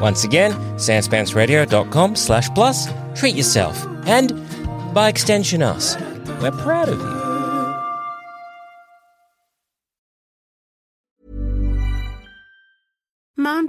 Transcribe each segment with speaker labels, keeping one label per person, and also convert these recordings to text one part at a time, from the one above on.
Speaker 1: Once again, sanspantsradio.com slash plus, treat yourself, and by extension us. We're proud of you.
Speaker 2: Mom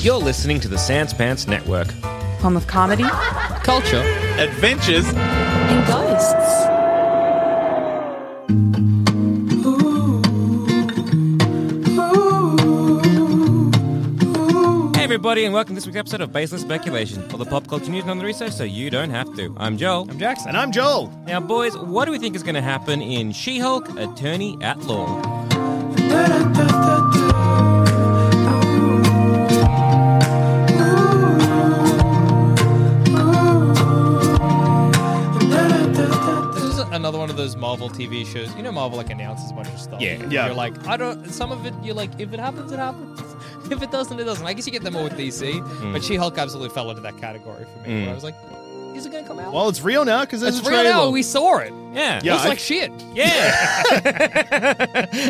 Speaker 1: You're listening to the Sanspants Network.
Speaker 3: home of comedy.
Speaker 4: Culture.
Speaker 5: Adventures.
Speaker 3: and ghosts.
Speaker 1: Hey, everybody, and welcome to this week's episode of Baseless Speculation, all the pop culture news and on the research so you don't have to. I'm Joel.
Speaker 4: I'm Jackson.
Speaker 5: And I'm Joel.
Speaker 1: Now, boys, what do we think is going to happen in She Hulk Attorney at Law?
Speaker 4: This is another one of those Marvel TV shows. You know, Marvel like announces a bunch of stuff.
Speaker 1: Yeah.
Speaker 5: Yeah.
Speaker 4: You're like, I don't. Some of it, you're like, if it happens, it happens. If it doesn't, it doesn't. I guess you get them all with DC,
Speaker 5: Mm.
Speaker 4: but She Hulk absolutely fell into that category for me. Where I was like, is it going to come out?
Speaker 5: Well, it's real now because there's
Speaker 4: it's
Speaker 5: a
Speaker 4: real
Speaker 5: trailer.
Speaker 4: now. We saw it.
Speaker 1: Yeah.
Speaker 4: It
Speaker 5: Yeah.
Speaker 4: looks
Speaker 5: I-
Speaker 4: like shit.
Speaker 1: Yeah.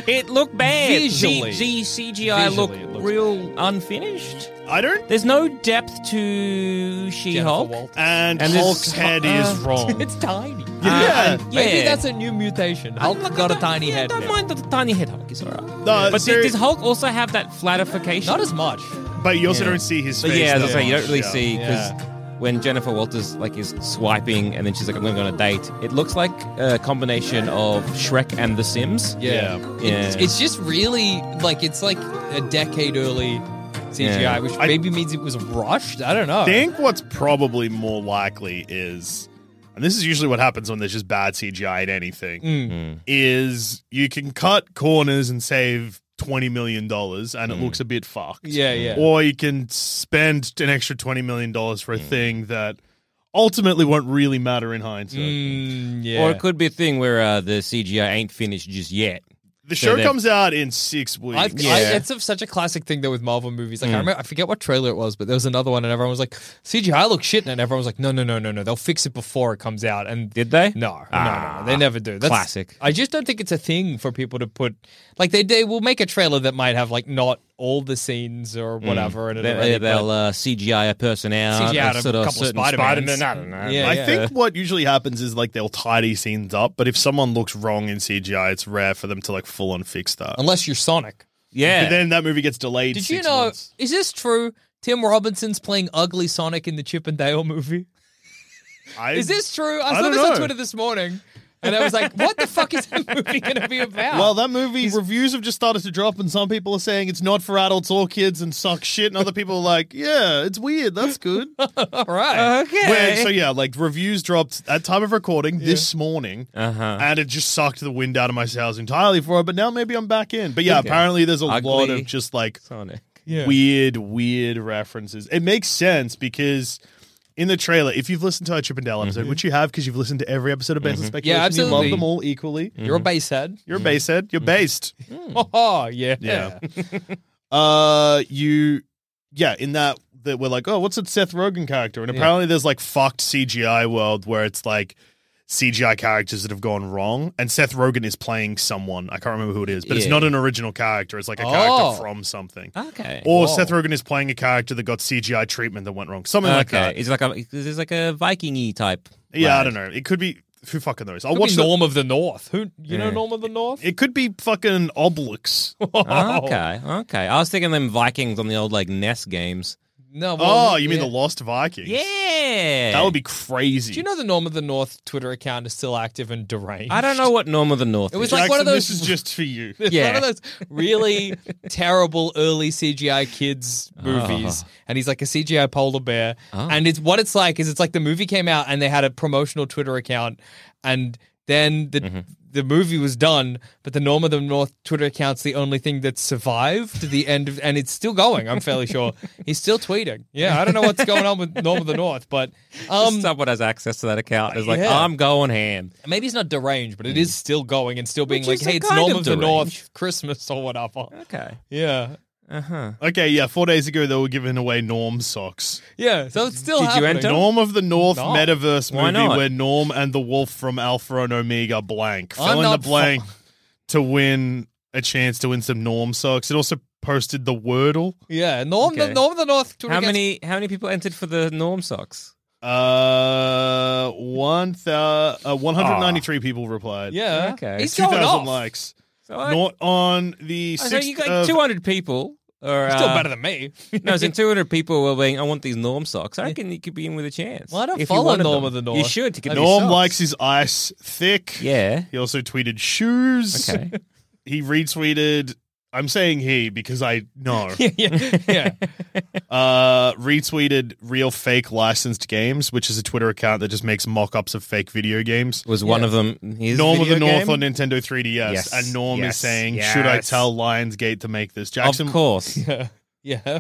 Speaker 1: it looked bad.
Speaker 4: Visually.
Speaker 1: G- G- CGI
Speaker 4: Visually, it
Speaker 1: looked
Speaker 4: looks
Speaker 1: real unfinished.
Speaker 5: I don't.
Speaker 1: There's no depth to She
Speaker 4: Jennifer
Speaker 1: Hulk.
Speaker 4: Walters. Um,
Speaker 5: And,
Speaker 1: And this-
Speaker 5: Hulk's head is
Speaker 1: uh,
Speaker 5: wrong.
Speaker 4: It's tiny.
Speaker 5: yeah.
Speaker 1: Uh,
Speaker 4: Maybe
Speaker 1: yeah.
Speaker 4: that's a new mutation. Hulk
Speaker 1: Look,
Speaker 4: got a
Speaker 1: don't-
Speaker 4: tiny
Speaker 1: yeah,
Speaker 4: head.
Speaker 1: Don't
Speaker 4: now.
Speaker 1: mind the tiny head Hulk. It's all right.
Speaker 5: No,
Speaker 1: but
Speaker 5: seri-
Speaker 1: did, does Hulk also have that flatification?
Speaker 4: Not as much.
Speaker 5: but you also don't see his
Speaker 1: But
Speaker 5: face.
Speaker 1: yeah, as I
Speaker 5: that
Speaker 1: say, you
Speaker 5: much,
Speaker 1: don't really
Speaker 5: yeah.
Speaker 1: see because
Speaker 4: Yeah.
Speaker 1: when Jennifer Walters like is swiping and then she's like, "I'm going to go on a date." It looks like a combination of Shrek and The Sims.
Speaker 4: Yeah.
Speaker 1: Yeah.
Speaker 4: It's, it's just really like it's like a decade early CGI,
Speaker 1: Yeah.
Speaker 4: which
Speaker 5: I-
Speaker 4: maybe means it was rushed. I don't know.
Speaker 5: I think what's probably more likely is, and this is usually what happens when there's just bad CGI in anything,
Speaker 1: Mm.
Speaker 4: Mm.
Speaker 5: is you can cut corners and save $20 million and it
Speaker 4: Mm.
Speaker 5: looks a bit fucked.
Speaker 4: Yeah, yeah.
Speaker 5: Or you can spend an extra $20 million for a
Speaker 4: Mm.
Speaker 5: thing that ultimately won't really matter in hindsight.
Speaker 4: Mm, yeah.
Speaker 1: Or it could be a thing where uh, the CGI ain't finished just yet.
Speaker 5: The
Speaker 1: So
Speaker 5: show
Speaker 1: they've-
Speaker 5: comes out in six
Speaker 4: I,
Speaker 5: weeks.
Speaker 4: I,
Speaker 1: Yeah.
Speaker 4: it's of such a classic thing though with Marvel movies.
Speaker 1: Mm.
Speaker 4: Like I remember, I forget what trailer it was, but there was another one, and everyone was like, "CGI looks shit," and everyone was like, "No, no, no, no, no, they'll fix it before it comes out." And
Speaker 1: Did they?
Speaker 4: No, no,
Speaker 1: Ah,
Speaker 4: no, they never do. That's,
Speaker 1: classic.
Speaker 4: I just don't think it's a thing for people to put. Like they, they will make a trailer that might have like not all the scenes or whatever, and it
Speaker 1: Mm. They,
Speaker 4: already, but-
Speaker 1: they'll uh, CGI a person out.
Speaker 4: CGI
Speaker 1: a
Speaker 4: a
Speaker 1: sort of
Speaker 4: couple
Speaker 1: certain
Speaker 4: Spider-Mans.
Speaker 1: Spider-Man, I don't know.
Speaker 4: Yeah,
Speaker 5: I
Speaker 4: yeah.
Speaker 5: think what usually happens is like they'll tidy scenes up, but if someone looks wrong in CGI, it's rare for them to like full on fix that.
Speaker 4: unless you're Sonic.
Speaker 1: Yeah.
Speaker 5: But then that movie gets delayed.
Speaker 4: Did
Speaker 5: six
Speaker 4: you know?
Speaker 5: months.
Speaker 4: Is this true? Tim Robinson's playing ugly Sonic in the Chip and Dale movie.
Speaker 5: I,
Speaker 4: Is this true? I,
Speaker 5: I
Speaker 4: saw
Speaker 5: don't
Speaker 4: this on
Speaker 5: know.
Speaker 4: Twitter this morning, and I was like, "What the fuck is that movie going to be about?"
Speaker 5: Well, that movie reviews have just started to drop, and some people are saying it's not for adults or kids and sucks shit, and other people are like, yeah, it's weird. That's good.
Speaker 4: all right.
Speaker 1: okay.
Speaker 5: Weird. So yeah, like reviews dropped at time of recording this morning, uh-huh. and it just sucked the wind out of my sails entirely for it. But now maybe I'm back in. But yeah, apparently there's a lot
Speaker 1: Ugly.
Speaker 5: of just like
Speaker 1: Sonic.
Speaker 4: Yeah.
Speaker 5: weird, weird references. It makes sense because in the trailer, if you've listened to our Chip and Dale episode, which you have because you've listened to every episode of Baseless Speculation, you
Speaker 4: absolutely.
Speaker 5: love them all equally.
Speaker 4: You're a basehead.
Speaker 5: You're a basehead. You're based.
Speaker 4: Oh yeah.
Speaker 5: Yeah. uh, you, yeah, in that that we're like, oh, what's that Seth Rogen character? And
Speaker 4: Yeah.
Speaker 5: apparently, there's like fucked CGI world where it's like CGI characters that have gone wrong, and Seth Rogen is playing someone. I can't remember who it is, but it's
Speaker 4: Yeah.
Speaker 5: not an original character. It's like a
Speaker 4: Oh.
Speaker 5: character from something.
Speaker 4: Okay.
Speaker 5: Or
Speaker 4: Whoa.
Speaker 5: Seth Rogen is playing a character that got CGI treatment that went wrong. Something like that.
Speaker 1: It's like a it's like a Vikingy type.
Speaker 5: Yeah, I
Speaker 1: lad.
Speaker 5: don't know. It could be who fucking knows. I'll
Speaker 4: Could
Speaker 5: watch
Speaker 4: be
Speaker 5: the,
Speaker 4: Norm of the North. Who you
Speaker 1: Yeah.
Speaker 4: know Norm of the North?
Speaker 5: It could be fucking Obelix.
Speaker 4: Oh,
Speaker 1: Okay, okay. I was thinking them Vikings on the old like NES games.
Speaker 4: no. well,
Speaker 5: Oh, you mean
Speaker 4: yeah.
Speaker 5: the Lost Vikings?
Speaker 1: Yeah,
Speaker 5: That would be crazy.
Speaker 4: Do you know the Norm of the North Twitter account is still active and deranged?
Speaker 1: I don't know what Norm of the North.
Speaker 4: It was
Speaker 1: is.
Speaker 4: like one of
Speaker 5: Jackson,
Speaker 4: those-
Speaker 5: This is just for you.
Speaker 4: It's
Speaker 1: Yeah.
Speaker 4: one of those really terrible early CGI kids movies, and he's like a CGI polar bear. And it's what it's like is it's like the movie came out and they had a promotional Twitter account, and then the the movie was done, but the Norm of the North Twitter account's the only thing that survived the end of, and it's still going. I'm fairly sure he's still tweeting. Yeah, I don't know what's going on with Norm of the North, but um,
Speaker 1: Just someone has access to that account. It's like
Speaker 4: Yeah.
Speaker 1: I'm going ham.
Speaker 4: maybe it's not deranged, but it is still going and still being
Speaker 1: Which
Speaker 4: like,
Speaker 1: is a
Speaker 4: hey, it's
Speaker 1: kind
Speaker 4: Norm
Speaker 1: of
Speaker 4: of, the North
Speaker 1: deranged.
Speaker 4: Christmas or whatever.
Speaker 1: Okay.
Speaker 4: Yeah.
Speaker 5: Okay, yeah. Four days ago, they were giving away Norm socks.
Speaker 4: Yeah, so it's still
Speaker 1: Did you
Speaker 4: happening.
Speaker 1: enter? Don't-
Speaker 5: Norm of the North
Speaker 4: Norm.
Speaker 5: metaverse
Speaker 1: Why
Speaker 5: movie
Speaker 1: not?
Speaker 5: where Norm and the Wolf from Alpha and Omega blank
Speaker 4: I'm
Speaker 5: fill in the
Speaker 4: not fu-
Speaker 5: blank to win a chance to win some Norm socks. It also posted the Wordle.
Speaker 4: Yeah, Norm,
Speaker 1: Okay.
Speaker 4: the, Norm of the North. Twitter
Speaker 1: How
Speaker 4: gets-
Speaker 1: many how many people entered for the Norm socks?
Speaker 5: Uh, one thou
Speaker 1: Ah.
Speaker 5: uh, 193 people replied.
Speaker 4: Yeah,
Speaker 1: Okay.
Speaker 4: he's going
Speaker 5: 2,000
Speaker 4: off.
Speaker 5: likes. uh,
Speaker 1: So I-
Speaker 5: Not on the
Speaker 1: so you
Speaker 5: 6th
Speaker 1: got
Speaker 5: of
Speaker 1: 200 people. Or,
Speaker 4: Still
Speaker 1: uh,
Speaker 4: better than me.
Speaker 1: No, it's in 200 people were being, I want these Norm socks. I reckon you could be in with a chance.
Speaker 4: Well, I don't
Speaker 1: if you
Speaker 4: follow
Speaker 1: wanted
Speaker 4: Norm
Speaker 1: them.
Speaker 4: of the North.
Speaker 1: You should to get these
Speaker 5: Norm
Speaker 1: socks.
Speaker 5: likes his ice thick.
Speaker 1: Yeah.
Speaker 5: He also tweeted shoes.
Speaker 1: Okay.
Speaker 5: He retweeted. I'm saying he because I know.
Speaker 4: yeah, yeah.
Speaker 5: uh, retweeted real fake licensed games, which is a Twitter account that just makes mock-ups of fake video games.
Speaker 1: Was one of them his
Speaker 5: Norm of the
Speaker 1: video
Speaker 5: North
Speaker 1: game?
Speaker 5: on Nintendo 3DS,
Speaker 1: Yes,
Speaker 5: and Norm
Speaker 1: yes,
Speaker 5: is saying, "Should I
Speaker 1: yes.
Speaker 5: tell Lionsgate to make this?" Jackson,
Speaker 1: Of course.
Speaker 4: yeah, yeah,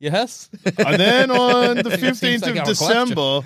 Speaker 4: yes.
Speaker 1: Uh-huh.
Speaker 5: And then on the
Speaker 4: That seems
Speaker 5: 15th
Speaker 4: like
Speaker 5: of
Speaker 4: our
Speaker 5: December,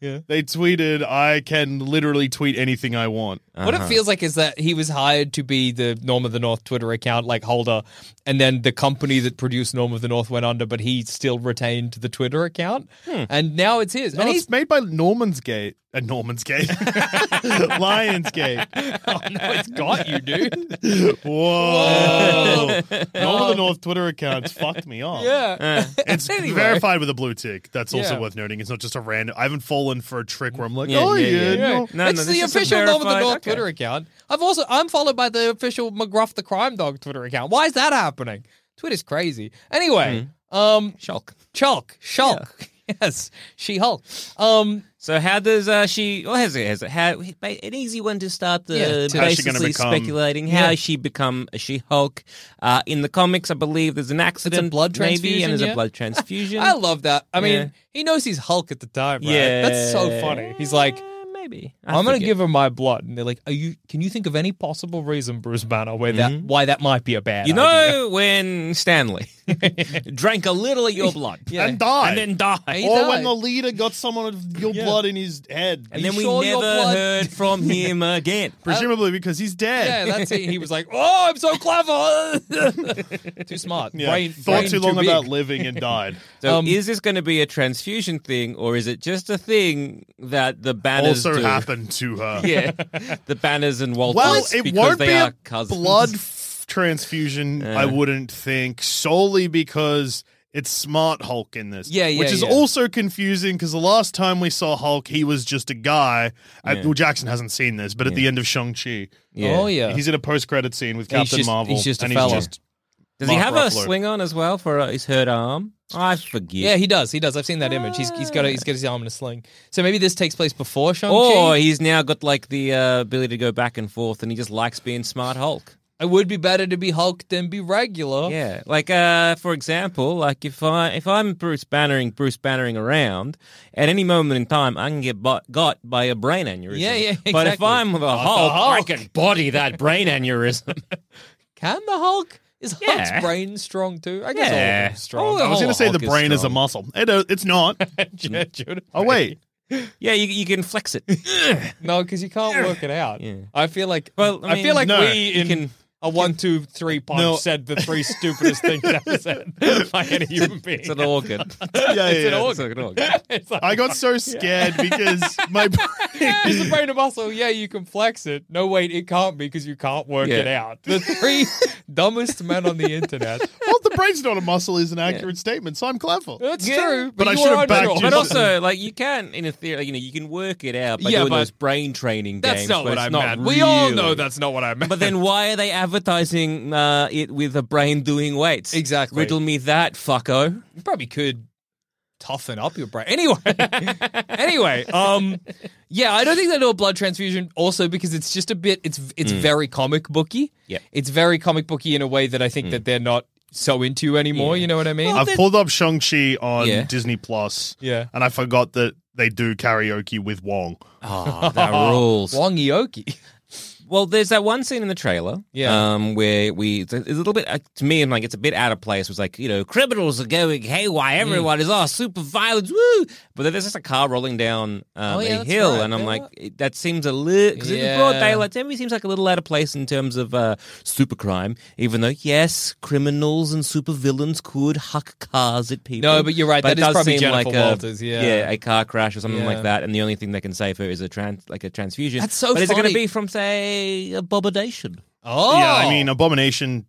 Speaker 4: Yeah.
Speaker 5: they tweeted, I can literally tweet anything I want.
Speaker 4: What it feels like is that he was hired to be the Norm of the North Twitter account like holder, and then the company that produced Norm of the North went under, but he still retained the Twitter account,
Speaker 1: Hmm.
Speaker 4: and now it's his.
Speaker 5: No,
Speaker 4: and
Speaker 5: it's
Speaker 4: he's
Speaker 5: made by Norman's Gate. Uh, Norman's Gate. Lion's Gate.
Speaker 4: oh, no, it's got you, dude.
Speaker 5: Whoa. Norman of the North Twitter accounts fucked me off.
Speaker 4: Yeah,
Speaker 5: It's
Speaker 4: Anyway.
Speaker 5: verified with a blue tick. That's also
Speaker 4: Yeah.
Speaker 5: worth noting. It's not just a random. I haven't fallen for a trick where I'm like,
Speaker 1: Yeah,
Speaker 5: oh,
Speaker 1: yeah,
Speaker 5: yeah.
Speaker 1: yeah, yeah.
Speaker 5: no.
Speaker 1: No,
Speaker 4: it's
Speaker 1: no,
Speaker 4: the
Speaker 1: this is a
Speaker 4: official Norm of the
Speaker 1: verified-
Speaker 4: North
Speaker 1: okay.
Speaker 4: Twitter account. I've also I'm followed by the official McGruff the Crime Dog Twitter account. Why is that happening? Twitter's crazy. Anyway,
Speaker 1: Hmm.
Speaker 4: um, Shulk, Shulk, Shulk. Yes, She Hulk. Um,
Speaker 1: So how does uh, she? Well, has it? Has it? How an easy one to start the
Speaker 4: Yeah, to- How's she
Speaker 5: gonna
Speaker 1: basically
Speaker 5: become-
Speaker 1: speculating
Speaker 4: Yeah.
Speaker 1: how she become a She Hulk. Uh, in the comics, I believe there's an accident,
Speaker 4: blood
Speaker 1: maybe,
Speaker 4: transfusion,
Speaker 1: and there's
Speaker 4: yeah.
Speaker 1: a blood transfusion.
Speaker 4: I love that. I mean,
Speaker 1: Yeah.
Speaker 4: he knows he's Hulk at the time, right?
Speaker 1: Yeah,
Speaker 4: that's so funny. He's like.
Speaker 1: Yeah, maybe I
Speaker 4: I'm gonna
Speaker 1: forget.
Speaker 4: give her my blood, and they're like, "Are you? Can you think of any possible reason, Bruce Banner, where that why that might be a bad?
Speaker 1: Mm-hmm. You
Speaker 4: idea?"
Speaker 1: know when Stanley drank a little of your blood
Speaker 4: Yeah.
Speaker 5: And died.
Speaker 1: and then died,
Speaker 4: And he
Speaker 5: Or
Speaker 4: died.
Speaker 5: when the leader got someone of your
Speaker 4: Yeah.
Speaker 5: blood in his head.
Speaker 1: and then uh,
Speaker 4: You
Speaker 1: we
Speaker 4: sure your
Speaker 1: never
Speaker 4: blood-
Speaker 1: heard from him again.
Speaker 5: Presumably because he's dead.
Speaker 4: Yeah, that's it. He was like, "Oh, I'm so clever, too smart,
Speaker 5: Yeah.
Speaker 4: brain,
Speaker 5: Thought
Speaker 4: brain
Speaker 5: too long
Speaker 4: big.
Speaker 5: about living and died.
Speaker 1: So
Speaker 4: Um,
Speaker 1: is this going to be a transfusion thing, or is it just a thing that the banners
Speaker 5: also
Speaker 1: do?
Speaker 5: happened to her.
Speaker 1: yeah, the banners and Walters.
Speaker 5: Well, it
Speaker 1: because
Speaker 5: won't
Speaker 1: they
Speaker 5: be
Speaker 1: are
Speaker 5: a
Speaker 1: cousins.
Speaker 5: blood f- transfusion, I wouldn't think, solely because it's Smart Hulk in this.
Speaker 4: Yeah, yeah,
Speaker 5: Which is
Speaker 4: yeah.
Speaker 5: also confusing because the last time we saw Hulk, he was just a guy. Uh, well, Jackson hasn't seen this, but at the end of Shang-Chi,
Speaker 1: Yeah.
Speaker 4: Oh yeah,
Speaker 5: he's in a post-credit scene with
Speaker 4: And he's
Speaker 5: Captain
Speaker 4: just-
Speaker 5: Marvel.
Speaker 4: he's just a
Speaker 5: and
Speaker 4: fella.
Speaker 1: Does he
Speaker 5: Mark
Speaker 1: have a
Speaker 5: Ruffalo.
Speaker 1: sling on as well for uh, his hurt arm? I forget.
Speaker 4: yeah, he does. He does. I've seen that image. He's he's got a, he's got his arm in a sling. So maybe this takes place before Shang
Speaker 1: or
Speaker 4: Chi.
Speaker 1: Oh, he's now got like the uh, ability to go back and forth, and he just likes being smart Hulk.
Speaker 4: It would be better to be Hulk than be regular.
Speaker 1: Yeah, like uh, for example, like if I if I'm Bruce Bannering Bruce Bannering around, at any moment in time, I can get bu- got by a brain aneurysm.
Speaker 4: Yeah, yeah,
Speaker 1: But if
Speaker 4: exactly.
Speaker 1: I'm the Hulk, I
Speaker 4: Hulk.
Speaker 1: can body that brain aneurysm.
Speaker 4: Can the Hulk? Is Hulk's
Speaker 1: Yeah.
Speaker 4: brain strong too? I guess all
Speaker 1: Yeah.
Speaker 4: of them strong.
Speaker 1: All of
Speaker 5: I was going to say the
Speaker 1: Hulk is
Speaker 5: brain is, a
Speaker 1: strong.
Speaker 5: muscle. It, uh, it's not.
Speaker 4: Yeah, Judah.
Speaker 5: Oh, wait.
Speaker 1: yeah, you, you can flex it.
Speaker 4: No, because you can't work it out. I feel like
Speaker 1: Well, I mean,
Speaker 4: feel like
Speaker 1: no,
Speaker 4: we
Speaker 1: you
Speaker 4: in
Speaker 1: can-
Speaker 4: A one, two, three punch
Speaker 5: No.
Speaker 4: said the three stupidest things ever said by any human being.
Speaker 1: It's an organ.
Speaker 5: yeah, yeah. yeah.
Speaker 1: It's an organ.
Speaker 4: It's like,
Speaker 5: I got so scared because my brain.
Speaker 4: It's a brain and muscle. Yeah, you can flex it. No, wait, it can't be because you can't work
Speaker 1: Yeah.
Speaker 4: it out. The three dumbest men on the internet.
Speaker 5: Well, the brain's not a muscle is an accurate statement, so I'm clever.
Speaker 4: That's
Speaker 1: Yeah.
Speaker 4: true,
Speaker 5: But
Speaker 4: but,
Speaker 5: I
Speaker 4: you
Speaker 5: should
Speaker 4: were
Speaker 5: have backed
Speaker 4: unsure.
Speaker 5: you.
Speaker 1: But also, like you can, in a theory, like, you know, you can work it out by
Speaker 4: Yeah,
Speaker 1: doing
Speaker 4: but
Speaker 1: those brain training
Speaker 4: That's
Speaker 1: games.
Speaker 4: not
Speaker 1: but
Speaker 4: what
Speaker 1: it's
Speaker 4: I
Speaker 1: not
Speaker 4: meant. We all
Speaker 1: really.
Speaker 4: know that's not what I meant.
Speaker 1: But then, why are they advertising uh, it with a brain doing weights?
Speaker 4: Exactly.
Speaker 1: Riddle me that, fucko.
Speaker 4: you probably could toughen up your brain. Anyway, anyway, um, yeah, I don't think they do a blood transfusion. Also, because it's just a bit. It's it's very comic booky.
Speaker 1: Yep.
Speaker 4: it's very comic booky in a way that I think that they're not so into anymore. You know what I mean?
Speaker 5: I've pulled up Shang Chi on
Speaker 1: Yeah.
Speaker 5: Disney Plus,
Speaker 4: Yeah.
Speaker 5: and I forgot that they do karaoke with Wong.
Speaker 4: Ah,
Speaker 1: Oh, that rules.
Speaker 4: Wong Yoki.
Speaker 1: Well, there's that one scene in the trailer,
Speaker 4: Yeah.
Speaker 1: um, where we it's a it's a little bit uh, to me, and like it's a bit out of place. It was like you know, criminals are going haywire,
Speaker 4: Mm.
Speaker 1: everyone is oh super violence, woo! But then there's just a car rolling down um,
Speaker 4: Oh, yeah,
Speaker 1: a
Speaker 4: that's
Speaker 1: hill,
Speaker 4: right.
Speaker 1: and I'm
Speaker 4: Yeah.
Speaker 1: like, it, that seems a little because in broad
Speaker 4: Yeah.
Speaker 1: daylight, to me seems like a little out of place in terms of uh, super crime. Even though yes, criminals and super villains could huck cars at people.
Speaker 4: No, but you're right, that
Speaker 1: it
Speaker 4: is
Speaker 1: does
Speaker 4: probably
Speaker 1: seem
Speaker 4: Jennifer
Speaker 1: like
Speaker 4: Walters,
Speaker 1: a,
Speaker 4: yeah.
Speaker 1: yeah, a car crash or something
Speaker 4: Yeah.
Speaker 1: like that, and the only thing that can save her is a trans like a transfusion.
Speaker 4: That's so
Speaker 1: But is it going
Speaker 4: funny.
Speaker 1: to be from say abomination?
Speaker 4: Oh,
Speaker 5: Yeah, I mean, Abomination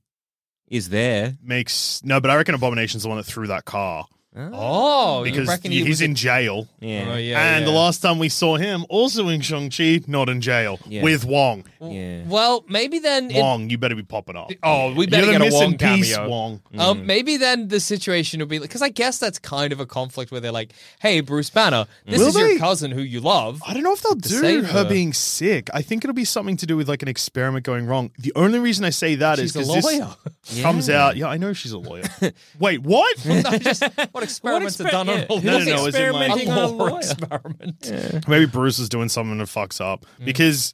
Speaker 1: Is there?
Speaker 5: makes no, but I reckon Abomination's the one that threw that car
Speaker 4: oh, you
Speaker 5: because
Speaker 4: reckon he
Speaker 5: he's
Speaker 4: was
Speaker 5: in jail.
Speaker 1: Yeah.
Speaker 4: Oh, yeah,
Speaker 5: and the
Speaker 4: yeah.
Speaker 5: last time we saw him, also in Shang Chi, not in jail
Speaker 1: Yeah.
Speaker 5: with Wong.
Speaker 1: Yeah.
Speaker 4: Well, maybe then. it-
Speaker 5: Wong, you better be popping up.
Speaker 4: oh, we better get
Speaker 5: You're the
Speaker 4: a Wong
Speaker 5: missing piece,
Speaker 4: cameo.
Speaker 5: Wong.
Speaker 1: Mm.
Speaker 4: Um, maybe then the situation will be because I guess that's kind of a conflict where they're like, "Hey, Bruce Banner,
Speaker 1: Mm.
Speaker 4: this
Speaker 5: Will
Speaker 4: is
Speaker 5: they?
Speaker 4: your cousin who you love."
Speaker 5: I don't know if they'll do
Speaker 4: save
Speaker 5: her,
Speaker 4: her.
Speaker 5: being sick. I think it'll be something to do with like an experiment going wrong. The only reason I say that is
Speaker 4: She's a
Speaker 5: because
Speaker 4: lawyer.
Speaker 5: this comes out. Yeah, I know she's a lawyer. Wait, what?
Speaker 4: I just what experiments are done on
Speaker 1: exper-
Speaker 4: a
Speaker 1: yeah.
Speaker 5: No,
Speaker 4: lawyer?
Speaker 5: no, no, as in, like-
Speaker 4: A
Speaker 1: Experimenting on a
Speaker 4: lawyer
Speaker 1: lawyer.
Speaker 4: experiment.
Speaker 5: Maybe Bruce is doing something that fucks up
Speaker 4: Mm.
Speaker 5: because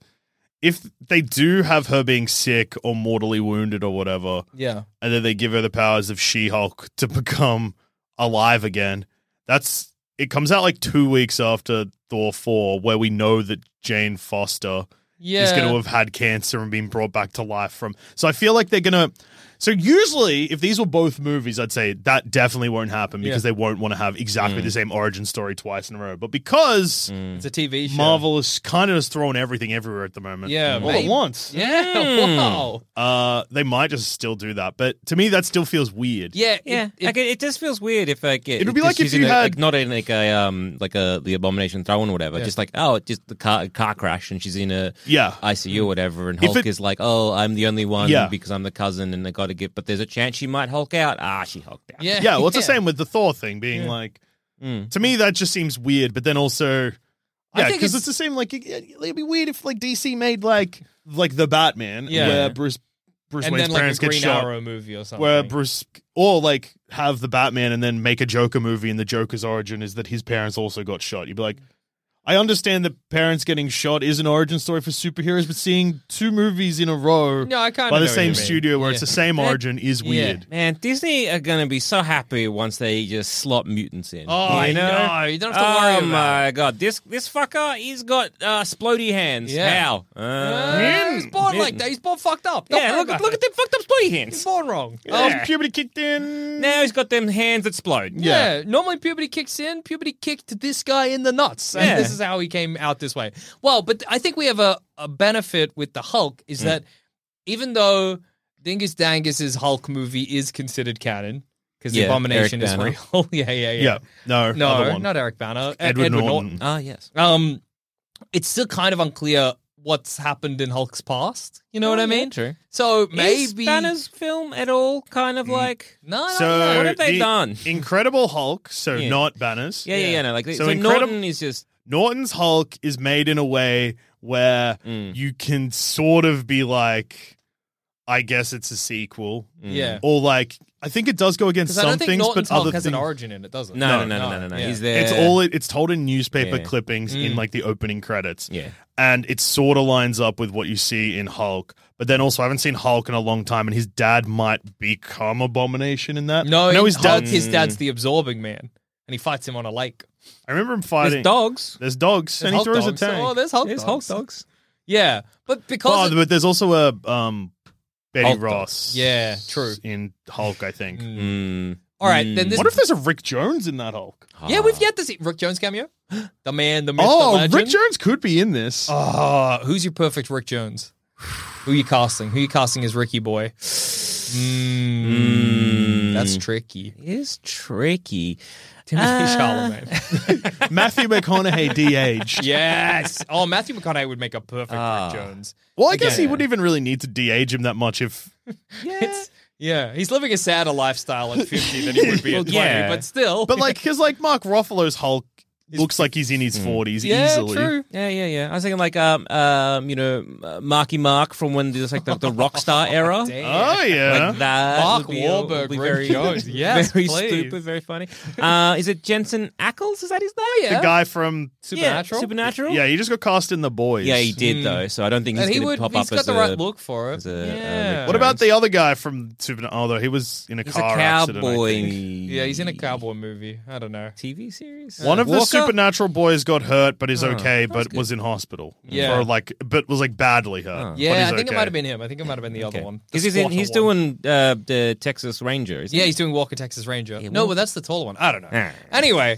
Speaker 5: if they do have her being sick or mortally wounded or whatever,
Speaker 4: Yeah.
Speaker 5: and then they give her the powers of She-Hulk to become alive again. That's it comes out like 2 weeks after Thor 4 where we know that Jane Foster
Speaker 4: Yeah.
Speaker 5: is going to have had cancer and been brought back to life from. So I feel like they're going to So usually if these were both movies I'd say that definitely won't happen because
Speaker 4: Yeah. Mm.
Speaker 5: they won't want to have exactly the same origin story twice in a row. But because
Speaker 4: It's a TV show.
Speaker 5: Marvel is kind of just throwing everything everywhere at the moment.
Speaker 4: Yeah,
Speaker 5: all
Speaker 4: maybe.
Speaker 5: at once.
Speaker 4: Yeah.
Speaker 1: Mm.
Speaker 4: Wow.
Speaker 5: Uh, they might just still do that, but to me, that still feels weird.
Speaker 4: Yeah. it-
Speaker 1: Yeah,
Speaker 4: it-
Speaker 1: like it, it just feels weird if like it,
Speaker 5: It'd be
Speaker 1: just
Speaker 5: like if
Speaker 1: using
Speaker 5: you
Speaker 1: a-
Speaker 5: had-
Speaker 1: like, not in like a um like a the abomination throne or whatever, just like oh, it just the car car crash and she's in a
Speaker 5: Yeah.
Speaker 1: ICU or whatever, and
Speaker 5: If
Speaker 1: Hulk
Speaker 5: it-
Speaker 1: is like oh, I'm the only one
Speaker 5: Yeah.
Speaker 1: because I'm the cousin and I got to get, but there's a chance she might Hulk out. Ah, she Hulked out.
Speaker 4: yeah.
Speaker 5: yeah. Well, it's the same with the Thor thing being like.
Speaker 4: Mm.
Speaker 5: To me, that just seems weird. But then also,
Speaker 4: I
Speaker 5: yeah,
Speaker 4: think
Speaker 5: because it's,
Speaker 4: it's-
Speaker 5: the same. Like, it, it'd be weird if like DC made like like the Batman,
Speaker 4: Yeah.
Speaker 5: where Bruce Bruce
Speaker 4: And
Speaker 5: Wayne's
Speaker 4: then like a
Speaker 5: parents get
Speaker 4: Green
Speaker 5: shot,
Speaker 4: Arrow movie or something.
Speaker 5: where Bruce or like have the Batman and then make a Joker movie, and the Joker's origin is that his parents also got shot. You'd be like. I understand that parents getting shot is an origin story for superheroes, but seeing two movies in a row
Speaker 4: No, I kinda
Speaker 5: by
Speaker 4: know what
Speaker 5: the
Speaker 4: you
Speaker 5: same
Speaker 4: mean.
Speaker 5: studio where it's the same origin is weird.
Speaker 1: Man, Disney are gonna be so happy once they just slot mutants in.
Speaker 4: Oh, I
Speaker 1: you
Speaker 4: know. You don't have to worry
Speaker 1: Oh
Speaker 4: about
Speaker 1: my god, this this fucker, he's got uh, splody hands.
Speaker 4: Yeah.
Speaker 1: How? Uh,
Speaker 4: Uh, he's born like
Speaker 1: Mutant.
Speaker 4: that. He's born fucked up. Don't
Speaker 1: Yeah,
Speaker 4: worry
Speaker 1: look
Speaker 4: about
Speaker 1: at look
Speaker 4: it.
Speaker 1: at them fucked up splody hands.
Speaker 4: He's born wrong.
Speaker 5: Oh,
Speaker 4: Um,
Speaker 5: puberty kicked in.
Speaker 1: Now he's got them hands that explode.
Speaker 4: Yeah. normally puberty kicks in. Puberty kicked this guy in the nuts, and
Speaker 1: Yeah.
Speaker 4: this is how he came out this way. Well, but I think we have a, a benefit with the Hulk
Speaker 5: Mm.
Speaker 4: is that even though Dingus Dangus's Hulk movie is considered canon because
Speaker 1: Yeah,
Speaker 4: the abomination
Speaker 1: Eric
Speaker 4: is
Speaker 1: Banner.
Speaker 4: real. yeah, yeah, yeah.
Speaker 5: Yeah. No. other
Speaker 4: No,
Speaker 5: one.
Speaker 4: not Eric Banner. E-
Speaker 5: Edward, Norton.
Speaker 1: Ah, yes.
Speaker 4: Um, it's still kind of unclear what's happened in Hulk's past. You know
Speaker 5: Oh,
Speaker 4: what I mean?
Speaker 1: true.
Speaker 4: So maybe Mm.
Speaker 1: Is Banner's film at all kind of like?
Speaker 4: No, no,
Speaker 5: So
Speaker 4: no.
Speaker 1: What have they
Speaker 5: the
Speaker 1: done?
Speaker 5: Incredible Hulk. So
Speaker 1: Yeah.
Speaker 5: not banners.
Speaker 1: Yeah, yeah, yeah. No, like so,
Speaker 5: So incredible-
Speaker 1: Norton is just
Speaker 5: Norton's Hulk is made in a way where you can sort of be like, I guess it's a sequel,
Speaker 4: Yeah.
Speaker 5: or like I think it does go against
Speaker 4: Because I
Speaker 5: some
Speaker 4: don't think
Speaker 5: things,
Speaker 4: Norton's
Speaker 5: but other
Speaker 4: Hulk has an
Speaker 5: things-
Speaker 4: origin in it, does it?
Speaker 1: no, no, no, no, no, no. no.
Speaker 4: yeah.
Speaker 1: He's there.
Speaker 5: It's all it's told in newspaper
Speaker 1: Yeah.
Speaker 5: clippings
Speaker 4: Mm.
Speaker 5: in like the opening credits.
Speaker 1: Yeah.
Speaker 5: And it sort of lines up with what you see in Hulk. But then also I haven't seen Hulk in a long time and his dad might become Abomination in that.
Speaker 4: No,
Speaker 5: I know
Speaker 4: in
Speaker 5: his
Speaker 4: Hulk,
Speaker 5: dad
Speaker 4: his dad's the absorbing man, and he fights him on a lake.
Speaker 5: I remember him
Speaker 1: There's
Speaker 5: fighting
Speaker 1: dogs.
Speaker 5: There's dogs
Speaker 4: There's
Speaker 5: and he
Speaker 4: Hulk
Speaker 5: throws
Speaker 4: dogs.
Speaker 5: a
Speaker 4: Oh,
Speaker 5: tank.
Speaker 4: there's Hulk
Speaker 1: There's
Speaker 4: dogs.
Speaker 1: Hulk dogs.
Speaker 4: Yeah, but because
Speaker 5: Oh, but there's also a um Betty
Speaker 1: Hulk, though.
Speaker 5: Ross.
Speaker 4: Yeah, true.
Speaker 5: In Hulk, I think.
Speaker 1: Mm.
Speaker 4: All right, then this.
Speaker 5: What if there's a Rick Jones in that Hulk?
Speaker 4: yeah, we've yet to see Rick Jones cameo. The man, the myth, the
Speaker 5: Oh,
Speaker 4: legend.
Speaker 5: Rick Jones could be in this.
Speaker 4: Oh, who's your perfect Rick Jones? Who you casting? Who you casting as Ricky Boy? Mm,
Speaker 1: Hmm.
Speaker 4: That's tricky.
Speaker 1: It is tricky.
Speaker 4: Timothy
Speaker 1: Uh,
Speaker 4: Chalamet.
Speaker 5: Matthew McConaughey de-aged.
Speaker 4: yes. Oh, Matthew McConaughey would make a perfect
Speaker 1: Ah.
Speaker 4: Rick Jones.
Speaker 5: Well, I guess
Speaker 4: Again.
Speaker 5: he wouldn't even really need to de-age him that much if
Speaker 4: It's- yeah, he's living a sadder lifestyle at 50 than he would be at 20,
Speaker 1: yeah.
Speaker 4: but still.
Speaker 5: But like, because like Mark Ruffalo's Hulk looks like he's in his forties
Speaker 4: yeah,
Speaker 5: easily.
Speaker 4: true.
Speaker 1: Yeah, yeah, yeah. I was thinking like um um you know uh, Marky Mark from when there's like the, the rock star era.
Speaker 5: Oh yeah.
Speaker 1: Like that.
Speaker 4: Mark
Speaker 1: would be-
Speaker 4: Wahlberg,
Speaker 1: would be
Speaker 4: Rick Jones. Yes,
Speaker 1: very
Speaker 4: please.
Speaker 1: stupid, very funny. Uh, is it Jensen Ackles? Is that his name?
Speaker 4: Oh, yeah.
Speaker 5: the guy from
Speaker 4: Supernatural?
Speaker 1: Yeah, Supernatural.
Speaker 5: yeah, he just got cast in the boys.
Speaker 1: Yeah, he did though. So I don't think he's
Speaker 4: and he
Speaker 1: going
Speaker 4: would,
Speaker 1: to pop
Speaker 4: he's
Speaker 1: up
Speaker 4: got
Speaker 1: as
Speaker 4: the
Speaker 1: a,
Speaker 4: right look for it.
Speaker 1: as a, uh,
Speaker 4: yeah.
Speaker 5: What about the other guy from Supernatural? Although he was in a
Speaker 1: He's a
Speaker 5: car accident. I
Speaker 1: cowboy.
Speaker 5: think.
Speaker 4: yeah, he's in a cowboy movie. I don't know.
Speaker 1: TV series.
Speaker 5: One of the
Speaker 1: Walker?
Speaker 5: supernatural boys got hurt, but is okay, but was in hospital.
Speaker 4: Yeah.
Speaker 5: for like, but was like badly hurt. but
Speaker 4: Yeah, I
Speaker 5: he's
Speaker 4: think it
Speaker 5: okay.
Speaker 4: might have been him. I think it might have been the other
Speaker 1: Okay.
Speaker 4: one. The
Speaker 1: He's, he's, in,
Speaker 4: squatter
Speaker 1: he's
Speaker 4: one.
Speaker 1: doing uh, the Texas Ranger. Isn't
Speaker 4: Yeah,
Speaker 1: he?
Speaker 4: he's doing Walker Texas Ranger. no,
Speaker 1: Walker-
Speaker 4: well, that's the taller one. I don't know. anyway,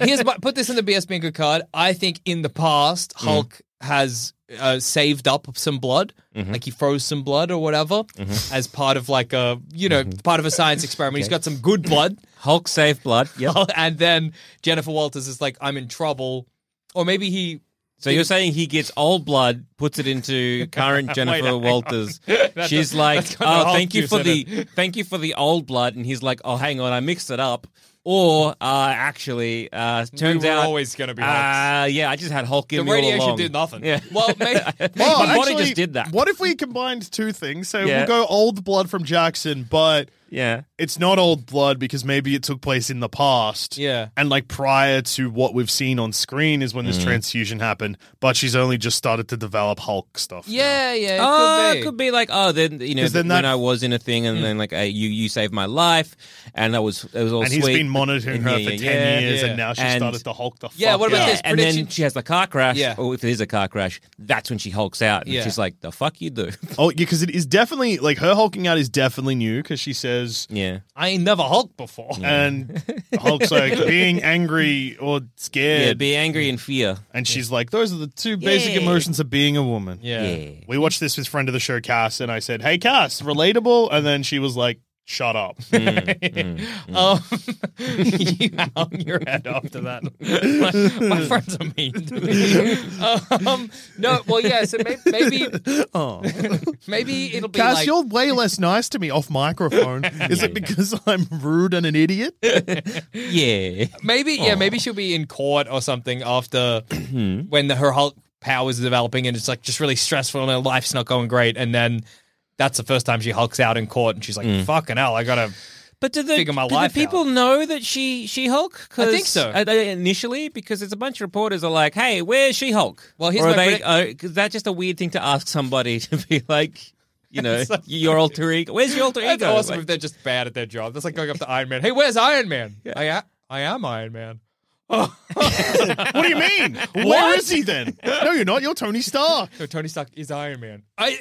Speaker 4: here's my, put this in the BS bingo card. I think in the past
Speaker 1: Mm-hmm.
Speaker 4: Hulk has uh, saved up some blood,
Speaker 1: Mm-hmm.
Speaker 4: like he froze some blood or whatever, as part of like a you know part of a science experiment. He's got some good blood,
Speaker 1: Mm-hmm. Hulk save blood. Yep.
Speaker 4: and then Jennifer Walters is like, "I'm in trouble," or maybe he.
Speaker 1: So you're saying he gets old blood, puts it into current Jennifer Walters. She's like,
Speaker 4: that's got no
Speaker 1: "Oh,
Speaker 4: Hulk
Speaker 1: thank you
Speaker 4: juice
Speaker 1: for
Speaker 4: in
Speaker 1: the thank you for the old blood," and he's like, "Oh, hang on, I mixed it up." Or uh, actually, uh, turns
Speaker 4: were
Speaker 1: out
Speaker 4: always gonna be
Speaker 1: Uh, yeah, I just had Hulk in
Speaker 4: The
Speaker 1: me all
Speaker 4: radiation
Speaker 1: along.
Speaker 4: did nothing.
Speaker 1: Yeah.
Speaker 4: Well, maybe,
Speaker 5: Well,
Speaker 1: My body
Speaker 5: actually,
Speaker 1: just did that.
Speaker 5: What if we combined two things? So
Speaker 1: Yeah.
Speaker 5: we'll go old blood from Jackson, but
Speaker 1: yeah.
Speaker 5: it's not old blood because maybe it took place in the past.
Speaker 4: Yeah. Mm.
Speaker 5: And like prior to what we've seen on screen is when this transfusion happened, but she's only just started to develop Hulk stuff. now.
Speaker 4: yeah, yeah, it
Speaker 1: oh,
Speaker 4: could be.
Speaker 1: it could be like oh then you know
Speaker 5: 'Cause then
Speaker 1: when
Speaker 5: that-
Speaker 1: I was in a thing and then like uh, you you saved my life and that was it was all
Speaker 5: And
Speaker 1: sweet.
Speaker 5: he's been monitoring
Speaker 1: And
Speaker 5: her
Speaker 1: yeah,
Speaker 5: for
Speaker 1: yeah,
Speaker 5: 10
Speaker 1: yeah.
Speaker 5: years
Speaker 4: yeah.
Speaker 5: and now she
Speaker 1: And-
Speaker 5: started to Hulk the fuck
Speaker 4: Yeah, what about
Speaker 5: out.
Speaker 4: this?
Speaker 1: and
Speaker 4: prediction-
Speaker 1: then she has the car crash.
Speaker 4: Yeah.
Speaker 1: Or if it is a car crash, that's when she hulks out. And
Speaker 4: Yeah.
Speaker 1: she's like, the fuck you do?
Speaker 5: Oh, yeah, because it is definitely like her hulking out is definitely new because she says,
Speaker 1: yeah.
Speaker 4: I ain't never Hulk before.
Speaker 5: and Hulk's like being angry or
Speaker 1: Yeah,
Speaker 5: scared.
Speaker 1: be angry and fear.
Speaker 5: and she's like, those are the two basic emotions of being a woman.
Speaker 4: Yeah.
Speaker 1: Yeah.
Speaker 5: We watched this with friend of the show, Cass, and I said, hey, Cass, relatable. And then she was like, shut up.
Speaker 4: Um, you hung your head after that. My, my friends are mean to me. Um, no, well, yeah. So maybe, maybe, maybe it'll be
Speaker 5: Cass,
Speaker 4: like
Speaker 5: you're way less nice to me off microphone. Is it because I'm rude and an idiot?
Speaker 1: Yeah.
Speaker 4: maybe, yeah, maybe she'll be in court or something after when the, her Hulk powers are developing, and it's like just really stressful, and her life's not going great, and then. That's the first time she hulks out in court, and she's like, "Fucking hell, I gotta."
Speaker 1: But do the,
Speaker 4: Figure my
Speaker 1: do the
Speaker 4: life
Speaker 1: people
Speaker 4: out.
Speaker 1: know that she she Hulk? 'Cause-
Speaker 4: I think so.
Speaker 1: uh, they- initially, because there's a bunch of reporters are like, "Hey, where's she Hulk?"
Speaker 4: Well, here's
Speaker 1: or are
Speaker 4: my
Speaker 1: they uh,
Speaker 4: predict-
Speaker 1: cause that's just a weird thing to ask somebody to be like, you know, your alter ego. Where's your alter ego?
Speaker 4: That's awesome
Speaker 1: Like-
Speaker 4: if they're just bad at their job. That's like going up to Iron Man. Hey, where's Iron Man? I, a- I am Iron Man.
Speaker 5: What do you mean? Where is he then? No, you're not. You're Tony Stark.
Speaker 4: No, Tony Stark is Iron Man. I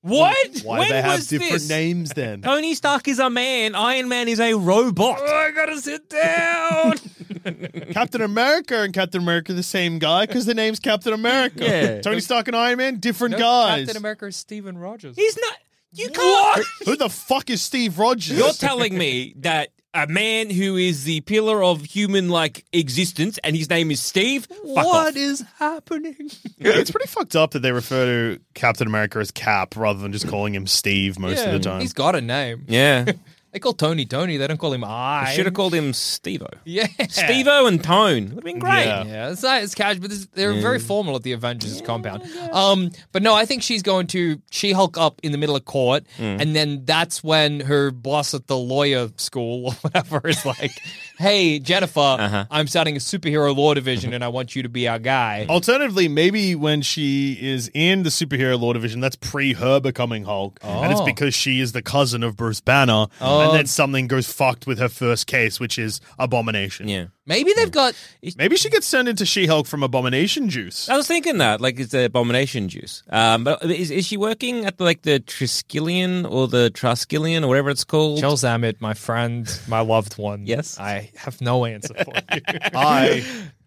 Speaker 4: what?
Speaker 5: Why
Speaker 1: When
Speaker 5: they have
Speaker 1: was
Speaker 5: different
Speaker 1: this?
Speaker 5: names then?
Speaker 1: Tony Stark is a man. Iron Man is a robot. Oh, I gotta sit down.
Speaker 5: Captain America and Captain America are the same guy because the name's Captain America.
Speaker 1: Yeah.
Speaker 5: Tony Stark and Iron Man, different
Speaker 4: No,
Speaker 5: guys.
Speaker 4: Captain America is Steven Rogers.
Speaker 1: He's not. You can't.
Speaker 5: Who the fuck is Steve Rogers?
Speaker 1: You're telling me that a man who is the pillar of human like existence and his name is Steve. Fuck off.
Speaker 4: What is happening?
Speaker 5: it's pretty fucked up that they refer to Captain America as Cap rather than just calling him Steve most of the time.
Speaker 4: He's got a name.
Speaker 1: yeah,
Speaker 4: They call Tony Tony. They don't call him I.
Speaker 1: I should have called him Stevo.
Speaker 4: Yeah.
Speaker 1: Stevo and Tone would have been great.
Speaker 5: Yeah.
Speaker 4: Yeah, it's, not, it's casual, but this, they're very formal at the Avengers compound. Um, but no, I think she's going to She Hulk up in the middle of court,
Speaker 5: Mm.
Speaker 4: and then that's when her boss at the lawyer school or whatever is like, "Hey, Jennifer,
Speaker 5: Uh-huh.
Speaker 4: I'm starting a superhero law division, and I want you to be our guy."
Speaker 1: Oh.
Speaker 5: Alternatively, maybe when she is in the superhero law division, that's pre her becoming Hulk,
Speaker 1: Oh.
Speaker 5: and it's because she is the cousin of Bruce Banner, and then something goes fucked with her first case, which is Abomination.
Speaker 1: Yeah.
Speaker 4: Maybe they've got.
Speaker 5: Maybe she gets turned into She Hulk from Abomination Juice.
Speaker 1: I was thinking that, like, it's the abomination juice. Um, but is, is she working at the, like the Triskelion or the Traskillion or whatever it's called?
Speaker 4: Charles Zammit, my friend, my loved one.
Speaker 1: Yes.
Speaker 4: I have no answer for you.
Speaker 5: I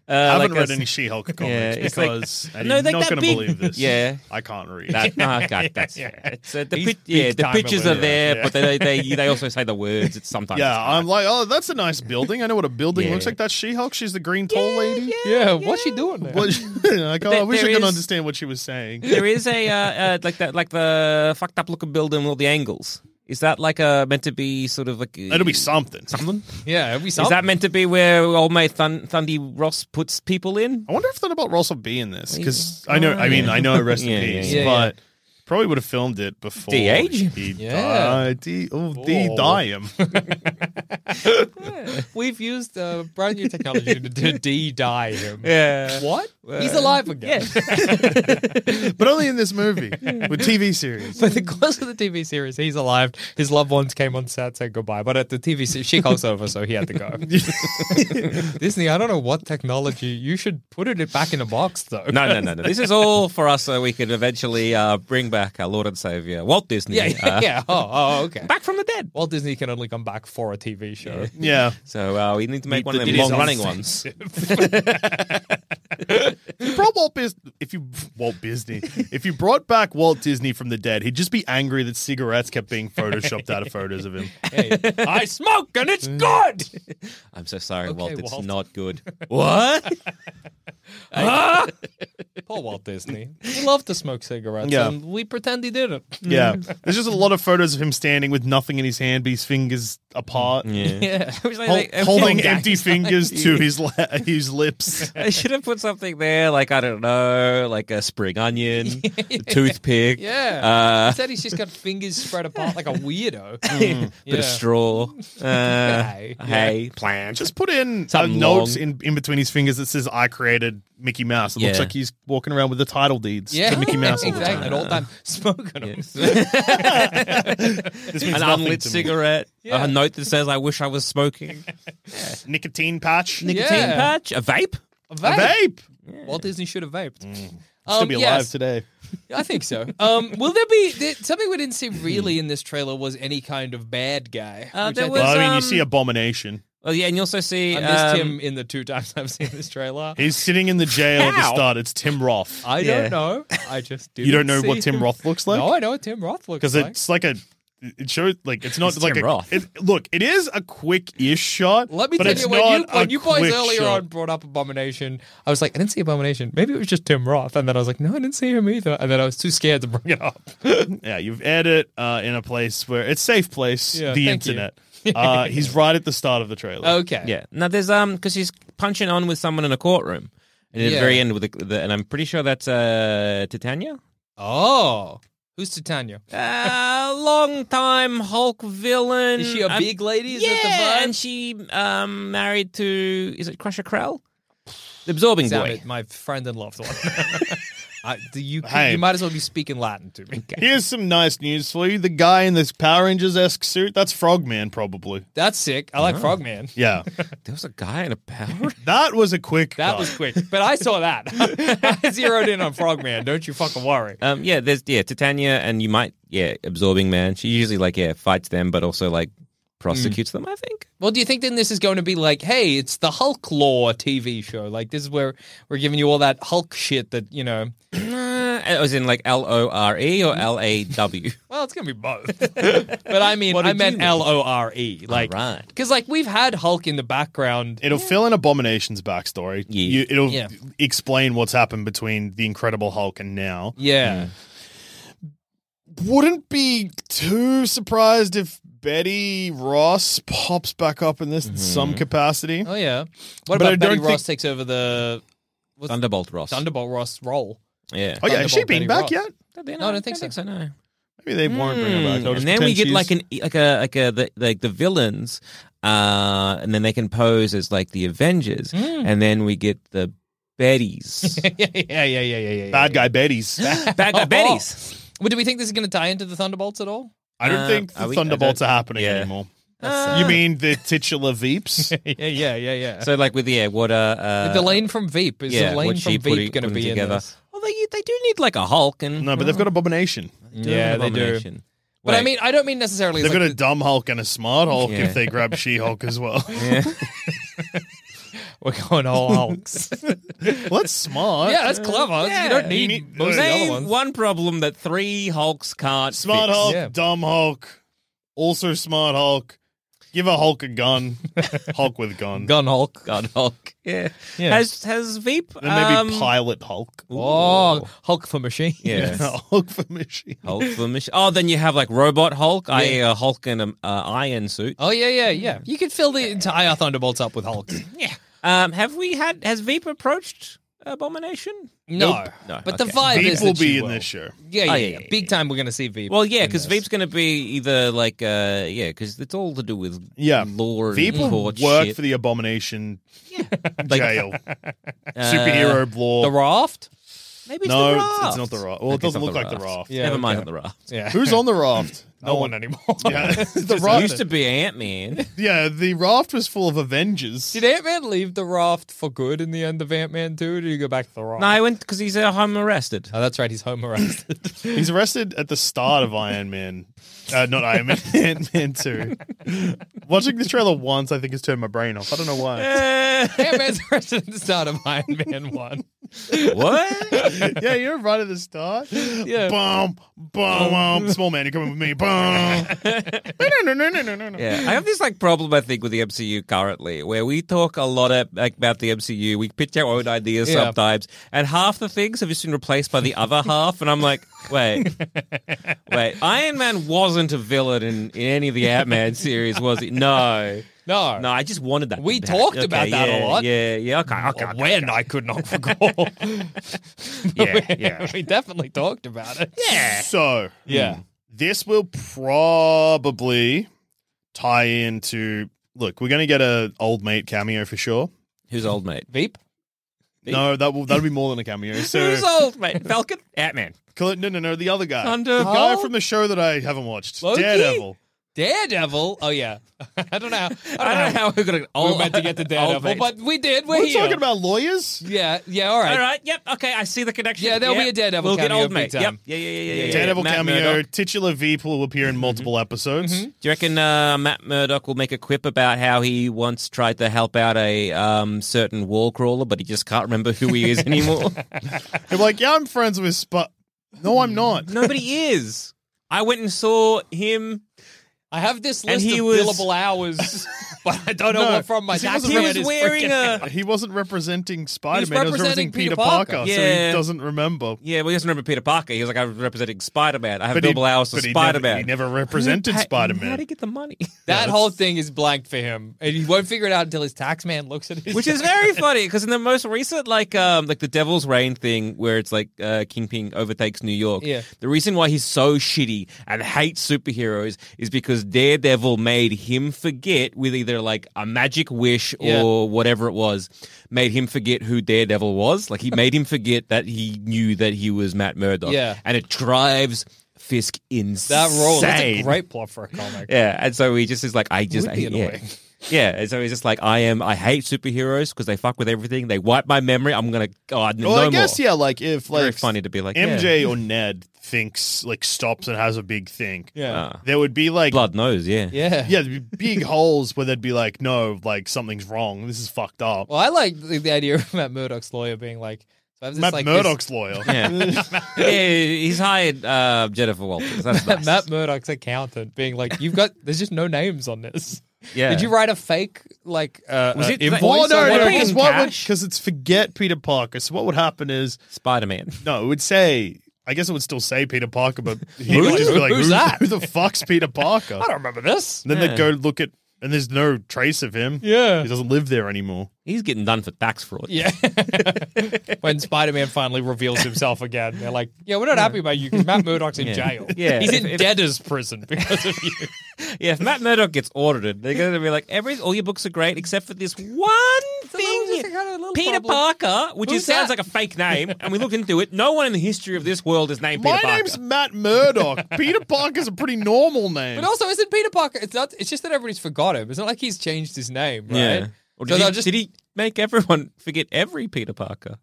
Speaker 1: Uh,
Speaker 5: haven't
Speaker 1: like
Speaker 5: read
Speaker 1: a-
Speaker 5: any She Hulk
Speaker 1: Yeah,
Speaker 5: comics
Speaker 1: it's like-
Speaker 5: because I'm
Speaker 1: No, like
Speaker 5: not
Speaker 1: that
Speaker 5: going to
Speaker 1: big-
Speaker 5: believe this.
Speaker 1: Yeah.
Speaker 5: I can't read.
Speaker 1: That, oh, God, that's fair. It's, uh, the
Speaker 4: He's
Speaker 1: pic- yeah,
Speaker 4: big
Speaker 1: the
Speaker 4: time
Speaker 1: pictures are
Speaker 4: over there.
Speaker 1: there, but they, they they also say the words. It's sometimes
Speaker 5: yeah,
Speaker 1: it's hard.
Speaker 5: I'm like, oh, that's a nice building. I know what a building
Speaker 1: Yeah.
Speaker 5: looks like. That's She Hulk. She's the green tall lady.
Speaker 4: yeah, what's she doing there?
Speaker 5: What- like, oh,
Speaker 1: there-
Speaker 5: I wish I
Speaker 1: there
Speaker 5: could
Speaker 1: is-
Speaker 5: understand what she was saying.
Speaker 1: there is a uh, uh, like that like the fucked up looking building with all the angles. Is that like uh, meant to be sort of like uh,
Speaker 5: It'll be something. Something.
Speaker 4: yeah, we saw
Speaker 1: Is that meant to be where old mate Thun- Thundy Ross puts people in?
Speaker 5: I wonder if Thunderbolt Ross will be in this because I know. I mean, I know. Rest
Speaker 1: Yeah,
Speaker 5: in
Speaker 1: yeah,
Speaker 5: peace,
Speaker 4: yeah.
Speaker 5: but probably would have filmed it before
Speaker 1: De-age him.
Speaker 5: He
Speaker 4: Yeah.
Speaker 5: died. De- oh,
Speaker 4: Oh.
Speaker 5: de-die him.
Speaker 4: We've used uh, brand new technology to d- de-dye him.
Speaker 1: Yeah. Uh,
Speaker 4: What? He's alive again.
Speaker 5: but only in this movie with TV series.
Speaker 4: But the course of the TV series, he's alive. His loved ones came on set, said goodbye. But at the TV series, she calls over, so he had to go. Disney, I don't know what technology. You should put it back in a box, though.
Speaker 1: No, no, no, no. This is all for us so we can eventually uh, bring back our Lord and Savior, Walt Disney.
Speaker 4: Yeah,
Speaker 1: uh,
Speaker 4: yeah, yeah. Oh, oh, okay.
Speaker 1: Back from the dead.
Speaker 4: Walt Disney can only come back for a TV show.
Speaker 5: Yeah.
Speaker 1: So uh, we need to make one
Speaker 5: Meet
Speaker 1: of
Speaker 5: the
Speaker 1: them
Speaker 5: Disney
Speaker 1: long running ones.
Speaker 5: offensive. if you brought Walt Bis- if you Walt Disney, if you brought back Walt Disney from the dead, he'd just be angry that cigarettes kept being photoshopped out of photos of him.
Speaker 4: I smoke and it's good.
Speaker 1: I'm so sorry,
Speaker 4: Okay,
Speaker 1: Walt. It's
Speaker 4: Walt.
Speaker 1: not good. what?
Speaker 4: Poor Walt Disney. He loved to smoke cigarettes,
Speaker 5: Yeah.
Speaker 4: and we pretend he didn't.
Speaker 5: Yeah, there's just a lot of photos of him standing with nothing in his hand, but his fingers apart.
Speaker 4: Yeah.
Speaker 1: It was like-
Speaker 5: Hol-
Speaker 1: like- it
Speaker 5: holding
Speaker 1: felt-
Speaker 5: empty fingers to his la- his lips.
Speaker 1: I should have put something there, like I don't know, like a spring onion, a toothpick, uh,
Speaker 4: Yeah. Instead, he's just got fingers spread apart like a weirdo.
Speaker 5: Mm.
Speaker 1: bit of
Speaker 4: Yeah.
Speaker 1: straw, uh,
Speaker 4: Hay.
Speaker 1: hay,
Speaker 5: Plant. Just put in a
Speaker 1: Something
Speaker 5: note
Speaker 1: long.
Speaker 5: in, in between his fingers that says "I created Mickey Mouse." It looks
Speaker 1: Yeah.
Speaker 5: like he's walking around with the title deeds
Speaker 4: Yeah.
Speaker 5: to Mickey Mouse all the
Speaker 4: exactly. At
Speaker 5: time.
Speaker 4: all time. Smoke on him.
Speaker 5: This means
Speaker 1: an
Speaker 5: nothing
Speaker 1: unlit
Speaker 5: to me.
Speaker 1: cigarette,
Speaker 4: Yeah.
Speaker 1: a note that says "I wish I was smoking,"
Speaker 5: nicotine patch,
Speaker 1: nicotine
Speaker 4: Yeah.
Speaker 1: patch, a vape.
Speaker 4: A
Speaker 5: a
Speaker 4: vape.
Speaker 5: vape.
Speaker 4: Walt Disney should have vaped.
Speaker 5: Still
Speaker 4: Um,
Speaker 5: be alive
Speaker 4: yes,
Speaker 5: today.
Speaker 4: I think so. Um, will there be there, something we didn't see really in this trailer was any kind of bad guy?
Speaker 1: Uh,
Speaker 4: which
Speaker 1: there
Speaker 4: I think-
Speaker 1: was-
Speaker 5: Well, I mean, you
Speaker 1: um,
Speaker 5: see Abomination.
Speaker 1: Oh yeah, and you also see
Speaker 4: I missed
Speaker 1: um,
Speaker 4: him in the two times I've seen this trailer.
Speaker 5: He's sitting in the jail at the
Speaker 1: How?
Speaker 5: start. It's Tim Roth.
Speaker 4: I
Speaker 1: Yeah.
Speaker 4: don't know. I just didn't
Speaker 5: you don't know
Speaker 4: see
Speaker 5: what Tim
Speaker 4: him.
Speaker 5: Roth looks like?
Speaker 4: No, I know what Tim Roth looks
Speaker 5: because
Speaker 4: like.
Speaker 5: it's like a it shows like it's not
Speaker 1: It's
Speaker 5: like
Speaker 1: Tim
Speaker 5: a
Speaker 1: Roth.
Speaker 5: It, look. It is a quick ish shot.
Speaker 4: Let me
Speaker 5: but
Speaker 4: tell
Speaker 5: it's
Speaker 4: you when you
Speaker 5: not
Speaker 4: when
Speaker 5: a
Speaker 4: you boys
Speaker 5: quick
Speaker 4: earlier
Speaker 5: shot.
Speaker 4: on brought up Abomination, I was like, I didn't see Abomination. Maybe it was just Tim Roth, and then I was like, no, I didn't see him either. And then I was too scared to bring it up.
Speaker 5: Yeah, you've added uh, in a place where it's safe place.
Speaker 4: Yeah,
Speaker 5: the
Speaker 4: thank you.
Speaker 5: internet. uh, he's right at the start of the trailer.
Speaker 4: Okay.
Speaker 1: Yeah. Now there's um because she's punching on with someone in a courtroom, and at
Speaker 4: Yeah.
Speaker 1: the very end with the, the and I'm pretty sure that's uh Titania.
Speaker 4: Oh, who's Titania?
Speaker 1: Uh, long time Hulk villain.
Speaker 4: Is she a
Speaker 1: I'm-
Speaker 4: big lady? Is
Speaker 1: yeah,
Speaker 4: that the vibe?
Speaker 1: and she um married to is it Crusher Krell, the absorbing
Speaker 4: Damn
Speaker 1: boy.
Speaker 4: it, my friend and loved one. I, do you,
Speaker 5: Hey.
Speaker 4: you might as well be speaking Latin to me.
Speaker 5: Here's some nice news for you. The guy in this Power Rangers esque suit, that's Frogman, probably.
Speaker 4: That's sick. I
Speaker 5: Oh.
Speaker 4: like Frogman.
Speaker 5: Yeah.
Speaker 1: There was a guy in a power.
Speaker 5: that was a quick.
Speaker 4: That
Speaker 5: cut.
Speaker 4: was quick, but I saw that. I zeroed in on Frogman. Don't you fucking worry.
Speaker 1: um, yeah, there's yeah Titania, and you might yeah absorbing man. She usually like yeah fights them, but also like prosecutes them. I think.
Speaker 4: Well, do you think then this is going to be like, hey, it's the Hulk lore TV show? Like this is where we're giving you all that Hulk shit that you know.
Speaker 1: Uh, it was in like L O R E or L A W.
Speaker 4: Well, it's gonna be both. but I mean,
Speaker 1: What
Speaker 4: I
Speaker 1: did
Speaker 4: meant
Speaker 1: you-
Speaker 4: L O R E, like,
Speaker 1: right.
Speaker 4: Because like we've had Hulk in the background.
Speaker 5: It'll fill in Abomination's backstory.
Speaker 1: Yeah.
Speaker 5: You, it'll
Speaker 4: Yeah.
Speaker 5: explain what's happened between the Incredible Hulk and now.
Speaker 4: yeah.
Speaker 1: Hmm.
Speaker 5: Wouldn't be too surprised if Betty Ross pops back up in this in some capacity.
Speaker 4: Oh yeah. What
Speaker 5: But I
Speaker 4: about Betty
Speaker 5: don't
Speaker 4: Ross takes over the
Speaker 1: Thunderbolt Ross.
Speaker 4: Thunderbolt Ross role?
Speaker 1: yeah.
Speaker 5: Oh, yeah. Has she
Speaker 4: Thunderbolt
Speaker 5: been
Speaker 4: Betty
Speaker 5: back
Speaker 4: Ross.
Speaker 5: yet?
Speaker 1: No,
Speaker 4: I don't think so.
Speaker 1: No.
Speaker 5: Maybe they won't bring her back. They'll just
Speaker 1: Hmm. and then we
Speaker 5: pretend
Speaker 1: get
Speaker 5: she's-
Speaker 1: like an e, like a like a the, like the villains, uh, and then they can pose as like the
Speaker 4: Hmm.
Speaker 1: Avengers, and then we get the Bettys,
Speaker 4: yeah, yeah, yeah, yeah, yeah, yeah.
Speaker 5: bad guy Betty's.
Speaker 1: bad guy
Speaker 4: Oh.
Speaker 1: Bettys.
Speaker 4: Well, do we think this is going to tie into the Thunderbolts at all?
Speaker 5: I don't
Speaker 1: Uh,
Speaker 5: think
Speaker 1: are
Speaker 5: the
Speaker 1: we- I
Speaker 5: Thunderbolts are
Speaker 1: don't-
Speaker 5: happening
Speaker 1: yeah.
Speaker 5: anymore. You mean the titular Veeps?
Speaker 4: yeah, yeah, yeah, yeah.
Speaker 1: Uh, So like with yeah, what uh, uh
Speaker 4: the Lane from Veep is
Speaker 1: yeah,
Speaker 4: the Lane
Speaker 1: what
Speaker 4: from
Speaker 1: she put
Speaker 4: Veep going to
Speaker 1: putting
Speaker 4: be
Speaker 1: together.
Speaker 4: in this?
Speaker 1: Although you, they do need like a Hulk and
Speaker 5: no, but they've got Abomination.
Speaker 1: do
Speaker 4: Yeah,
Speaker 1: have
Speaker 4: they
Speaker 1: an
Speaker 4: do.
Speaker 1: abomination.
Speaker 4: But I
Speaker 1: Wait.
Speaker 4: mean, I don't mean necessarily.
Speaker 5: They've
Speaker 4: like
Speaker 5: got a dumb Hulk and a smart Hulk
Speaker 1: Yeah.
Speaker 5: if they grab She Hulk as well.
Speaker 4: we're going all Hulks. yeah,
Speaker 5: well, that's smart.
Speaker 4: that's clever. You don't need,
Speaker 5: need-
Speaker 4: most of the other
Speaker 1: Name
Speaker 4: ones.
Speaker 1: one problem that three Hulks can't
Speaker 5: Smart
Speaker 1: fix.
Speaker 5: Hulk,
Speaker 4: Yeah.
Speaker 5: dumb Hulk, also smart Hulk. Give a Hulk a gun. Hulk with gun.
Speaker 4: Gun Hulk.
Speaker 1: God Hulk. Yeah.
Speaker 4: Yeah.
Speaker 1: Has has Veep
Speaker 5: And maybe
Speaker 1: um,
Speaker 5: Pilot Hulk.
Speaker 4: Oh, Hulk for machine.
Speaker 1: Yeah.
Speaker 5: Hulk for machine.
Speaker 1: Hulk for mission. Oh, then you have like Robot Hulk, i.e. a Hulk in an uh, iron suit.
Speaker 4: Oh yeah, yeah, yeah. You could fill the entire Thunderbolts up with Hulk. yeah.
Speaker 1: Um, have we had has Veep approached Abomination?
Speaker 4: No.
Speaker 1: Nope. No,
Speaker 4: But
Speaker 1: okay.
Speaker 4: the vibe
Speaker 5: Veep
Speaker 4: is
Speaker 5: will
Speaker 4: that
Speaker 5: be
Speaker 4: you
Speaker 5: in this show.
Speaker 4: Yeah, yeah,
Speaker 1: Oh, yeah,
Speaker 4: yeah,
Speaker 1: yeah,
Speaker 4: Big time. We're gonna see Veep.
Speaker 1: Well, yeah, because
Speaker 4: in
Speaker 1: Veep's
Speaker 4: this.
Speaker 1: going to be either like, uh, yeah, because it's all to do with
Speaker 5: Yeah.
Speaker 1: lore and
Speaker 5: Veep will
Speaker 1: court
Speaker 5: work
Speaker 1: shit.
Speaker 5: for the Abomination
Speaker 1: Like,
Speaker 5: jail. Superhero law.
Speaker 4: the raft.
Speaker 1: Maybe it's
Speaker 5: no,
Speaker 1: the
Speaker 5: it's-
Speaker 1: raft.
Speaker 5: it's not the raft. Well,
Speaker 1: Okay,
Speaker 5: it
Speaker 1: it's
Speaker 5: doesn't
Speaker 1: not
Speaker 5: look like the raft.
Speaker 4: Yeah,
Speaker 1: Never mind
Speaker 4: okay.
Speaker 1: the raft.
Speaker 4: Yeah.
Speaker 5: Who's on the raft?
Speaker 4: no
Speaker 5: Oh.
Speaker 4: one anymore?
Speaker 5: Yeah, the
Speaker 1: It
Speaker 5: raft.
Speaker 1: used to be Ant Man.
Speaker 5: yeah, the raft was full of Avengers.
Speaker 4: Did Ant Man leave the raft for good in the end of Ant Man Two? Or did he go back to the raft?
Speaker 1: no, I went because he's at home arrested.
Speaker 4: Oh, that's right. He's home arrested.
Speaker 5: He's arrested at the start of Iron Man. Uh, not Iron Man, Ant Man 2. Watching the trailer once, I think, has turned my brain off. I don't know why.
Speaker 4: Ant Man's arrested at the start of Iron Man One.
Speaker 1: what?
Speaker 5: yeah, you're right at the start.
Speaker 4: Yeah.
Speaker 5: Boom, boom, boom. Small man, you're coming with me. Boom. no, no, no, no, no, no.
Speaker 1: Yeah, I have this like problem I think with the MCU currently, where we talk a lot of, like, about the MCU. We pitch our own ideas
Speaker 4: Yeah.
Speaker 1: sometimes, and half the things have just been replaced by the other half. And I'm like, wait, wait, Iron Man wasn't a villain in, in any of the Ant Man series, was he? No.
Speaker 4: No, Oh,
Speaker 1: No, I just wanted that.
Speaker 4: We
Speaker 1: to be-
Speaker 4: talked about that a
Speaker 1: yeah,
Speaker 4: lot.
Speaker 1: Yeah, yeah, okay, okay. okay.
Speaker 4: when I could not recall.
Speaker 1: Yeah, yeah.
Speaker 4: we definitely talked about it.
Speaker 5: So,
Speaker 4: Yeah.
Speaker 5: this will probably tie into. Look, we're going to get a old mate cameo for sure.
Speaker 1: Who's old mate?
Speaker 4: Veep.
Speaker 5: No, that will that'll be more than a cameo. So,
Speaker 1: Who's old mate? Falcon? Ant Man.
Speaker 5: Col- no, no, no, the other guy,
Speaker 1: Thunder-
Speaker 5: the guy
Speaker 1: Hulk?
Speaker 5: from the show that I haven't watched,
Speaker 4: Loki?
Speaker 5: Daredevil.
Speaker 4: Daredevil. Oh yeah. I don't know. how- I don't,
Speaker 1: I don't know how we're gonna
Speaker 4: we were meant to get to
Speaker 1: old
Speaker 4: Daredevil,
Speaker 1: mate.
Speaker 4: but we did. We're,
Speaker 5: We're
Speaker 4: here.
Speaker 5: talking about lawyers.
Speaker 4: Yeah. Yeah. All right.
Speaker 1: All right. Yep. Okay. I see the connection.
Speaker 4: Yeah, there'll
Speaker 1: Yep.
Speaker 4: be a Daredevil
Speaker 1: We'll get
Speaker 4: cameo
Speaker 1: old
Speaker 4: big
Speaker 1: mate.
Speaker 4: time.
Speaker 1: Yep. Yeah. Yeah. Yeah. Yeah. yeah.
Speaker 5: Daredevil
Speaker 1: Matt
Speaker 5: cameo,
Speaker 1: Murdock.
Speaker 5: titular Veep will appear in multiple episodes.
Speaker 1: Do you reckon uh, Matt Murdock will make a quip about how he once tried to help out a um, certain wall crawler, but he just can't remember who he is anymore?
Speaker 5: They're like, yeah, I'm friends with Spot. No, I'm not.
Speaker 1: Nobody is. I went and saw him.
Speaker 4: I have this
Speaker 1: And
Speaker 4: list
Speaker 1: he
Speaker 4: of
Speaker 1: was-
Speaker 4: billable hours, but I don't know
Speaker 5: Oh, No,
Speaker 4: what from my
Speaker 5: he wasn't
Speaker 1: He
Speaker 4: document
Speaker 1: was
Speaker 4: is
Speaker 1: wearing
Speaker 4: freaking-
Speaker 1: a.
Speaker 5: He wasn't representing Spider Man. He was
Speaker 4: representing
Speaker 5: representing
Speaker 4: Peter
Speaker 5: Peter,
Speaker 4: Parker.
Speaker 5: Parker, so
Speaker 1: Yeah.
Speaker 5: he doesn't remember.
Speaker 1: Yeah, well, he doesn't remember Peter Parker. He was like, I'm representing Spider Man. I have
Speaker 5: But he-
Speaker 1: Bill Hours for
Speaker 5: but he
Speaker 1: Spider Man.
Speaker 5: never- he never represented Spider-Man.
Speaker 1: How did he get the money?
Speaker 4: That whole thing is blank for him, and he won't figure it out until his tax man looks at his.
Speaker 1: Which is very funny because in the most recent, like, um, like the Devil's Reign thing, where it's like uh, Kingpin overtakes New York.
Speaker 4: Yeah.
Speaker 1: The reason why he's so shitty and hates superheroes is because Daredevil made him forget with either like a magic wish or
Speaker 4: Yeah.
Speaker 1: whatever it was, made him forget who Daredevil was. Like he made him forget that he knew that he was Matt Murdock.
Speaker 4: Yeah.
Speaker 1: And it drives Fisk insane.
Speaker 4: that role. That's a great plot for a comic.
Speaker 1: Yeah, and so he just is like, I just
Speaker 4: Would be
Speaker 1: hate yeah.
Speaker 4: annoying.
Speaker 1: yeah, and so he's just like, I am. I hate superheroes because they fuck with everything. They wipe my memory. I'm gonna. God,
Speaker 5: Well,
Speaker 1: no
Speaker 5: I guess
Speaker 1: more.
Speaker 5: yeah, like if like
Speaker 1: Very funny to be like yeah.
Speaker 5: MJ or Ned thinks like stops and has a big think.
Speaker 4: Yeah.
Speaker 5: There would be like
Speaker 1: Uh, Blood knows. Yeah.
Speaker 4: yeah.
Speaker 5: Yeah, there'd be big holes where they'd be like, no, like something's wrong. This is fucked up.
Speaker 4: Well, I like the, the idea of Matt Murdock's lawyer being like, so I have this,
Speaker 5: Matt
Speaker 4: like, this-
Speaker 5: Murdock's lawyer.
Speaker 1: Yeah. Yeah, he's hired uh, Jennifer Walters. That's nice.
Speaker 4: Matt Murdock's accountant being like, "You've got there's just no names on this.
Speaker 1: Yeah.
Speaker 4: Did you write a fake like uh,
Speaker 1: Was
Speaker 4: uh,
Speaker 1: it-
Speaker 4: invoice?
Speaker 1: Well,
Speaker 4: or
Speaker 1: no, no,
Speaker 4: whatever?
Speaker 1: no,
Speaker 5: because
Speaker 1: in
Speaker 5: what would
Speaker 1: cash?
Speaker 5: because it's forget Peter Parker. So what would happen is
Speaker 1: Spider Man.
Speaker 5: no, it would say. I guess it would still say Peter Parker, but he
Speaker 4: Who?
Speaker 5: would just be like,
Speaker 4: Who's
Speaker 5: who,
Speaker 4: that?"
Speaker 5: Who the fuck's Peter Parker?
Speaker 4: I don't remember this.
Speaker 5: And then they'd go look at, and there's no trace of him.
Speaker 4: Yeah.
Speaker 5: he doesn't live there anymore.
Speaker 1: He's getting done for tax fraud.
Speaker 4: Yeah. when Spider Man finally reveals himself again, they're like, "Yeah, we're not happy about you because Matt Murdock's in
Speaker 1: Yeah.
Speaker 4: jail.
Speaker 1: Yeah.
Speaker 4: he's in
Speaker 1: If- if-
Speaker 4: debtor's prison because of you."
Speaker 1: Yeah, if Matt Murdock gets audited, they're going to be like, every all your books are great except for this one thing you
Speaker 4: a kind of little
Speaker 1: Peter
Speaker 4: problem.
Speaker 1: Parker, which
Speaker 4: Who's
Speaker 1: is, sounds
Speaker 4: that?
Speaker 1: like a fake name, and we looked into it. No one in the history of this world is named
Speaker 5: My
Speaker 1: Peter Parker.
Speaker 5: name's Matt Murdock. Peter Parker's a pretty normal name.
Speaker 4: But also, isn't Peter Parker? It's not. It's just that everybody's forgot him. It's not like he's changed his name, right?
Speaker 1: Yeah. Or did,
Speaker 4: so
Speaker 1: he,
Speaker 4: they'll just.
Speaker 1: did he make everyone forget every Peter Parker?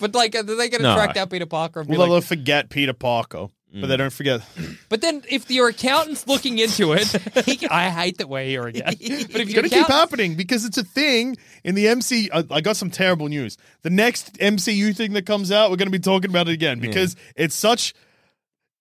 Speaker 4: But like, are they going to
Speaker 1: No.
Speaker 4: track down Peter Parker? And be
Speaker 5: well, they'll
Speaker 4: like,
Speaker 5: forget Peter Parker, but they don't forget.
Speaker 4: but then, if your accountant's looking into it, he, I hate that we're here again. But if
Speaker 5: It's
Speaker 4: your
Speaker 5: going to keep
Speaker 4: accountant-
Speaker 5: happening because it's a thing in the MC. I, I got some terrible news. The next MCU thing that comes out, we're going to be talking about it again because it's such.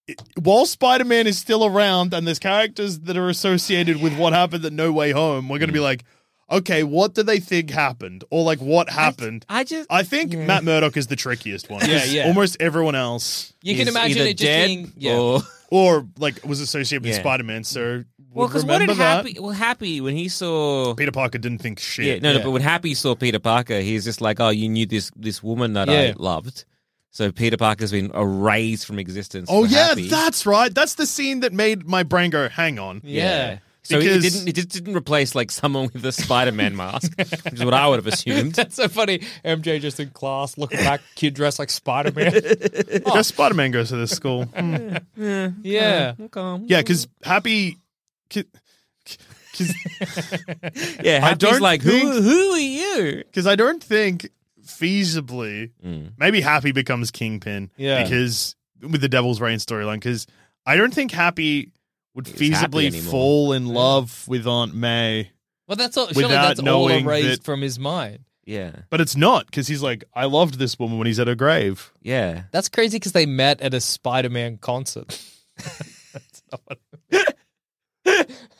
Speaker 5: it- while Spider Man is still around and there's characters that are associated with what happened at No Way Home, we're going
Speaker 1: Mm.
Speaker 5: to be like, okay, what do they think happened? Or like, what happened?
Speaker 1: I just
Speaker 5: I think Matt Murdock is the trickiest one.
Speaker 4: Yeah,
Speaker 5: 'cause
Speaker 4: yeah.
Speaker 5: Almost everyone else,
Speaker 4: you can
Speaker 1: is
Speaker 4: imagine
Speaker 1: either
Speaker 4: it just
Speaker 1: dead
Speaker 4: being yeah.
Speaker 1: or
Speaker 5: or like was associated with
Speaker 1: Yeah.
Speaker 5: Spider Man. So
Speaker 1: well, because
Speaker 5: because
Speaker 1: what did
Speaker 5: that.
Speaker 1: Happy? Well, Happy when he saw.
Speaker 5: Peter Parker didn't think shit.
Speaker 1: Yeah, no, no, but when Happy saw Peter Parker, he's just like, "Oh, you knew this this woman that I
Speaker 4: Yeah.
Speaker 1: loved." So Peter Parker's been erased from existence.
Speaker 5: Oh
Speaker 1: for
Speaker 5: yeah,
Speaker 1: Happy.
Speaker 5: that's right. That's the scene that made my brain go, "Hang on."
Speaker 4: yeah.
Speaker 1: So
Speaker 5: Because-
Speaker 1: it didn't it just didn't replace like someone with a Spider-Man mask, which is what I would have assumed.
Speaker 4: That's so funny. MJ just in class, looking back, kid dressed like Spider Man.
Speaker 5: Because Spider Man goes to this school. Mm.
Speaker 4: yeah.
Speaker 5: yeah, because Happy. Because
Speaker 1: Yeah,
Speaker 5: I
Speaker 1: Happy's
Speaker 5: don't
Speaker 1: like,
Speaker 5: think-
Speaker 1: who who are you?
Speaker 5: I don't think feasibly maybe Happy becomes Kingpin.
Speaker 4: Yeah.
Speaker 5: Because with the Devil's Reign storyline, because I don't think Happy would
Speaker 1: happy
Speaker 5: feasibly
Speaker 1: anymore.
Speaker 5: fall in love with Aunt May.
Speaker 4: Well, that's all. Surely
Speaker 5: Without
Speaker 4: that's all
Speaker 5: knowing
Speaker 4: erased
Speaker 5: that-
Speaker 4: from his mind.
Speaker 1: Yeah,
Speaker 5: But it's not because he's like, I loved this woman when he's at her grave.
Speaker 1: yeah.
Speaker 4: That's crazy because they met at a Spider Man concert.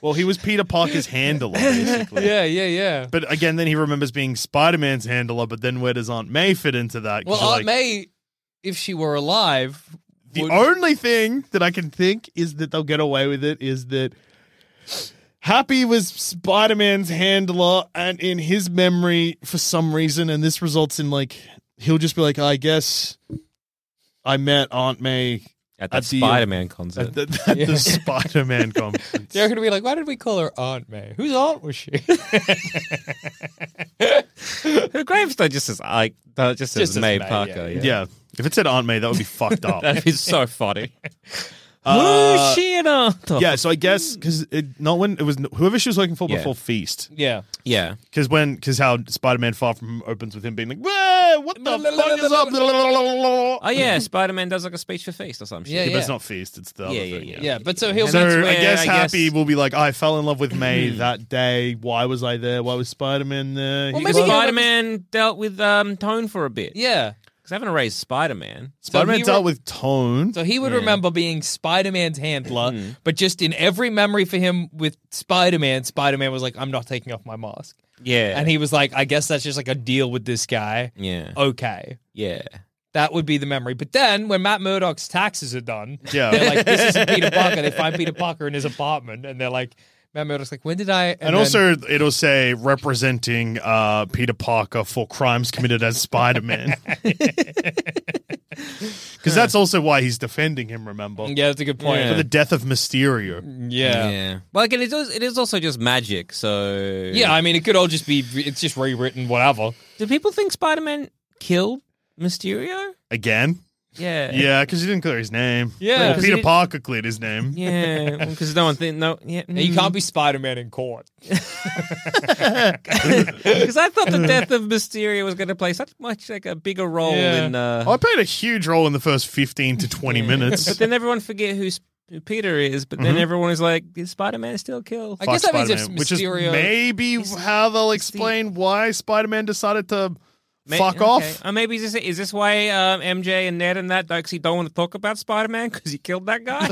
Speaker 5: Well, he was Peter Parker's handler, basically.
Speaker 4: yeah, yeah, yeah.
Speaker 5: But again, then he remembers being Spider Man's handler. But then where does Aunt May fit into that? 'Cause
Speaker 4: Well,
Speaker 5: you're
Speaker 4: Aunt
Speaker 5: like,
Speaker 4: May, if she were alive,
Speaker 5: The
Speaker 4: would-
Speaker 5: only thing that I can think is that they'll get away with it is that Happy was Spider Man's handler, and in his memory, for some reason, and this results in like he'll just be like, I guess I met Aunt May
Speaker 1: At that
Speaker 5: At the-
Speaker 1: Spider-Man concert,
Speaker 5: at the, at the Spider Man conference.
Speaker 4: they're going to be like, why did we call her Aunt May? Whose aunt was she?
Speaker 1: her gravestone just says, "I that just says
Speaker 4: Just says
Speaker 1: May
Speaker 4: May,
Speaker 1: Parker."
Speaker 4: yeah,
Speaker 1: Yeah,
Speaker 5: Yeah, if it said Aunt May, that would be fucked up.
Speaker 1: that'd be so funny.
Speaker 5: Uh,
Speaker 1: Who's she an author?
Speaker 5: Yeah, so I guess because it not when it was whoever she was working for
Speaker 1: Yeah.
Speaker 5: before Feast.
Speaker 4: yeah.
Speaker 1: yeah.
Speaker 5: Because when, because how Spider-Man Far From Home opens with him being like, "Whoa, what the fuck is up?"
Speaker 1: Oh yeah, Spider-Man does like a speech for feast or something.
Speaker 4: Yeah,
Speaker 5: Yeah, but
Speaker 4: yeah.
Speaker 5: it's not feast. It's the other
Speaker 1: Yeah, yeah,
Speaker 5: thing.
Speaker 1: yeah.
Speaker 4: Yeah, but so he'll
Speaker 1: And
Speaker 4: be.
Speaker 1: that's
Speaker 5: So I
Speaker 1: where
Speaker 5: guess
Speaker 1: I
Speaker 5: Happy
Speaker 1: guess-
Speaker 5: will be like, I fell in love with May that day. Why was I there? Why was Spider Man there?
Speaker 4: Well,
Speaker 5: He-
Speaker 4: maybe he'll-
Speaker 1: Spider-Man dealt with um, Tone for a bit.
Speaker 4: Yeah.
Speaker 1: because I haven't erased Spider-Man.
Speaker 5: Spider-Man
Speaker 4: he
Speaker 5: dealt
Speaker 4: re-
Speaker 5: with tone.
Speaker 4: So he would remember being Spider Man's handler, but just in every memory for him with Spider Man, Spider Man was like, I'm not taking off my mask.
Speaker 1: Yeah,
Speaker 4: And Oh, he was like, I guess that's just like a deal with this guy.
Speaker 1: yeah,
Speaker 4: Okay.
Speaker 1: yeah.
Speaker 4: That would be the memory. But then when Matt Murdock's taxes are done,
Speaker 5: Yeah.
Speaker 4: they're like, this isn't Peter Parker. They find Peter Parker in his apartment and they're like, Matt Murdock's like, when did I?
Speaker 5: and
Speaker 4: then-
Speaker 5: also, it'll say representing uh, Peter Parker for crimes committed as Spider Man. Because that's also why he's defending him, remember?
Speaker 4: yeah, Mm. that's a good point.
Speaker 5: For the death of Mysterio.
Speaker 4: Yeah. yeah.
Speaker 1: Well, again, it is, it is also just magic. So
Speaker 4: I mean, it could all just be, it's just rewritten, whatever.
Speaker 1: do people think Spider-Man killed Mysterio?
Speaker 5: Again?
Speaker 1: Yeah,
Speaker 5: Yeah, because he didn't clear his name.
Speaker 4: Yeah.
Speaker 5: Well,
Speaker 4: 'Cause
Speaker 5: Peter
Speaker 1: he-
Speaker 5: Parker cleared his name.
Speaker 1: yeah. Because no one think no. Yeah,
Speaker 4: And you can't be Spider Man in court.
Speaker 1: because I thought the death of Mysterio was going to play such much like a bigger role
Speaker 4: Yeah.
Speaker 1: in. Uh,
Speaker 5: Oh, I played a huge role in the first 15 to 20 minutes.
Speaker 1: But then everyone forget who Sp- who Peter is, but
Speaker 4: Mm-hmm.
Speaker 1: then everyone is like, "Is Spider-Man still killed?"
Speaker 4: I guess that means if
Speaker 5: Spider-Man, which is
Speaker 4: Mysterio.
Speaker 5: maybe how they'll explain why Spider-Man decided to
Speaker 1: Ma-
Speaker 5: fuck
Speaker 1: okay.
Speaker 5: off.
Speaker 1: Uh, maybe is this, is this why um, MJ and Ned and that actually don't want to talk about Spider-Man because he killed that guy?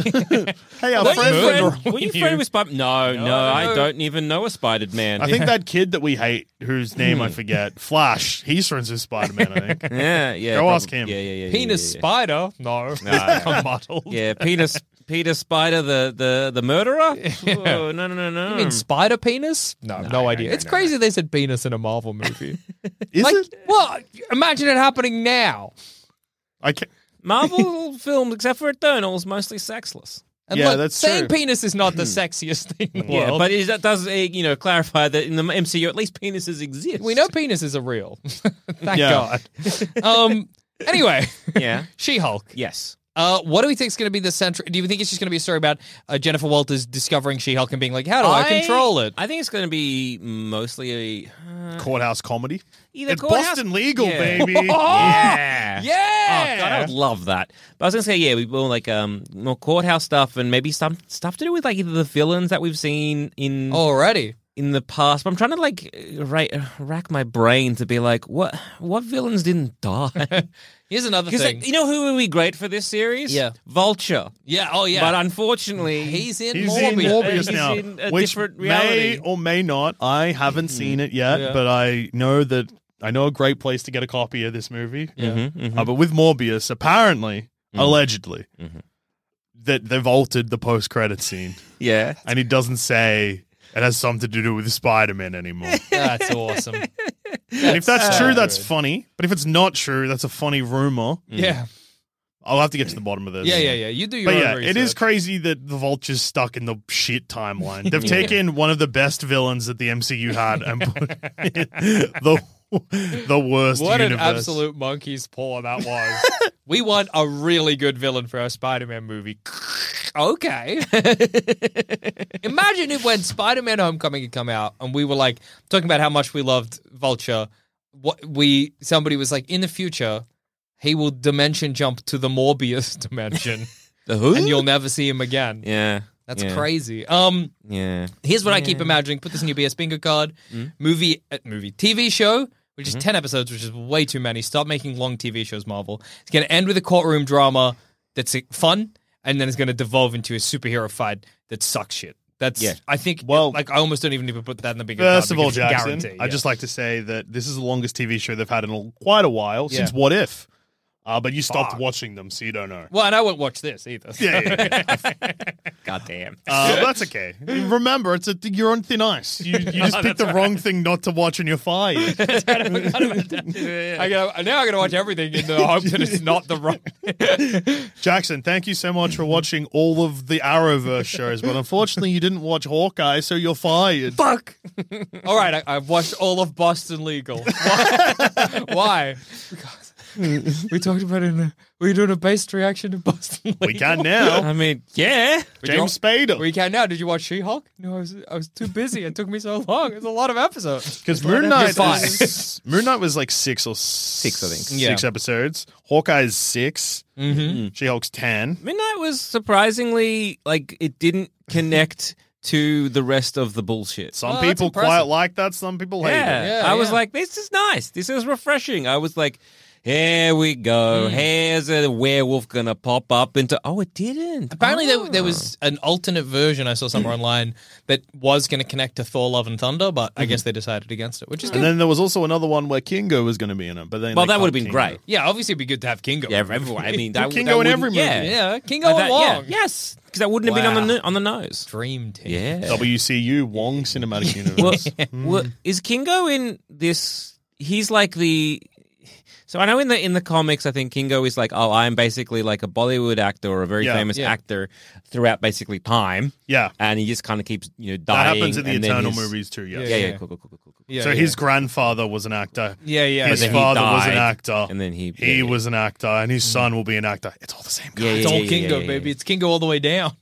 Speaker 5: Hey, our
Speaker 1: were,
Speaker 5: friend,
Speaker 1: you friend,
Speaker 4: wrong
Speaker 1: were you
Speaker 4: with
Speaker 1: friend
Speaker 4: you.
Speaker 1: with Spider? No, no, I don't even know a Spider-Man.
Speaker 5: I think that kid that we hate, whose name
Speaker 1: Hmm.
Speaker 5: I forget, Flash, he's friends with Spider-Man, I think.
Speaker 1: yeah, yeah.
Speaker 5: Go
Speaker 1: prob-
Speaker 5: ask him.
Speaker 1: Yeah, yeah, yeah. yeah,
Speaker 4: Penis
Speaker 1: yeah,
Speaker 4: spider? No.
Speaker 1: yeah. No,
Speaker 5: Muddled.
Speaker 1: yeah, penis. Peter Spider, the the the murderer? Oh, no, no, no, no.
Speaker 4: You
Speaker 5: Hmm.
Speaker 4: mean spider penis? No, no, idea. it's crazy they said penis in a Marvel movie.
Speaker 5: Is
Speaker 4: like,
Speaker 5: it?
Speaker 4: what? Imagine it happening now.
Speaker 5: I can't.
Speaker 1: Marvel films, except for Eternals, mostly sexless.
Speaker 4: And
Speaker 5: Yeah,
Speaker 4: look,
Speaker 5: that's
Speaker 4: saying
Speaker 5: true. Hmm.
Speaker 4: penis is not the sexiest thing in the
Speaker 5: Yeah,
Speaker 4: world.
Speaker 1: Yeah, but is, that does uh, you know clarify that in the MCU at least penises exist.
Speaker 4: we know penises are real. Thank
Speaker 5: Yeah.
Speaker 4: God. Um. Anyway,
Speaker 1: Yeah.
Speaker 4: She Hulk.
Speaker 1: Yes.
Speaker 4: Uh, what do we think is going to be the central? Do you think it's just going to be a story about uh, Jennifer Walters discovering She Hulk and being like, "How do I, control it?"
Speaker 1: I think it's going to be mostly a oh,
Speaker 5: Courthouse comedy.
Speaker 1: Either
Speaker 5: it's
Speaker 1: courthouse-
Speaker 5: Boston legal,
Speaker 1: Yeah.
Speaker 5: baby.
Speaker 1: yeah.
Speaker 4: yeah.
Speaker 1: Oh, God, I would love that. But I was going to say, yeah, we will like um more courthouse stuff and maybe some stuff to do with like either the villains that we've seen
Speaker 5: Oh,
Speaker 1: in
Speaker 4: Oh. Alrighty.
Speaker 1: in the past. But I'm trying to like right, rack my brain to be like, what what villains didn't die?
Speaker 4: Here's another
Speaker 1: Because
Speaker 4: thing.
Speaker 1: you know who would be great for this series?
Speaker 4: Yeah.
Speaker 1: Vulture.
Speaker 4: yeah. Oh yeah.
Speaker 1: But unfortunately,
Speaker 4: he's in
Speaker 5: He's
Speaker 4: Morbius.
Speaker 5: in Morbius
Speaker 1: He's
Speaker 5: now,
Speaker 1: in a
Speaker 5: which
Speaker 1: different reality.
Speaker 5: may or may not. I haven't seen it yet, but I know that I know a great place to get a copy of this movie. Uh, but with Morbius, apparently, allegedly, that they've altered the post-credit scene,
Speaker 1: yeah.
Speaker 5: and it doesn't say it has something to do with Spider-Man anymore.
Speaker 4: That's awesome.
Speaker 5: and if that's
Speaker 4: so
Speaker 5: true, that's
Speaker 4: good.
Speaker 5: funny. But if it's not true, that's a funny rumor.
Speaker 4: Yeah.
Speaker 5: I'll have to get to the bottom of this.
Speaker 4: Yeah. Yeah. Yeah. You do your
Speaker 5: But
Speaker 4: own
Speaker 5: yeah,
Speaker 4: research.
Speaker 5: it is crazy that the Vulture's stuck in the shit timeline. They've taken one of the best villains that the MCU had and put it in the the worst
Speaker 4: What
Speaker 5: universe.
Speaker 4: an absolute monkey's paw that was. we want a really good villain for our Spider Man movie. okay. Imagine if when Spider Man Homecoming had come out and we were like talking about how much we loved Vulture, what we somebody was like, in the future, he will dimension jump to the Morbius dimension
Speaker 1: The who?
Speaker 4: and you'll never see him again.
Speaker 1: yeah.
Speaker 4: That's
Speaker 1: yeah.
Speaker 4: crazy. Um
Speaker 1: Yeah.
Speaker 4: Here's what I keep imagining. Put this in your BS bingo card.
Speaker 5: Mm.
Speaker 4: Movie, uh, movie, TV show, which
Speaker 5: Mm-hmm.
Speaker 4: is 10 episodes, which is way too many. Stop making long TV shows, Marvel. It's going to end with a courtroom drama that's uh, fun, and then it's going to devolve into a superhero fight that sucks shit. That's,
Speaker 1: Yeah.
Speaker 4: I think, well,
Speaker 5: Well-
Speaker 4: like, I almost don't even need to put that in the bingo card.
Speaker 5: First of all,
Speaker 4: because it's
Speaker 5: Jackson,
Speaker 4: guaranteed,
Speaker 5: I
Speaker 4: yeah.
Speaker 5: just like to say that this is the longest TV show they've had in a, quite a while since
Speaker 4: Yeah.
Speaker 5: What If. Uh, but you stopped watching them, so you don't know.
Speaker 4: Well, and I won't watch this either.
Speaker 5: Yeah, yeah, yeah.
Speaker 1: God damn.
Speaker 5: Uh, but that's okay. Remember, it's a, you're on thin ice. You,
Speaker 4: Oh,
Speaker 5: you just picked the wrong thing not to watch, and you're fired.
Speaker 4: I gotta, now I gotta watch everything in the hope that it's not the wrong.
Speaker 5: Jackson, thank you so much for watching all of the Arrowverse shows, but unfortunately you didn't watch Hawkeye, so you're fired.
Speaker 4: Fuck. all right, I, I've watched all of Boston Legal. Why? Why? Because we talked about it in a, we doing a based reaction to Boston Legal.
Speaker 5: We can now.
Speaker 1: I mean, yeah.
Speaker 5: James Spader.
Speaker 4: Um, We can now. Did you watch She Hulk? No, I was I was too busy. It took me so long. It's a lot of episodes.
Speaker 5: Because Moon Knight,
Speaker 4: fired.
Speaker 5: is, Moon Knight was like six or six,
Speaker 1: I think.
Speaker 5: Six episodes. Hawkeye is 6
Speaker 4: Mm-hmm.
Speaker 5: She Hulk's ten.
Speaker 1: Midnight was surprisingly like it didn't connect to the rest of the bullshit.
Speaker 5: Some
Speaker 4: Oh, that's
Speaker 5: people
Speaker 4: impressive.
Speaker 5: quite like that. Some people hate
Speaker 1: yeah.
Speaker 5: it.
Speaker 4: Yeah,
Speaker 1: I was
Speaker 4: yeah.
Speaker 1: like, this is nice. This is refreshing. I was like, here we go. Here's a werewolf gonna pop up into. Oh, it didn't.
Speaker 4: Apparently,
Speaker 1: Oh.
Speaker 4: there, there was an alternate version I saw somewhere online that was going to connect to Thor: Love and Thunder, but I guess they decided against it, which is
Speaker 5: And
Speaker 4: good.
Speaker 5: then there was also another one where Kingo was going to be in it, but then
Speaker 1: Well,
Speaker 5: they
Speaker 1: that would have been
Speaker 5: cut Kingo.
Speaker 1: great.
Speaker 4: yeah, obviously, it'd be good to have Kingo.
Speaker 1: Yeah, everyone. I mean, that,
Speaker 5: Kingo
Speaker 1: that
Speaker 5: in every
Speaker 1: wouldn't-
Speaker 5: movie.
Speaker 1: Yeah,
Speaker 4: Yeah, Kingo
Speaker 1: That- yeah,
Speaker 4: along.
Speaker 1: yes, because that wouldn't have been on the
Speaker 4: Wow.
Speaker 1: no- on the nose.
Speaker 4: Dream Team.
Speaker 1: Yeah.
Speaker 5: WCU Wong Cinematic
Speaker 1: Well,
Speaker 5: Universe.
Speaker 1: well, is Kingo in this? He's like the. So I know in the in the comics, I think Kingo is like, oh, I'm basically like a Bollywood actor or a very
Speaker 5: Yeah,
Speaker 1: famous
Speaker 4: yeah.
Speaker 1: actor throughout basically time,
Speaker 5: yeah,
Speaker 1: and he just kind of keeps you know
Speaker 5: that
Speaker 1: dying.
Speaker 5: happens in the
Speaker 1: and then
Speaker 5: Eternal
Speaker 1: his-
Speaker 5: movies too. Yes.
Speaker 1: Yeah, yeah,
Speaker 4: Yeah.
Speaker 1: cool, cool, cool, cool, cool.
Speaker 4: Yeah,
Speaker 5: So
Speaker 4: yeah.
Speaker 5: his grandfather was an actor.
Speaker 4: Yeah, yeah. But
Speaker 5: His
Speaker 4: then
Speaker 1: he
Speaker 5: father was
Speaker 1: died,
Speaker 5: an actor.
Speaker 1: and then he-
Speaker 5: he
Speaker 1: yeah, yeah.
Speaker 5: was an actor, and his son will be an actor. It's all the same guy.
Speaker 1: Yeah,
Speaker 4: It's
Speaker 1: yeah,
Speaker 4: all
Speaker 1: yeah,
Speaker 4: Kingo,
Speaker 1: yeah, yeah,
Speaker 4: baby.
Speaker 1: yeah.
Speaker 4: It's Kingo all the way down.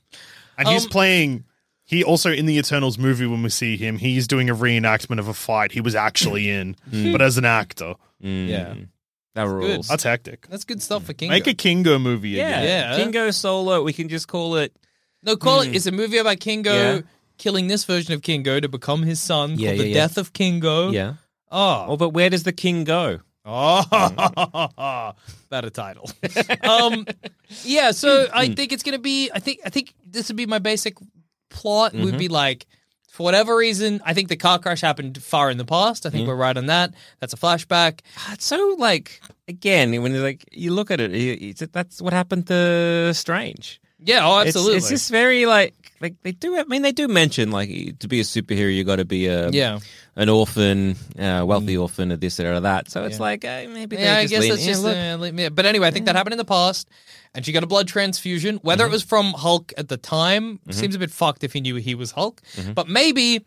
Speaker 5: And he's
Speaker 4: Um,
Speaker 5: playing. He also in the Eternals movie when we see him, he's doing a reenactment of a fight he was actually in,
Speaker 1: Hmm.
Speaker 5: but as an actor.
Speaker 4: Yeah.
Speaker 1: mm, That rules.
Speaker 5: That's hectic.
Speaker 4: That's good stuff for Kingo.
Speaker 5: Make a Kingo movie
Speaker 1: Yeah,
Speaker 5: again.
Speaker 4: Yeah.
Speaker 1: Kingo solo. We can just call it.
Speaker 4: no, call it. It's a movie about Kingo
Speaker 1: Mm. Yeah.
Speaker 4: killing this version of Kingo to become his son
Speaker 1: Yeah, yeah,
Speaker 4: called The
Speaker 1: yeah.
Speaker 4: Death of Kingo.
Speaker 1: Yeah.
Speaker 4: Oh.
Speaker 1: Oh, but where does the king go?
Speaker 4: oh. that a title. um, yeah, so
Speaker 1: Mm.
Speaker 4: I think it's going to be, I think, I think this would be my basic plot
Speaker 1: Mm-hmm.
Speaker 4: would be like, for whatever reason, I think the car crash happened far in the past. I think we're right on that. That's a flashback.
Speaker 1: It's so like again when you like you look at it, it's, that's what happened to Strange.
Speaker 4: Yeah, oh,
Speaker 1: It's-
Speaker 4: absolutely.
Speaker 1: It's, just very like like they do. I mean, they do mention like to be a superhero, you got to be a
Speaker 4: Yeah. Mm.
Speaker 1: an orphan, uh, wealthy orphan, or this or that. So it's like uh, maybe
Speaker 4: yeah,
Speaker 1: they
Speaker 4: I
Speaker 1: just
Speaker 4: guess
Speaker 1: lean,
Speaker 4: that's
Speaker 1: yeah,
Speaker 4: just.
Speaker 1: look,
Speaker 4: uh, li- yeah. But anyway, I think that happened in the past, and she got a blood transfusion. Whether
Speaker 1: Mm-hmm.
Speaker 4: it was from Hulk at the time seems a bit fucked if he knew he was Hulk,
Speaker 1: Mm-hmm.
Speaker 4: but maybe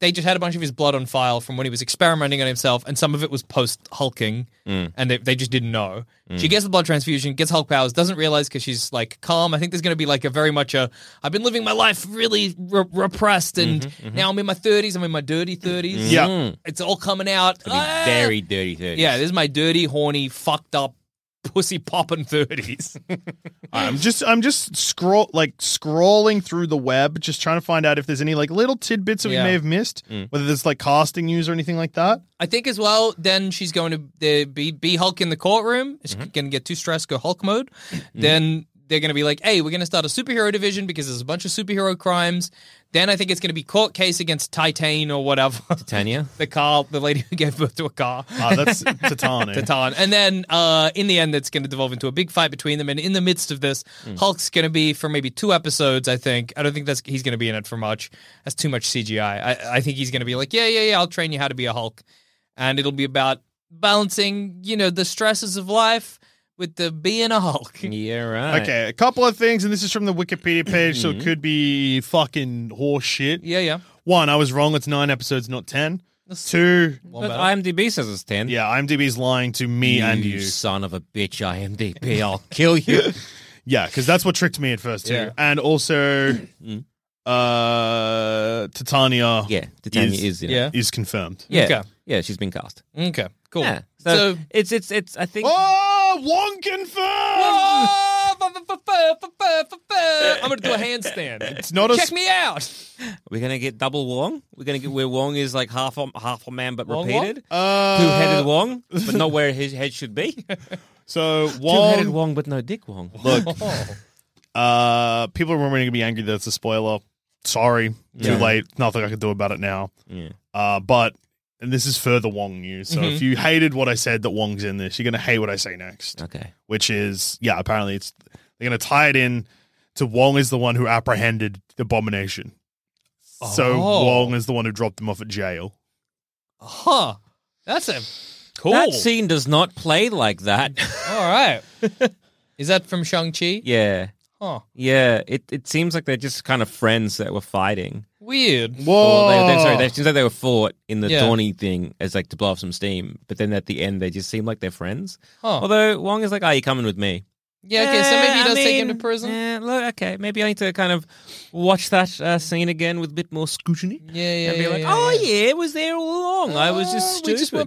Speaker 4: they just had a bunch of his blood on file from when he was experimenting on himself, and some of it was post Hulking,
Speaker 1: Mm.
Speaker 4: and they, they just didn't know. She gets the blood transfusion, gets Hulk powers, doesn't realize because she's like calm. I think there's going to be like a very much a I've been living my life really re- repressed, and
Speaker 1: Mm-hmm,
Speaker 4: now I'm in my 30s, I'm in my dirty 30s.
Speaker 1: Hmm.
Speaker 5: Yeah.
Speaker 4: It's all coming out.
Speaker 1: it'd be
Speaker 4: Ah!
Speaker 1: very dirty thirties.
Speaker 4: Yeah, this is my dirty, horny, fucked up, pussy popping thirties.
Speaker 5: I'm just I'm just scroll like scrolling through the web, just trying to find out if there's any like little tidbits that
Speaker 4: Yeah.
Speaker 5: we may have missed,
Speaker 1: Hmm.
Speaker 5: whether there's like casting news or anything like that.
Speaker 4: I think as well. Then she's going to there be be Hulk in the courtroom. She's going to get too stressed, go Hulk mode. Then they're going to be like, "Hey, we're going to start a superhero division because there's a bunch of superhero crimes." Then I think it's going to be court case against Titan or whatever.
Speaker 1: Titania.
Speaker 4: the car, the lady who gave birth to a car.
Speaker 5: Ah, that's Tatane.
Speaker 4: Titan. And then uh, in the end, it's going to devolve into a big fight between them. And in the midst of this,
Speaker 1: Hmm.
Speaker 4: Hulk's going to be for maybe two episodes, I think. I don't think that's he's going to be in it for much. That's too much CGI. I, I think he's going to be like, yeah, yeah, yeah, I'll train you how to be a Hulk. And it'll be about balancing, you know, the stresses of life with the being a Hulk.
Speaker 1: Yeah, right. Mm-hmm.
Speaker 5: Okay, a couple of things, and this is from the Wikipedia page, so it could be fucking horse shit.
Speaker 4: Yeah, yeah.
Speaker 5: One, I was wrong. It's nine episodes, not ten. Two,
Speaker 1: But IMDb says it's ten.
Speaker 5: yeah, IMDb's lying to me
Speaker 1: You
Speaker 5: and you.
Speaker 1: son of a bitch, IMDb, I'll kill you.
Speaker 5: Yeah, because that's what tricked me at first too.
Speaker 4: Yeah.
Speaker 5: And also, uh, Titania,
Speaker 1: Mm. yeah, Titania
Speaker 5: Is-
Speaker 1: is, in it.
Speaker 4: yeah.
Speaker 5: is confirmed.
Speaker 1: Yeah,
Speaker 4: Okay.
Speaker 1: yeah, she's been cast.
Speaker 4: Okay, cool.
Speaker 1: Yeah, so,
Speaker 4: So.
Speaker 1: it's it's it's. I think
Speaker 5: Oh, Wong confirmed.
Speaker 4: Oh, fu- fu- fu- fu- fu- fu- fu- fu- I'm gonna do a handstand. It's
Speaker 5: not a
Speaker 4: check
Speaker 5: sp-
Speaker 4: me out.
Speaker 1: we're gonna get double Wong. We're gonna get where Wong is like half a, half a man, but
Speaker 4: Wong Wong?
Speaker 1: repeated.
Speaker 5: Uh,
Speaker 1: two-headed Wong, but not where his head should be.
Speaker 5: So
Speaker 1: Two-headed Wong,
Speaker 5: Wong,
Speaker 1: but no dick Wong.
Speaker 5: look, uh, people are going to be angry that it's a spoiler. Sorry, too late. Nothing I can do about it now.
Speaker 1: Yeah.
Speaker 5: Uh, but and this is further Wong news. So if you hated what I said that Wong's in this, you're going to hate what I say next,
Speaker 1: Okay.
Speaker 5: which is yeah. Apparently, it's they're going to tie it in to Wong is the one who apprehended the abomination. So
Speaker 4: Oh.
Speaker 5: Wong is the one who dropped him off at jail.
Speaker 4: Huh. That's a cool.
Speaker 1: That scene does not play like that.
Speaker 4: All right. Is that from Shang-Chi?
Speaker 1: yeah.
Speaker 4: Huh.
Speaker 1: Yeah. It it seems like they're just kind of friends that were fighting.
Speaker 4: Weird.
Speaker 1: Or they, they, sorry, they, it seems like they were fought in the
Speaker 4: Yeah.
Speaker 1: Tawny thing as like to blow off some steam, but then at the end they just seem like they're friends.
Speaker 4: Huh.
Speaker 1: Although Wong is like, "Are you coming with me?"
Speaker 4: yeah, okay, so maybe he
Speaker 1: Eh, I
Speaker 4: does take him to
Speaker 1: mean,
Speaker 4: prison.
Speaker 1: eh, look, okay, maybe I need to kind of watch that uh, scene again with a bit more scrutiny.
Speaker 4: Yeah, yeah,
Speaker 1: and be
Speaker 4: yeah,
Speaker 1: like,
Speaker 4: yeah,
Speaker 1: "Oh
Speaker 4: yeah."
Speaker 1: yeah, it was there all along. I was just
Speaker 4: Oh, we
Speaker 1: stupid."
Speaker 4: just were-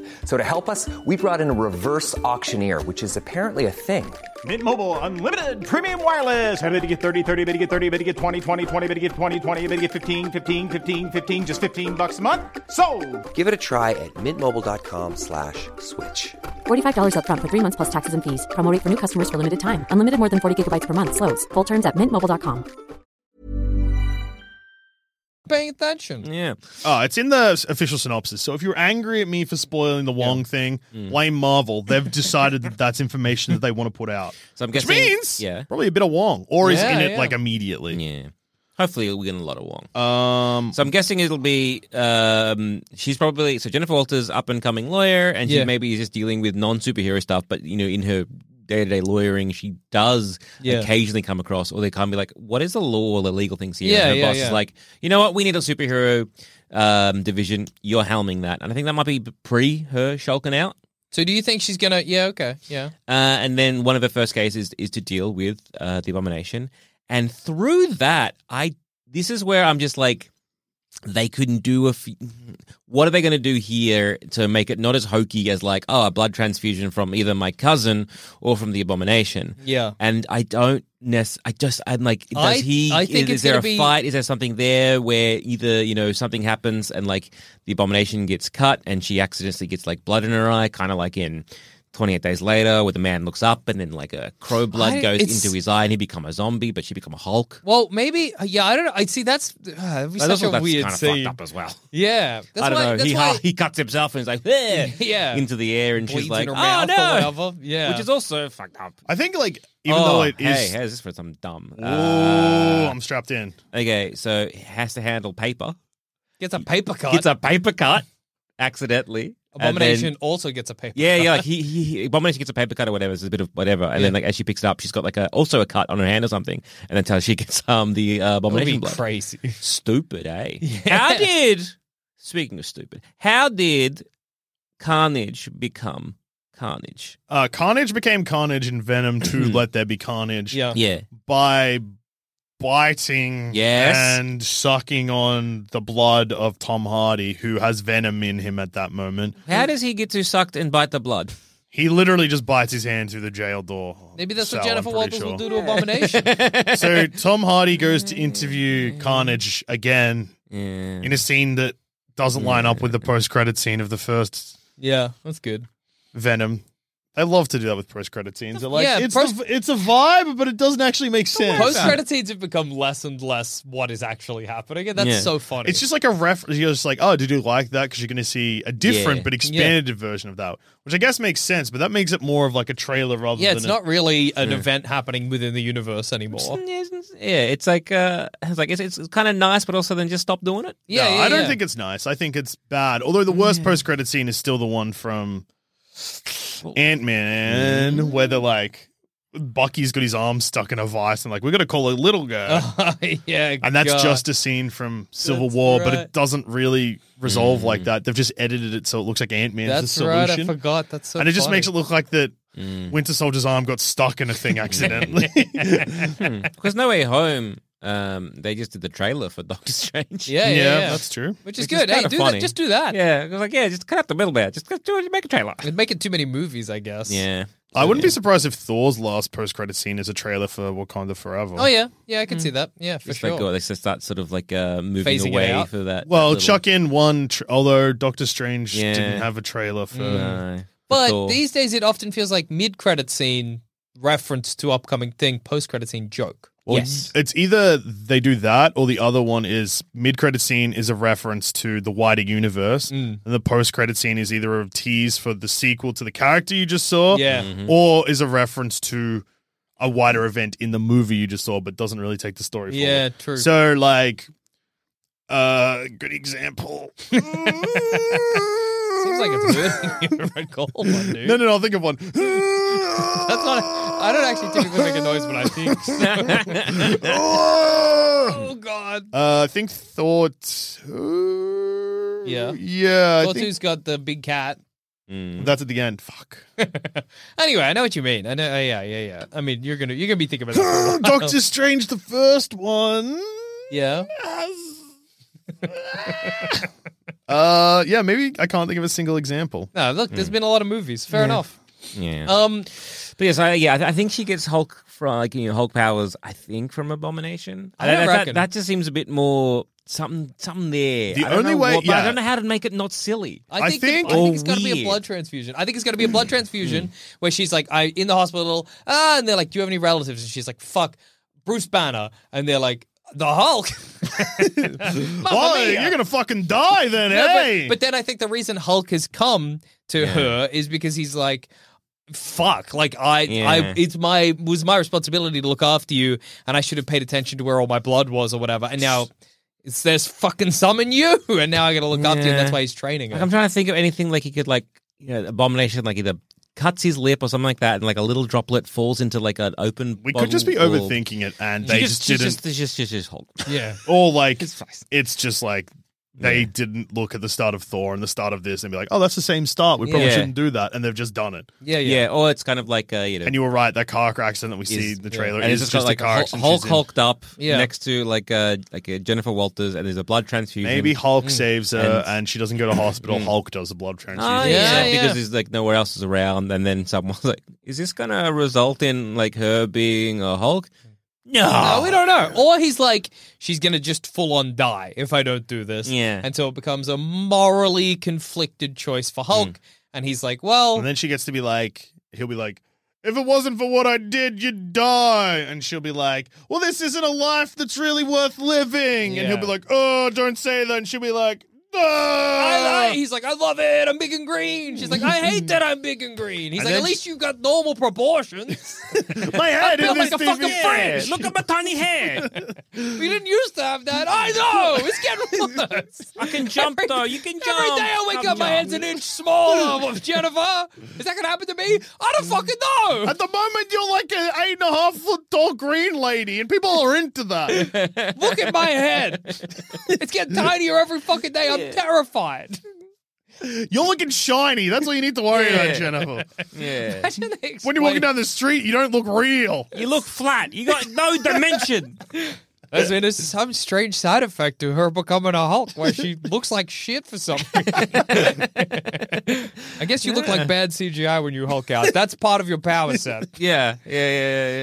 Speaker 6: So to help us, we brought in a reverse auctioneer, which is apparently a thing.
Speaker 7: Mint Mobile unlimited premium wireless. Ready to get 30, 30, bit to get 30, bit to get 20, 20, 20, bit to get 20, 20, bit to get 15, 15, 15, 15 just 15 bucks a month. So,
Speaker 6: Give it a try at mintmobile.com slash switch.
Speaker 8: $45 upfront for three months plus taxes and fees. Promo rate for new customers for limited time. Unlimited more than 40 gigabytes per month. Slows. Full terms at mintmobile.com.
Speaker 4: paying attention.
Speaker 1: Yeah.
Speaker 5: Oh, it's in the s- official synopsis. So if you're angry at me for spoiling the Wong thing,
Speaker 1: Mm.
Speaker 5: blame Marvel. They've decided that that's information that they want to put out.
Speaker 1: So I'm
Speaker 5: Which
Speaker 1: guessing.
Speaker 5: means
Speaker 1: Yeah.
Speaker 5: probably a bit of Wong, or is
Speaker 4: Yeah,
Speaker 5: in it
Speaker 4: yeah.
Speaker 5: like immediately.
Speaker 1: Yeah. Hopefully, we get a lot of Wong.
Speaker 5: Um,
Speaker 1: So I'm guessing it'll be um, she's probably so Jennifer Walters, up and coming lawyer, and she
Speaker 4: Yeah.
Speaker 1: maybe is just dealing with non superhero stuff. But you know, in her day to day lawyering, she does
Speaker 4: Yeah.
Speaker 1: occasionally come across, or they can be like, "What is the law or the legal things here?"
Speaker 4: Yeah,
Speaker 1: and her
Speaker 4: yeah,
Speaker 1: boss
Speaker 4: yeah.
Speaker 1: is like, "You know what? We need a superhero um, division. You're helming that." And I think that might be pre her shulking out.
Speaker 4: So do you think she's gonna yeah, okay. Yeah.
Speaker 1: Uh, and then one of her first cases is to deal with uh, the abomination. And through that, I this is where I'm just like, they couldn't do a. F- what are they going to do here to make it not as hokey as like, oh, a blood transfusion from either my cousin or from the abomination?
Speaker 4: Yeah.
Speaker 1: and I don't. Ness, I just I'm like, does
Speaker 4: I-
Speaker 1: he?
Speaker 4: I
Speaker 1: is,
Speaker 4: think it's
Speaker 1: is there
Speaker 4: gonna
Speaker 1: a
Speaker 4: be-
Speaker 1: fight? Is there something there where either you know something happens and like the abomination gets cut and she accidentally gets like blood in her eye, kind of like in 28 Days Later, where the man looks up and then like a crow blood
Speaker 4: I-
Speaker 1: goes
Speaker 4: it's-
Speaker 1: into his eye and he become a zombie, but she become a Hulk.
Speaker 4: Well, maybe. uh, Yeah, I don't know. I see. That's uh, that'd be
Speaker 1: That's
Speaker 4: such
Speaker 1: also-
Speaker 4: a
Speaker 1: that's
Speaker 4: weird
Speaker 1: kinda
Speaker 4: scene.
Speaker 1: fucked up as well.
Speaker 4: Yeah, that's
Speaker 1: I don't
Speaker 4: why,
Speaker 1: know.
Speaker 4: That's
Speaker 1: He,
Speaker 4: why
Speaker 1: he cuts himself and he's like, "Eh,"
Speaker 4: Yeah.
Speaker 1: into the air, and
Speaker 4: bleeds
Speaker 1: she's like,
Speaker 4: in
Speaker 1: oh
Speaker 4: her mouth
Speaker 1: no,
Speaker 4: or whatever. Yeah,
Speaker 1: which is also fucked up.
Speaker 5: I think like even
Speaker 1: oh,
Speaker 5: though it is,
Speaker 1: hey, how's this for some dumb?
Speaker 5: Ooh,
Speaker 1: Uh,
Speaker 5: I'm strapped in.
Speaker 1: okay, so it has to handle paper.
Speaker 4: gets a paper cut.
Speaker 1: Gets a paper cut accidentally. and then-
Speaker 4: Abomination also gets a paper.
Speaker 1: yeah,
Speaker 4: cut.
Speaker 1: yeah. Like he, he, he, Abomination gets a paper cut or whatever. It's a bit of whatever, and then like as she picks it up, she's got like a also a cut on her hand or something, and that's how she gets um the uh,
Speaker 4: That would
Speaker 1: abomination
Speaker 4: be
Speaker 1: blood.
Speaker 4: crazy.
Speaker 1: Stupid, eh?
Speaker 4: Yeah.
Speaker 1: How did, speaking of stupid, how did Carnage become Carnage?
Speaker 5: Uh, Carnage became Carnage in Venom to Let There Be Carnage
Speaker 4: Yeah.
Speaker 1: Yeah.
Speaker 5: by biting
Speaker 1: Yes.
Speaker 5: and sucking on the blood of Tom Hardy, who has Venom in him at that moment.
Speaker 1: How does he get to sucked and bite the blood?
Speaker 5: He literally just bites his hand through the jail door.
Speaker 4: Maybe that's
Speaker 5: cell,
Speaker 4: what Jennifer
Speaker 5: I'm
Speaker 4: Walters
Speaker 5: pretty
Speaker 4: will do
Speaker 5: sure.
Speaker 4: to Abomination.
Speaker 5: So Tom Hardy goes to
Speaker 4: Mm.
Speaker 5: interview Carnage again
Speaker 1: Yeah.
Speaker 5: in a scene that doesn't line up with the post-credit scene of the first
Speaker 4: yeah, that's good.
Speaker 5: Venom. I love to do that with post-credit scenes. They're like,
Speaker 4: Yeah,
Speaker 5: it's,
Speaker 4: post-
Speaker 5: the, it's a vibe, but it doesn't actually make sense.
Speaker 4: Post credit scenes have become less and less what is actually happening, and that's
Speaker 1: Yeah.
Speaker 4: so funny.
Speaker 5: It's just like a reference. You're just like, oh, did you like that? Because you're going to see a different
Speaker 1: Yeah.
Speaker 5: but expanded version of that, which I guess makes sense. But that makes it more of like a trailer rather
Speaker 4: yeah,
Speaker 5: than
Speaker 4: it's
Speaker 5: a-
Speaker 4: not really an event happening within the universe anymore.
Speaker 1: Yeah, it's like uh, it's like it's, it's kind of nice, but also then just stop doing it.
Speaker 4: Yeah,
Speaker 5: No,
Speaker 4: yeah,
Speaker 5: I don't
Speaker 4: yeah.
Speaker 5: think it's nice. I think it's bad. Although the worst post-credit scene is still the one from Ant Man,
Speaker 4: mm.
Speaker 5: where they're like, Bucky's got his arm stuck in a vice, and like, we're going to call a little guy.
Speaker 4: yeah,
Speaker 5: and that's
Speaker 4: God.
Speaker 5: just a scene from Civil
Speaker 4: That's
Speaker 5: War, but
Speaker 4: right. Mm.
Speaker 5: it doesn't really resolve like that. They've just edited it so it looks like Ant Man's the
Speaker 4: That's right. I
Speaker 5: solution.
Speaker 4: forgot. That's so.
Speaker 5: and it just
Speaker 4: funny. Mm.
Speaker 5: makes it look like that Winter Soldier's arm got stuck in a thing accidentally.
Speaker 1: Because No Way Home, um, they just did the trailer for Doctor Strange.
Speaker 4: Yeah, yeah, yeah.
Speaker 5: that's true.
Speaker 4: Which
Speaker 1: Which
Speaker 4: is
Speaker 1: is
Speaker 4: good. hey,
Speaker 1: kinda
Speaker 4: do
Speaker 1: funny.
Speaker 4: that. Just do that.
Speaker 1: yeah. It was like, yeah, just cut out the middleman. Just do it. Make a trailer.
Speaker 4: It'd make it too many movies, I guess.
Speaker 1: Yeah.
Speaker 5: I wouldn't be surprised if Thor's last post-credit scene is a trailer for Wakanda Forever.
Speaker 4: Oh yeah, yeah, I can
Speaker 5: Hmm.
Speaker 4: see that. Yeah, for
Speaker 1: It's
Speaker 4: sure.
Speaker 1: like, oh, they just start sort of like uh, moving
Speaker 4: Phasing it
Speaker 1: away
Speaker 4: out.
Speaker 1: for that.
Speaker 5: Well,
Speaker 1: that little-
Speaker 5: chuck in one. Tr- although Doctor Strange
Speaker 1: Yeah.
Speaker 5: didn't have a trailer for.
Speaker 1: No, for
Speaker 4: Mm. but
Speaker 1: Thor.
Speaker 4: these days, it often feels like mid-credit scene reference to upcoming thing, post-credit scene joke.
Speaker 5: Well,
Speaker 1: Yes.
Speaker 5: It's either they do that or the other one is mid-credit scene is a reference to the wider universe
Speaker 4: Mm.
Speaker 5: and the post-credit scene is either a tease for the sequel to the character you just saw
Speaker 4: Yeah.
Speaker 1: Mm-hmm.
Speaker 5: or is a reference to a wider event in the movie you just saw but doesn't really take the story forward.
Speaker 4: Yeah, true.
Speaker 5: So like uh good example. Seems
Speaker 4: Seems like
Speaker 5: like
Speaker 4: it's really you recall one, dude.
Speaker 5: No, no, no, I'll think of one.
Speaker 4: That's not. I don't actually typically make a noise when I think. oh God.
Speaker 5: Uh, I think Thor two.
Speaker 4: Yeah.
Speaker 5: Yeah. I
Speaker 4: Thor
Speaker 5: think
Speaker 4: two's got the big cat.
Speaker 5: that's at the end. Fuck.
Speaker 4: Anyway, I know what you mean. I know. oh, yeah, yeah, yeah. I mean, you're gonna you're gonna be thinking about that. for a while.
Speaker 5: Doctor Strange, the first one.
Speaker 4: Yeah.
Speaker 5: Yes. uh, yeah. Maybe I can't think of a single example.
Speaker 4: No, look,
Speaker 5: Hmm.
Speaker 4: there's been a lot of movies. Fair enough.
Speaker 1: yeah.
Speaker 4: Um,
Speaker 1: But yes, I, yeah, I th- I think she gets Hulk from like you know Hulk powers. I think from Abomination.
Speaker 4: I don't
Speaker 1: that, that-
Speaker 4: reckon.
Speaker 1: That, just seems a bit more something something there.
Speaker 5: The
Speaker 1: I don't
Speaker 5: only
Speaker 1: know
Speaker 5: way-
Speaker 1: what, but I
Speaker 5: yeah.
Speaker 1: don't know how to make it not silly.
Speaker 4: I
Speaker 5: I
Speaker 4: think, the-
Speaker 5: think-
Speaker 4: I
Speaker 1: Or
Speaker 4: think it's going to be a
Speaker 1: weird.
Speaker 4: blood transfusion. I think it's going to be a blood transfusion where she's like, I in the hospital, ah, and they're like, do you have any relatives? And she's like, fuck, Bruce Banner, and they're like, the Hulk.
Speaker 5: Oh, you're gonna fucking die then,
Speaker 4: No, but-
Speaker 5: hey.
Speaker 4: but, then I think the reason Hulk has come to her is because he's like, fuck, like I,
Speaker 1: Yeah.
Speaker 4: I, it's my was my responsibility to look after you, and I should have paid attention to where all my blood was or whatever, and now. It's, there's fucking some in you, and now I gotta look after you. And
Speaker 1: Yeah.
Speaker 4: that's why he's training her.
Speaker 1: Like I'm trying to think of anything like he could like you know Abomination like either cuts his lip or something like that, and like a little droplet falls into like an open.
Speaker 5: we could just be
Speaker 1: bottle or-
Speaker 5: overthinking it, and
Speaker 1: She
Speaker 5: they
Speaker 1: just,
Speaker 5: just,
Speaker 1: she
Speaker 5: didn't.
Speaker 1: Just, just, just, just Hulk.
Speaker 4: yeah,
Speaker 5: or like,
Speaker 1: fine.
Speaker 5: it's just like they didn't look at the start of Thor and the start of this and be like, oh, that's the same start. We probably
Speaker 1: Yeah.
Speaker 5: shouldn't do that. And they've just done it.
Speaker 4: Yeah, yeah.
Speaker 1: yeah, or it's kind of like uh, you know,
Speaker 5: And you were right. That car accident that we see
Speaker 1: is-
Speaker 5: in the trailer
Speaker 1: and
Speaker 5: is
Speaker 1: it's
Speaker 5: just,
Speaker 1: got,
Speaker 5: a car
Speaker 1: Hul-
Speaker 5: accident.
Speaker 1: Hulk
Speaker 5: she's in.
Speaker 1: hulked up
Speaker 4: Yeah.
Speaker 1: next to like uh like uh, Jennifer Walters, and there's a blood transfusion.
Speaker 5: Maybe Hulk saves her
Speaker 1: Mm. And-
Speaker 5: and she doesn't go to hospital. Hulk does a blood transfusion.
Speaker 1: Oh,
Speaker 4: Yeah,
Speaker 1: yeah,
Speaker 4: yeah.
Speaker 1: because there's like nowhere else is around, and then someone's like, "Is this gonna result in like her being a Hulk?" No,
Speaker 4: No, we don't know. Or he's like, she's gonna just full on die if I don't do this.
Speaker 1: Yeah.
Speaker 4: And so it becomes a morally conflicted choice for Hulk.
Speaker 1: Hmm.
Speaker 4: And he's like, well,
Speaker 5: And then she gets to be like, he'll be like, if it wasn't for what I did, you'd die. And she'll be like, well, this isn't a life that's really worth living. And he'll
Speaker 4: Yeah.
Speaker 5: be like, oh, don't say that. And she'll be like, "Ah!" no.
Speaker 4: I, I- he's like, I love it. I'm big and green. She's like, I hate that I'm big and green. He's
Speaker 5: And
Speaker 4: like, at
Speaker 5: then
Speaker 4: least you've got normal proportions.
Speaker 5: My head
Speaker 4: I feel
Speaker 5: in
Speaker 4: like
Speaker 5: this
Speaker 4: a
Speaker 5: thing
Speaker 4: fucking
Speaker 5: is-
Speaker 4: French.
Speaker 5: Look
Speaker 1: at my tiny hair.
Speaker 4: we didn't used to have that. I know. It's getting worse.
Speaker 1: I can jump though. You can jump.
Speaker 4: Every day I wake up, my head's an inch smaller. Jennifer, is that gonna happen to me? I don't fucking know.
Speaker 5: At the moment, you're like an eight and a half foot tall green lady, and people are into that.
Speaker 4: Look at my head. It's getting tinier every fucking day. I'm terrified.
Speaker 5: you're looking shiny. That's all you need to worry about, Jennifer.
Speaker 1: Yeah.
Speaker 4: Imagine they
Speaker 5: When you're
Speaker 4: explain-
Speaker 5: walking down the street, you don't look real.
Speaker 1: You look flat. You got no dimension.
Speaker 4: I mean, there's some strange side effect to her becoming a Hulk where she looks like shit for some reason. I guess you look like bad CGI when you Hulk out. That's part of your power set.
Speaker 1: yeah, yeah, yeah,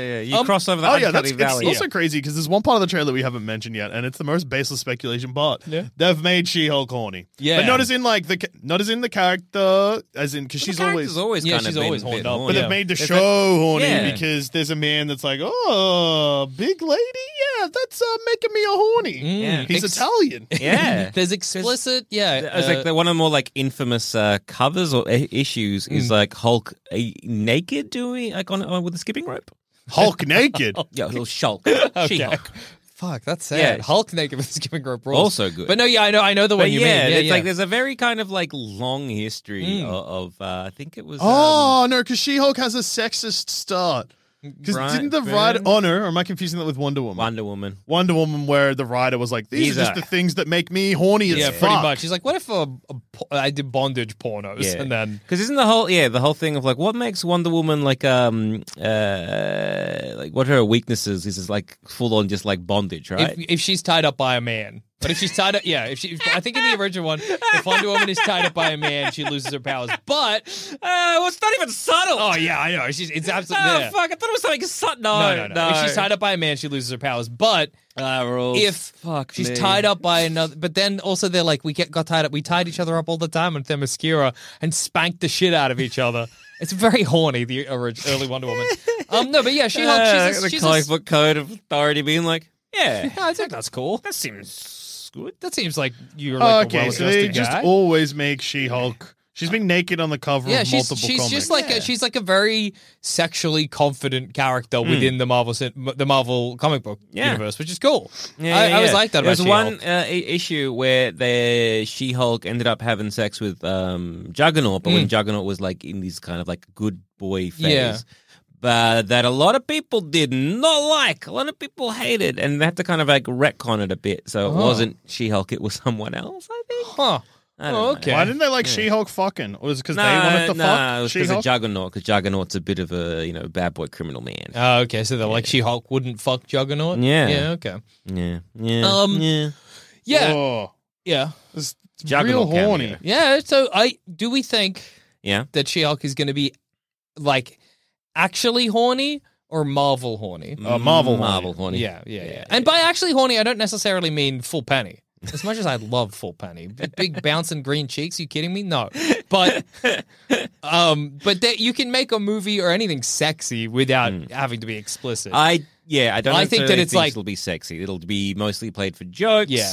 Speaker 1: yeah, yeah. You
Speaker 4: Um,
Speaker 1: cross over the
Speaker 5: Oh yeah,
Speaker 1: uncanny
Speaker 5: that's it's
Speaker 1: valley.
Speaker 5: also crazy because there's one part of the trailer we haven't mentioned yet, and it's the most baseless speculation part.
Speaker 4: Yeah.
Speaker 5: They've made She-Hulk horny,
Speaker 4: Yeah.
Speaker 5: but not as in like the ca- not as in the character, as in because she's always.
Speaker 1: always
Speaker 4: Yeah,
Speaker 1: kind
Speaker 4: she's
Speaker 1: of
Speaker 4: always
Speaker 1: been a bit
Speaker 4: horned up.
Speaker 1: horny.
Speaker 5: but
Speaker 4: yeah.
Speaker 5: they've made the
Speaker 4: They've
Speaker 5: show horny
Speaker 1: Yeah.
Speaker 5: because there's a man that's like, oh, big lady, yeah, that's uh, making me a horny.
Speaker 1: Yeah.
Speaker 5: He's
Speaker 4: Mm. Ex-
Speaker 5: Italian.
Speaker 1: yeah.
Speaker 4: There's explicit, yeah.
Speaker 1: It was like
Speaker 4: uh,
Speaker 1: the, one of the more like infamous uh, covers or i- issues is like Hulk uh, naked doing like on, on with a skipping rope.
Speaker 5: Hulk naked.
Speaker 1: Yeah, little Shulk, She Hulk.
Speaker 4: fuck, that's sad.
Speaker 1: Yeah.
Speaker 4: Hulk naked with skipping rope rules.
Speaker 1: Also good.
Speaker 4: But no, yeah, I know, I know the one
Speaker 1: But
Speaker 4: you
Speaker 1: yeah,
Speaker 4: mean.
Speaker 1: it's like there's a very kind of like long history o- of, uh, I think it was um,
Speaker 5: Oh no, because She-Hulk has a sexist start. Because
Speaker 1: Right,
Speaker 5: didn't the
Speaker 1: fair
Speaker 5: writer
Speaker 1: enough.
Speaker 5: honor? Or am I confusing that with Wonder Woman?
Speaker 1: Wonder Woman.
Speaker 5: Wonder Woman, where the writer was like, "These
Speaker 1: These
Speaker 5: are just
Speaker 1: are-
Speaker 5: the things that make me horny as
Speaker 4: yeah,
Speaker 5: fuck."
Speaker 4: pretty much. He's like, what if uh, a po- I did bondage pornos
Speaker 1: Yeah.
Speaker 4: and then
Speaker 1: Because isn't the whole yeah the whole thing of like what makes Wonder Woman like um uh like what are her weaknesses is is like full on just like bondage right
Speaker 4: if, if she's tied up by a man. But if she's tied up, yeah. If she, if- I think in the original one, if Wonder Woman is tied up by a man, she loses her powers. But
Speaker 1: Uh, well, it's not even subtle.
Speaker 4: oh yeah, I know. She's it's absolutely
Speaker 1: Oh, fuck. I thought it was something subtle.
Speaker 4: No,
Speaker 1: No,
Speaker 4: no, no. If she's tied up by a man, she loses her powers. But
Speaker 1: Ah, rules.
Speaker 4: if
Speaker 1: fuck
Speaker 4: she's
Speaker 1: me.
Speaker 4: tied up by another, but then also they're like, we get got tied up. We tied each other up all the time with Themyscira and spanked the shit out of each other. It's very horny. The orig- early Wonder Woman. Um, no, but yeah, she Hulk.
Speaker 1: Uh,
Speaker 4: she's a,
Speaker 1: the
Speaker 4: she's a-
Speaker 1: comic book code of authority being like, yeah,
Speaker 4: Yeah, I think that's cool.
Speaker 1: that seems good.
Speaker 4: That seems like you're
Speaker 5: Oh,
Speaker 4: like a
Speaker 5: okay, so
Speaker 4: well-adjusted
Speaker 5: they just
Speaker 4: guy.
Speaker 5: always make She-Hulk. She's been naked on the cover
Speaker 4: yeah,
Speaker 5: of
Speaker 4: she's
Speaker 5: multiple
Speaker 4: she's
Speaker 5: comics.
Speaker 4: just like a, she's like a very sexually confident character within the Marvel cin- the Marvel comic book
Speaker 1: Hmm. Yeah.
Speaker 4: universe, which is cool.
Speaker 1: Yeah,
Speaker 4: I,
Speaker 1: yeah,
Speaker 4: I always
Speaker 1: yeah.
Speaker 4: like that.
Speaker 1: There was
Speaker 4: about
Speaker 1: one
Speaker 4: She-Hulk.
Speaker 1: uh, i- issue where the She-Hulk ended up having sex with um, Juggernaut, but when Juggernaut was like in this kind of like good boy phase.
Speaker 4: Mm. Yeah.
Speaker 1: But that a lot of people did not like. A lot of people hated, and they had to kind of like retcon it a bit. So it
Speaker 4: Oh.
Speaker 1: wasn't She-Hulk; it was someone else. I think.
Speaker 4: Huh.
Speaker 1: I don't
Speaker 4: Oh,
Speaker 1: know.
Speaker 4: okay.
Speaker 5: Why didn't they like She-Hulk fucking? Or was it because they wanted to
Speaker 1: nah, it
Speaker 5: fuck
Speaker 1: was because of
Speaker 5: She-Hulk?
Speaker 1: Juggernaut. Because Juggernaut's a bit of a you know bad boy criminal man.
Speaker 4: Oh, okay. So they're like She-Hulk wouldn't fuck Juggernaut.
Speaker 1: Yeah.
Speaker 4: Yeah. Okay.
Speaker 1: yeah, yeah,
Speaker 4: Um,
Speaker 1: yeah.
Speaker 4: Yeah.
Speaker 5: Oh,
Speaker 4: Yeah.
Speaker 5: it's it's real
Speaker 1: Juggernaut
Speaker 5: horny.
Speaker 1: cameo.
Speaker 4: Yeah. So I do we think
Speaker 1: yeah.
Speaker 4: that She-Hulk is going to be like actually horny or Marvel horny?
Speaker 5: Uh, Marvel horny.
Speaker 1: Marvel horny.
Speaker 4: Yeah, yeah, yeah. And by actually horny, I don't necessarily mean full penny. As much as I love full penny, B- big bouncing green cheeks. You kidding me? No, but um, but that you can make a movie or anything sexy without having to be explicit.
Speaker 1: Hmm. I yeah, I don't.
Speaker 4: I think that
Speaker 1: necessarily
Speaker 4: it's like-
Speaker 1: it'll be sexy. It'll be mostly played for jokes.
Speaker 4: Yeah.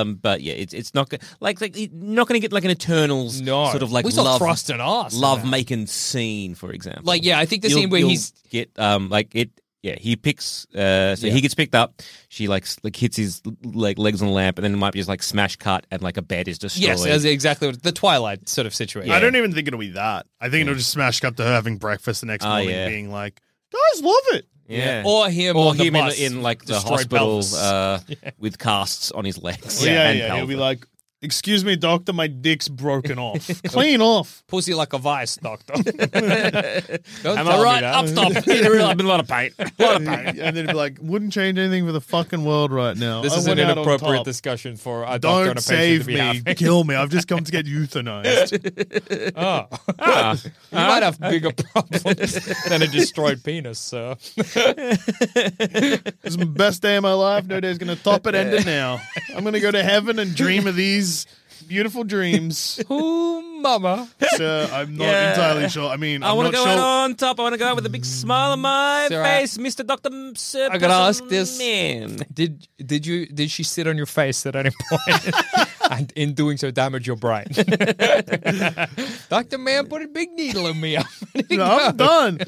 Speaker 1: Um. But yeah, it's it's not go- like like you're not going to get like an Eternals
Speaker 4: no,
Speaker 1: sort of like
Speaker 4: we saw
Speaker 1: love
Speaker 4: thrust and ass. in
Speaker 1: love
Speaker 4: that.
Speaker 1: making scene, for example.
Speaker 4: Like yeah, I think the
Speaker 1: You'll-
Speaker 4: scene where
Speaker 1: you'll
Speaker 4: he's
Speaker 1: get um like it. Yeah, he picks. Uh, so
Speaker 4: Yeah.
Speaker 1: he gets picked up. She like s- like hits his like legs on the lamp, and then it might be just like smash cut, and like a bed is destroyed.
Speaker 4: yes, that's exactly what the Twilight sort of situation.
Speaker 5: I don't even
Speaker 4: Ah,
Speaker 5: think it'll be that. I think it'll just smash up to her having breakfast the next
Speaker 1: Oh,
Speaker 5: morning,
Speaker 1: yeah.
Speaker 5: being like, "Guys, love it."
Speaker 1: Yeah.
Speaker 4: Or him
Speaker 1: Or
Speaker 4: on the
Speaker 1: him in,
Speaker 4: bus
Speaker 1: in like the
Speaker 4: destroyed
Speaker 1: hospital
Speaker 4: pelvis.
Speaker 1: uh, with casts on his legs.
Speaker 5: Yeah, yeah.
Speaker 1: and
Speaker 5: He'll be
Speaker 1: pelvis.
Speaker 5: like, "Excuse me, doctor, my dick's broken off. Clean off."
Speaker 4: Pussy like a vice, doctor.
Speaker 1: Am I right? Up top. In real- I'm in a lot of pain.
Speaker 5: and then he'd be like, "Wouldn't change anything for the fucking world right now."
Speaker 4: This
Speaker 5: I
Speaker 4: is an
Speaker 5: went out on
Speaker 4: inappropriate
Speaker 5: top.
Speaker 4: discussion for a doctor and a
Speaker 5: Don't
Speaker 4: patient to
Speaker 5: save
Speaker 4: be
Speaker 5: me.
Speaker 4: having.
Speaker 5: Kill me. I've just come to get euthanized.
Speaker 1: Ah.
Speaker 4: You might have
Speaker 5: Uh-huh.
Speaker 4: bigger problems than a destroyed penis, sir.
Speaker 5: This is my best day of my life. No day's going to top it. End it now. I'm going to go to heaven and dream of these beautiful dreams.
Speaker 4: Ooh, mama.
Speaker 5: So uh, I'm not
Speaker 1: Yeah.
Speaker 5: entirely sure. I mean,
Speaker 1: I
Speaker 5: I'm
Speaker 1: want to
Speaker 5: not
Speaker 1: go
Speaker 5: sure.
Speaker 1: out on top. I want to go out with a big smile on my
Speaker 4: Sarah,
Speaker 1: face, Mister Doctor. Sir,
Speaker 4: I gotta ask this.
Speaker 1: man.
Speaker 4: Did did you did she sit on your face at any point? and in doing so, damage your brain. Doctor Man put a big needle in me.
Speaker 5: No, I'm done. Uh,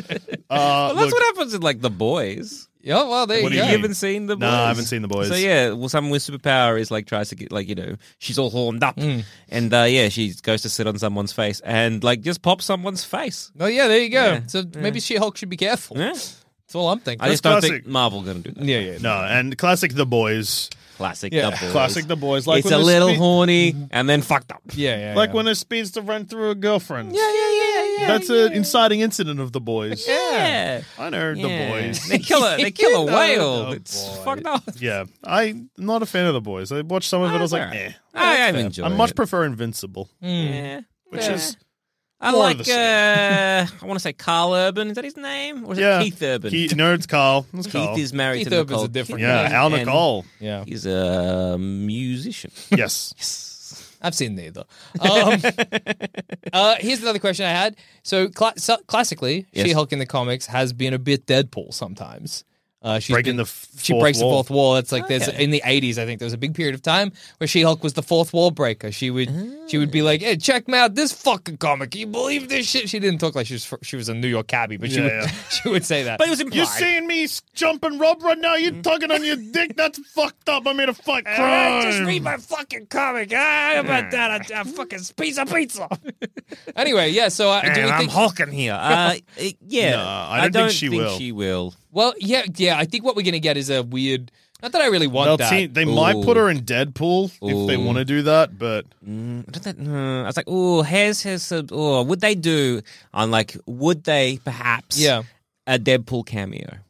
Speaker 1: Well, that's
Speaker 5: look,
Speaker 1: what happens in like the boys.
Speaker 4: yeah, well, there
Speaker 5: What do
Speaker 4: you
Speaker 5: you
Speaker 4: go.
Speaker 5: mean?
Speaker 1: haven't seen the boys.
Speaker 5: Nah, I haven't seen The Boys.
Speaker 1: So yeah, well, someone with superpower is like tries to get like you know she's all horned up,
Speaker 5: Hmm.
Speaker 1: and uh, yeah, she goes to sit on someone's face and like just pop someone's face.
Speaker 4: No, yeah, there you go. so maybe She Hulk should be careful.
Speaker 1: Yeah.
Speaker 4: That's all I'm thinking.
Speaker 1: I just don't
Speaker 5: classic.
Speaker 1: think Marvel gonna do that.
Speaker 4: yeah, yeah.
Speaker 5: no, and classic The Boys.
Speaker 1: Classic
Speaker 4: Yeah.
Speaker 1: the boys.
Speaker 5: Classic The Boys. Like
Speaker 1: it's
Speaker 5: when
Speaker 1: a
Speaker 5: the
Speaker 1: little
Speaker 5: speed- Mm-hmm.
Speaker 1: horny and then fucked up.
Speaker 4: Yeah, yeah.
Speaker 5: Like
Speaker 4: yeah.
Speaker 5: when a speedster run through a girlfriend.
Speaker 1: yeah, yeah,
Speaker 5: That's an inciting incident of The Boys.
Speaker 1: yeah.
Speaker 5: I
Speaker 1: Yeah.
Speaker 5: know The Boys.
Speaker 1: They kill a they kill a whale.
Speaker 5: The
Speaker 1: It's
Speaker 5: boys.
Speaker 1: fucked up.
Speaker 5: Yeah, I'm not a fan of the boys. I watched some of it. I was like, eh.
Speaker 1: I, I'm enjoying.
Speaker 5: I much
Speaker 1: it.
Speaker 5: prefer Invincible,
Speaker 1: Yeah.
Speaker 5: which is
Speaker 1: I
Speaker 5: more
Speaker 1: like.
Speaker 5: of the
Speaker 1: Uh,
Speaker 5: same.
Speaker 1: I want to say Carl Urban. Is that his name? Or is
Speaker 5: yeah.
Speaker 1: it Keith Urban?
Speaker 5: Keith, no, it's Carl. It's
Speaker 1: Keith
Speaker 5: Carl.
Speaker 1: is married
Speaker 4: Keith
Speaker 1: to
Speaker 4: Urban's
Speaker 1: Nicole.
Speaker 4: a different
Speaker 5: yeah,
Speaker 4: Urban
Speaker 5: Al
Speaker 1: and
Speaker 5: Nicole.
Speaker 4: yeah.
Speaker 1: He's a musician.
Speaker 5: yes.
Speaker 4: I've seen neither. Um, uh, here's another question I had. So, cla so classically,
Speaker 1: Yes.
Speaker 4: She-Hulk in the comics has been a bit Deadpool sometimes. Uh, she's
Speaker 5: Breaking
Speaker 4: been-
Speaker 5: the f-
Speaker 4: she
Speaker 5: fourth
Speaker 4: breaks
Speaker 5: wall.
Speaker 4: the fourth wall. It's like there's
Speaker 1: Okay.
Speaker 4: in the '80s. I think there was a big period of time where She-Hulk was the fourth wall breaker. She would she would be like, "Hey,
Speaker 5: Ah.
Speaker 4: check me out this fucking comic. Can you believe this shit?" She didn't talk like she was fr- she was a New York cabbie, but she
Speaker 5: Yeah,
Speaker 4: would,
Speaker 5: yeah.
Speaker 4: she would say that.
Speaker 1: But it was implied.
Speaker 5: You're seeing me s- jumping rope right now. You're tugging on your dick. That's fucked up. I made a fuck crime.
Speaker 4: just read my fucking comic. Ah, how about that? A, a fucking piece of pizza. anyway, yeah. So uh, do we
Speaker 1: I'm
Speaker 4: think?
Speaker 1: hulking here. Uh, it- yeah,
Speaker 5: No, I don't think she will.
Speaker 1: She will.
Speaker 4: Well, yeah, yeah. I think what we're gonna get is a weird. Not that I really want
Speaker 5: They'll
Speaker 4: that.
Speaker 5: te- they might
Speaker 1: Ooh.
Speaker 5: put her in Deadpool if they
Speaker 1: Ooh.
Speaker 5: want to do that, but
Speaker 1: I don't think- uh, I was like, oh, here's here's a, oh, would they do? I'm like, would they perhaps?
Speaker 4: Yeah.
Speaker 1: a Deadpool cameo.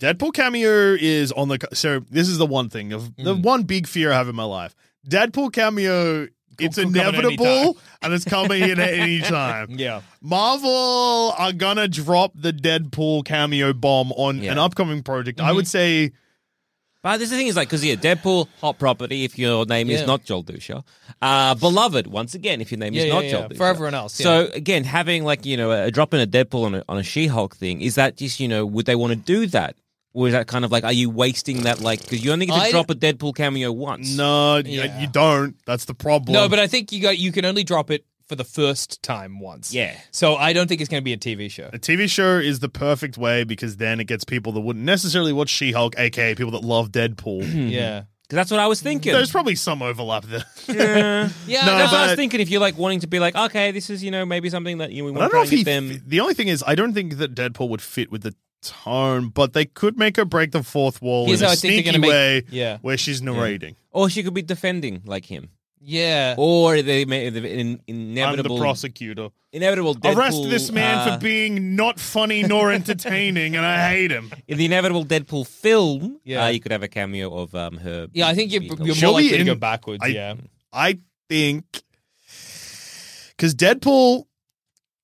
Speaker 5: Deadpool cameo is on the. co- So this is the one thing of the one big fear I have in my life. Deadpool cameo. It's
Speaker 4: could come at any
Speaker 5: inevitable, and it's coming in at any time.
Speaker 4: Yeah.
Speaker 5: Marvel are gonna drop the Deadpool cameo bomb on
Speaker 1: Yeah.
Speaker 5: an upcoming project. I would say
Speaker 1: But this is the thing is like, because yeah, Deadpool, hot property. If your name
Speaker 4: Yeah.
Speaker 1: is not Joel Dusha, uh, beloved. Once again, if your name
Speaker 4: Yeah,
Speaker 1: is
Speaker 4: yeah,
Speaker 1: not
Speaker 4: yeah.
Speaker 1: Joel, Dusha.
Speaker 4: For everyone else,
Speaker 1: So again, having like you know a drop in a Deadpool on a, on a She-Hulk thing is that just you know would they want to do that? Or is that kind of like, are you wasting that? Like, because you only get to
Speaker 4: I-
Speaker 1: drop a Deadpool cameo once.
Speaker 5: no, y-
Speaker 4: Yeah.
Speaker 5: you don't. That's the problem.
Speaker 4: No, but I think you got you can only drop it for the first time once.
Speaker 1: Yeah.
Speaker 4: So I don't think it's gonna be a TV show.
Speaker 5: a TV show is the perfect way because then it gets people that wouldn't necessarily watch She-Hulk, aka people that love Deadpool.
Speaker 4: Yeah.
Speaker 1: Because that's what I was thinking.
Speaker 5: There's probably some overlap there.
Speaker 4: Yeah.
Speaker 5: No,
Speaker 4: no,
Speaker 1: That's what I was
Speaker 5: but-
Speaker 1: thinking. If you're like wanting to be like, okay, this is you know maybe something that you know, we
Speaker 5: But I
Speaker 1: want to
Speaker 5: don't know
Speaker 1: try
Speaker 5: if
Speaker 1: and
Speaker 5: he.
Speaker 1: get them.
Speaker 5: The only thing is, I don't think that Deadpool would fit with the tone, but they could make her break the fourth wall
Speaker 4: Here's
Speaker 5: in
Speaker 4: how
Speaker 5: a
Speaker 4: I think they're
Speaker 5: sneaky
Speaker 4: gonna make-
Speaker 5: way,
Speaker 4: Yeah.
Speaker 5: where she's narrating.
Speaker 1: Or she could be defending like him.
Speaker 4: yeah.
Speaker 1: Or they may the in,
Speaker 5: I'm the
Speaker 1: inevitable
Speaker 5: prosecutor.
Speaker 1: inevitable Deadpool,
Speaker 5: Arrest this man
Speaker 1: uh,
Speaker 5: for being not funny nor entertaining, and I hate him.
Speaker 1: in the inevitable Deadpool film.
Speaker 4: Yeah.
Speaker 1: uh, you could have a cameo of um her.
Speaker 4: Yeah, I think you're,
Speaker 1: being-
Speaker 4: you're more
Speaker 5: She'll be
Speaker 4: likely to
Speaker 5: in-
Speaker 4: go backwards.
Speaker 5: I-
Speaker 4: yeah.
Speaker 5: I think because Deadpool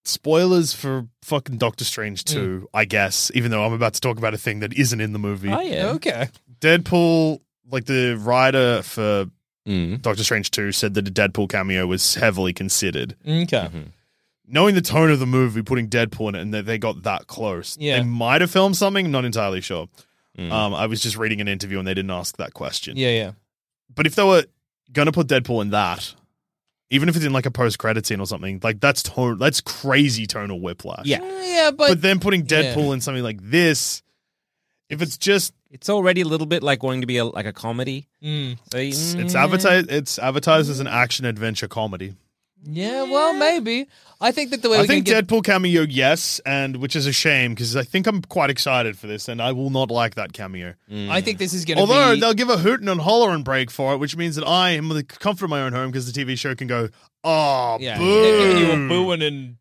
Speaker 5: spoilers for fucking Doctor Strange
Speaker 1: Mm.
Speaker 5: too. I guess even though I'm about to talk about a thing that isn't in the movie,
Speaker 1: Oh yeah.
Speaker 4: Okay.
Speaker 5: Deadpool like the writer for
Speaker 1: Mm.
Speaker 5: Doctor Strange 2 said that a Deadpool cameo was heavily considered.
Speaker 4: Okay.
Speaker 5: Knowing the tone of the movie, putting Deadpool in it, and that they got that close,
Speaker 4: Yeah.
Speaker 5: they might have filmed something. Not entirely sure.
Speaker 1: Mm.
Speaker 5: Um, I was just reading an interview and they didn't ask that question.
Speaker 4: Yeah. Yeah.
Speaker 5: But if they were gonna put Deadpool in that, even if it's in like a post credit scene or something, like that's tone, that's crazy tonal whiplash.
Speaker 1: Yeah.
Speaker 4: Yeah, but,
Speaker 5: But, then putting
Speaker 4: yeah.
Speaker 5: Deadpool in something like this, if it's just
Speaker 1: It's already a little bit like wanting to be a, like a comedy.
Speaker 4: Mm.
Speaker 1: So you-
Speaker 5: it's advertised, it's advertised as an action adventure comedy.
Speaker 4: Yeah, well, maybe. I think that the way
Speaker 5: I
Speaker 4: we
Speaker 5: think
Speaker 4: can get,
Speaker 5: Deadpool cameo, yes, and which is a shame because I think I'm quite excited for this, and I will not like that cameo.
Speaker 4: I think this is going to Mm. be.
Speaker 5: Although they'll give a hootin' and hollering break for it, which means that I am in the comfort of my own home because the TV show can go, oh,
Speaker 4: yeah, they're giving you a
Speaker 5: boo.
Speaker 4: booing and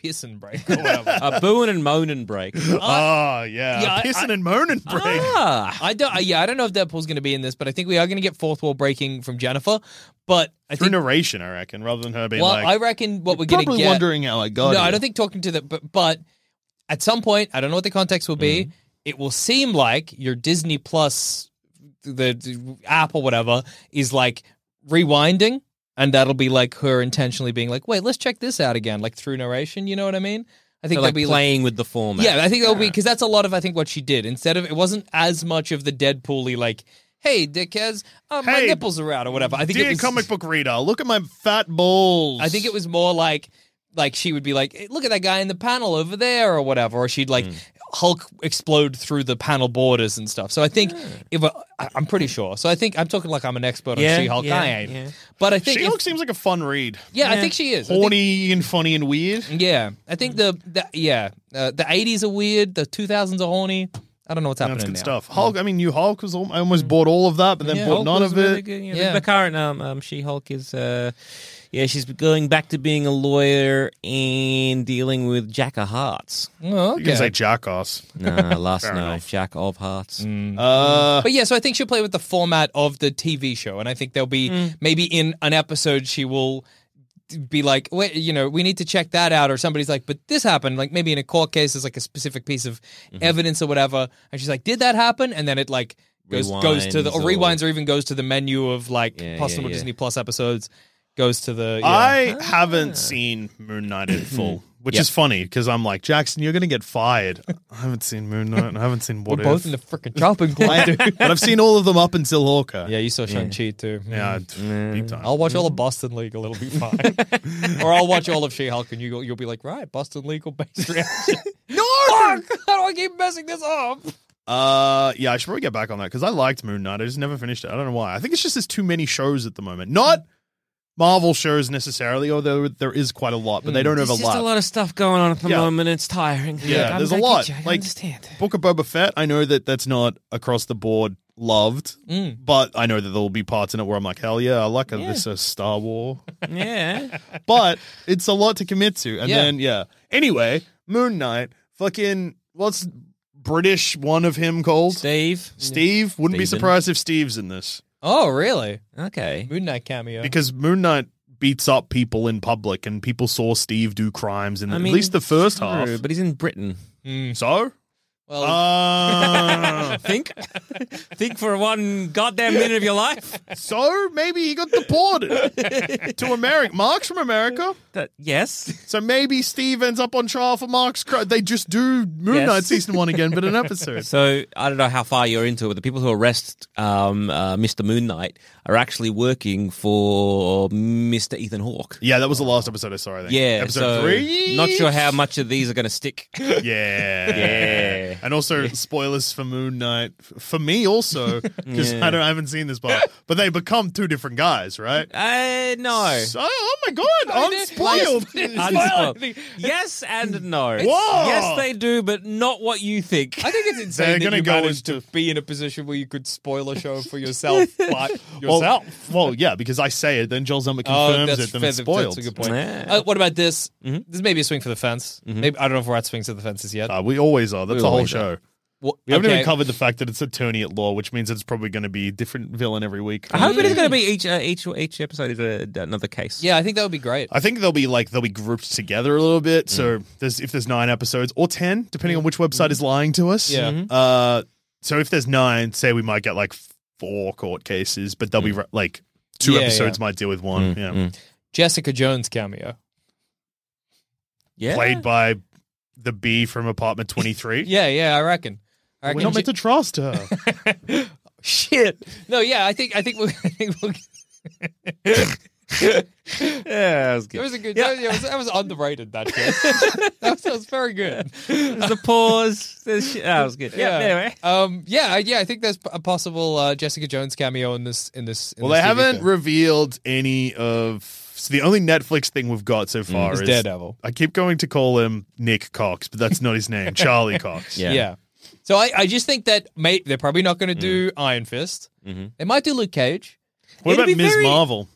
Speaker 4: pissing break or whatever.
Speaker 1: A booing and moaning break.
Speaker 5: Ah, yeah.
Speaker 4: Uh, Yeah, I-
Speaker 5: Pissing and moaning break.
Speaker 1: ah.
Speaker 4: I don't. Yeah, I don't know if Deadpool's going to be in this, but I think we are going to get fourth wall breaking from Jennifer. But I
Speaker 5: Through
Speaker 4: think.
Speaker 5: narration, I reckon, rather than her being
Speaker 4: Well,
Speaker 5: like,
Speaker 4: I reckon what we're going to
Speaker 5: probably
Speaker 4: get.
Speaker 5: wondering how I got
Speaker 4: no, I
Speaker 5: here.
Speaker 4: don't think talking to the but, but at some point, I don't know what the context will
Speaker 5: Mm-hmm.
Speaker 4: be. It will seem like your Disney Plus, the, the app or whatever, is like rewinding, and that'll be like her intentionally being like, "Wait, let's check this out again," like through narration. You know what I mean? I think
Speaker 1: So
Speaker 4: that'll
Speaker 1: like
Speaker 4: be
Speaker 1: playing with the format.
Speaker 4: yeah, I think that'll be because that's a lot of I think what she did. Instead of it wasn't as much of the Deadpool-y like, "Hey, dickheads, uh, my
Speaker 5: Hey,
Speaker 4: nipples are out" or whatever. I think
Speaker 5: Dear
Speaker 4: it was,
Speaker 5: comic book reader, look at my fat balls.
Speaker 4: I think it was more like like she would be like, "Hey, "Look at that guy in the panel over there," or whatever, or she'd
Speaker 5: Hmm.
Speaker 4: like Hulk explode through the panel borders and stuff. So I think if I, I'm pretty sure. So I think I'm talking like I'm an expert
Speaker 1: Yeah,
Speaker 4: on She-Hulk.
Speaker 1: yeah,
Speaker 4: I ain't,
Speaker 1: yeah.
Speaker 4: but I think
Speaker 5: She
Speaker 4: if-
Speaker 5: Hulk seems like a fun read.
Speaker 4: yeah, I think she is. I think- Mm,
Speaker 5: Horny and funny and weird.
Speaker 4: yeah, I think the, the yeah uh, the 80s are weird. The 2000s are horny. I don't know what's happening
Speaker 5: That's good
Speaker 4: now. Mm.
Speaker 5: stuff. Hulk, I mean, new Hulk was. Al- I almost bought all of that, but then bought none of it.
Speaker 4: Yeah.
Speaker 1: The current um, um, She-Hulk is, uh, yeah, she's going back to being a lawyer and dealing with Jack of Hearts.
Speaker 4: Oh,
Speaker 5: You can
Speaker 4: okay.
Speaker 5: say jackass.
Speaker 1: Nah, last
Speaker 5: Fair
Speaker 1: night,
Speaker 5: enough.
Speaker 1: Jack of Hearts.
Speaker 5: Uh,
Speaker 4: But yeah, so I think she'll play with the format of the TV show, and I think there'll be
Speaker 1: Mm.
Speaker 4: maybe in an episode she will be like, wait, you know, we need to check that out, or somebody's like, but this happened, like maybe in a court case, there's like a specific piece of
Speaker 1: Mm-hmm.
Speaker 4: evidence or whatever, and she's like, did that happen? And then it like goes goes to the or
Speaker 1: Rewinds or-
Speaker 4: rewinds or even goes to the menu of like
Speaker 1: Yeah,
Speaker 4: possible
Speaker 1: yeah, yeah.
Speaker 4: Disney Plus episodes, goes to the yeah.
Speaker 5: I haven't seen Moon Knight in full, which is funny because I'm like Jackson, you're going to get fired. I haven't seen Moon Knight. and I haven't seen
Speaker 4: We're
Speaker 5: What
Speaker 4: both
Speaker 5: If.
Speaker 4: in the freaking chopping block,
Speaker 5: I-
Speaker 4: dude.
Speaker 5: but I've seen all of them up until Hawker.
Speaker 4: yeah, you saw Shang Chi too.
Speaker 5: yeah, t- big time.
Speaker 4: I'll watch all of Boston Legal. It'll be fine. or I'll watch all of She-Hulk, and you go, you'll be like, right, Boston Legal based reaction. no, how do I keep messing this up?
Speaker 5: Uh, yeah, I should probably get back on that because I liked Moon Knight. I just never finished it. I don't know why. I think it's just there's too many shows at the moment. Not Marvel shows necessarily, although there is quite a lot, but they don't
Speaker 1: Hmm. There's
Speaker 5: overlap.
Speaker 1: just a lot of stuff going on at the
Speaker 5: Yeah.
Speaker 1: moment. It's tiring.
Speaker 5: Yeah,
Speaker 1: I'm
Speaker 5: there's a
Speaker 1: back at
Speaker 5: lot.
Speaker 1: you, I
Speaker 5: Like-
Speaker 1: understand.
Speaker 5: Book of Boba Fett, I know that that's not across the board loved,
Speaker 1: Hmm.
Speaker 5: but I know that there'll be parts in it where I'm like, hell yeah, I like this uh, Star War.
Speaker 1: Yeah.
Speaker 5: but it's a lot to commit to. And
Speaker 4: Yeah.
Speaker 5: then, yeah. Anyway, Moon Knight, fucking, what's British one of him called?
Speaker 1: Steve.
Speaker 5: Steve? Wouldn't be
Speaker 1: Steven.
Speaker 5: surprised if Steve's in this
Speaker 4: Oh, really?
Speaker 1: Okay.
Speaker 4: Moon Knight cameo.
Speaker 5: because Moon Knight beats up people in public and people saw Steve do crimes in
Speaker 1: I
Speaker 5: the,
Speaker 1: mean,
Speaker 5: at least the first
Speaker 1: true,
Speaker 5: half.
Speaker 1: But he's in Britain.
Speaker 5: So?
Speaker 4: well,
Speaker 5: Uh,
Speaker 1: Think. Think for one goddamn minute of your life.
Speaker 5: so maybe he got deported to America. Mark's from America.
Speaker 1: That, yes.
Speaker 5: So maybe Steve ends up on trial for Mark's crime. They just do Moon
Speaker 1: Yes.
Speaker 5: Knight season one again, but an episode.
Speaker 1: So I don't know how far you're into it, but the people who arrest um, uh, Mr. Moon Knight are actually working for Mr. Ethan Hawke.
Speaker 5: Yeah, that was the last episode I saw, I think.
Speaker 1: Yeah.
Speaker 5: Episode
Speaker 1: so
Speaker 5: three.
Speaker 1: Not sure how much of these are going to stick.
Speaker 5: Yeah. yeah. And also spoilers for Moon Knight. F- For me also, because I don't I haven't seen this part. But they become two different guys, right?
Speaker 1: Uh, no.
Speaker 5: So, oh my god, I'm spoiled.
Speaker 1: Unspoiled. Yes and no.
Speaker 5: Whoa!
Speaker 1: Yes, they do, but not what you think.
Speaker 4: I think it's
Speaker 5: They're
Speaker 4: insane that
Speaker 5: gonna
Speaker 4: you
Speaker 5: go
Speaker 4: managed
Speaker 5: into-
Speaker 4: to be in a position where you could spoil a show for yourself, but
Speaker 5: Well,
Speaker 4: yourself. Oh,
Speaker 5: well, yeah, because I say it, then Joel Zummer
Speaker 1: Oh,
Speaker 5: confirms it, then it's spoiled.
Speaker 4: That's a good point.
Speaker 1: Yeah.
Speaker 4: Uh, what about this? This may be a swing for the fence. Maybe I don't know if we're at swings of the fences yet.
Speaker 5: Uh, we always are. That's
Speaker 1: We
Speaker 5: the whole
Speaker 1: always
Speaker 5: show.
Speaker 4: Well,
Speaker 5: We haven't
Speaker 4: okay.
Speaker 5: even covered the fact that it's attorney at law, which means it's probably going to be a different villain every week.
Speaker 1: I hope it is going to be each uh, each each episode is a, another case.
Speaker 4: Mm. Yeah, I think that would be great.
Speaker 5: I think they'll be like they'll be grouped together a little bit. So there's if there's nine episodes or ten, depending on which website is lying to us.
Speaker 4: Yeah.
Speaker 5: Uh, so if there's nine, say we might get like four court cases, but they'll be re- like two
Speaker 4: Yeah,
Speaker 5: episodes
Speaker 4: yeah.
Speaker 5: might deal with one. Yeah.
Speaker 4: Jessica Jones cameo.
Speaker 1: yeah.
Speaker 5: Played by the B from Apartment Twenty Three.
Speaker 4: Yeah, yeah, I reckon. I reckon
Speaker 5: We're not
Speaker 4: she-
Speaker 5: meant to trust her.
Speaker 4: shit. No, yeah, I think I think we'll. I think we'll
Speaker 1: yeah, that was
Speaker 4: that
Speaker 1: good.
Speaker 4: was a good. That, was, yeah, that was- that was underrated. That show. that, was, that was very good.
Speaker 1: There's a pause. There's sh- that was good. Yeah. Anyway.
Speaker 4: Um. Yeah. I- Yeah. I think there's a possible uh, Jessica Jones cameo in this. In this. In
Speaker 5: well,
Speaker 4: this
Speaker 5: they
Speaker 4: TV
Speaker 5: haven't
Speaker 4: show.
Speaker 5: revealed any of So the only Netflix thing we've got so far
Speaker 4: It's
Speaker 5: is
Speaker 4: Daredevil.
Speaker 5: I keep going to call him Nick Cox, but that's not his name. Charlie Cox.
Speaker 1: Yeah.
Speaker 4: Yeah. So I, I just think that mate, they're probably not going to do Iron Fist. They might do Luke Cage.
Speaker 5: What
Speaker 1: It'd
Speaker 5: about
Speaker 1: be
Speaker 5: Ms.
Speaker 1: very-
Speaker 5: Marvel?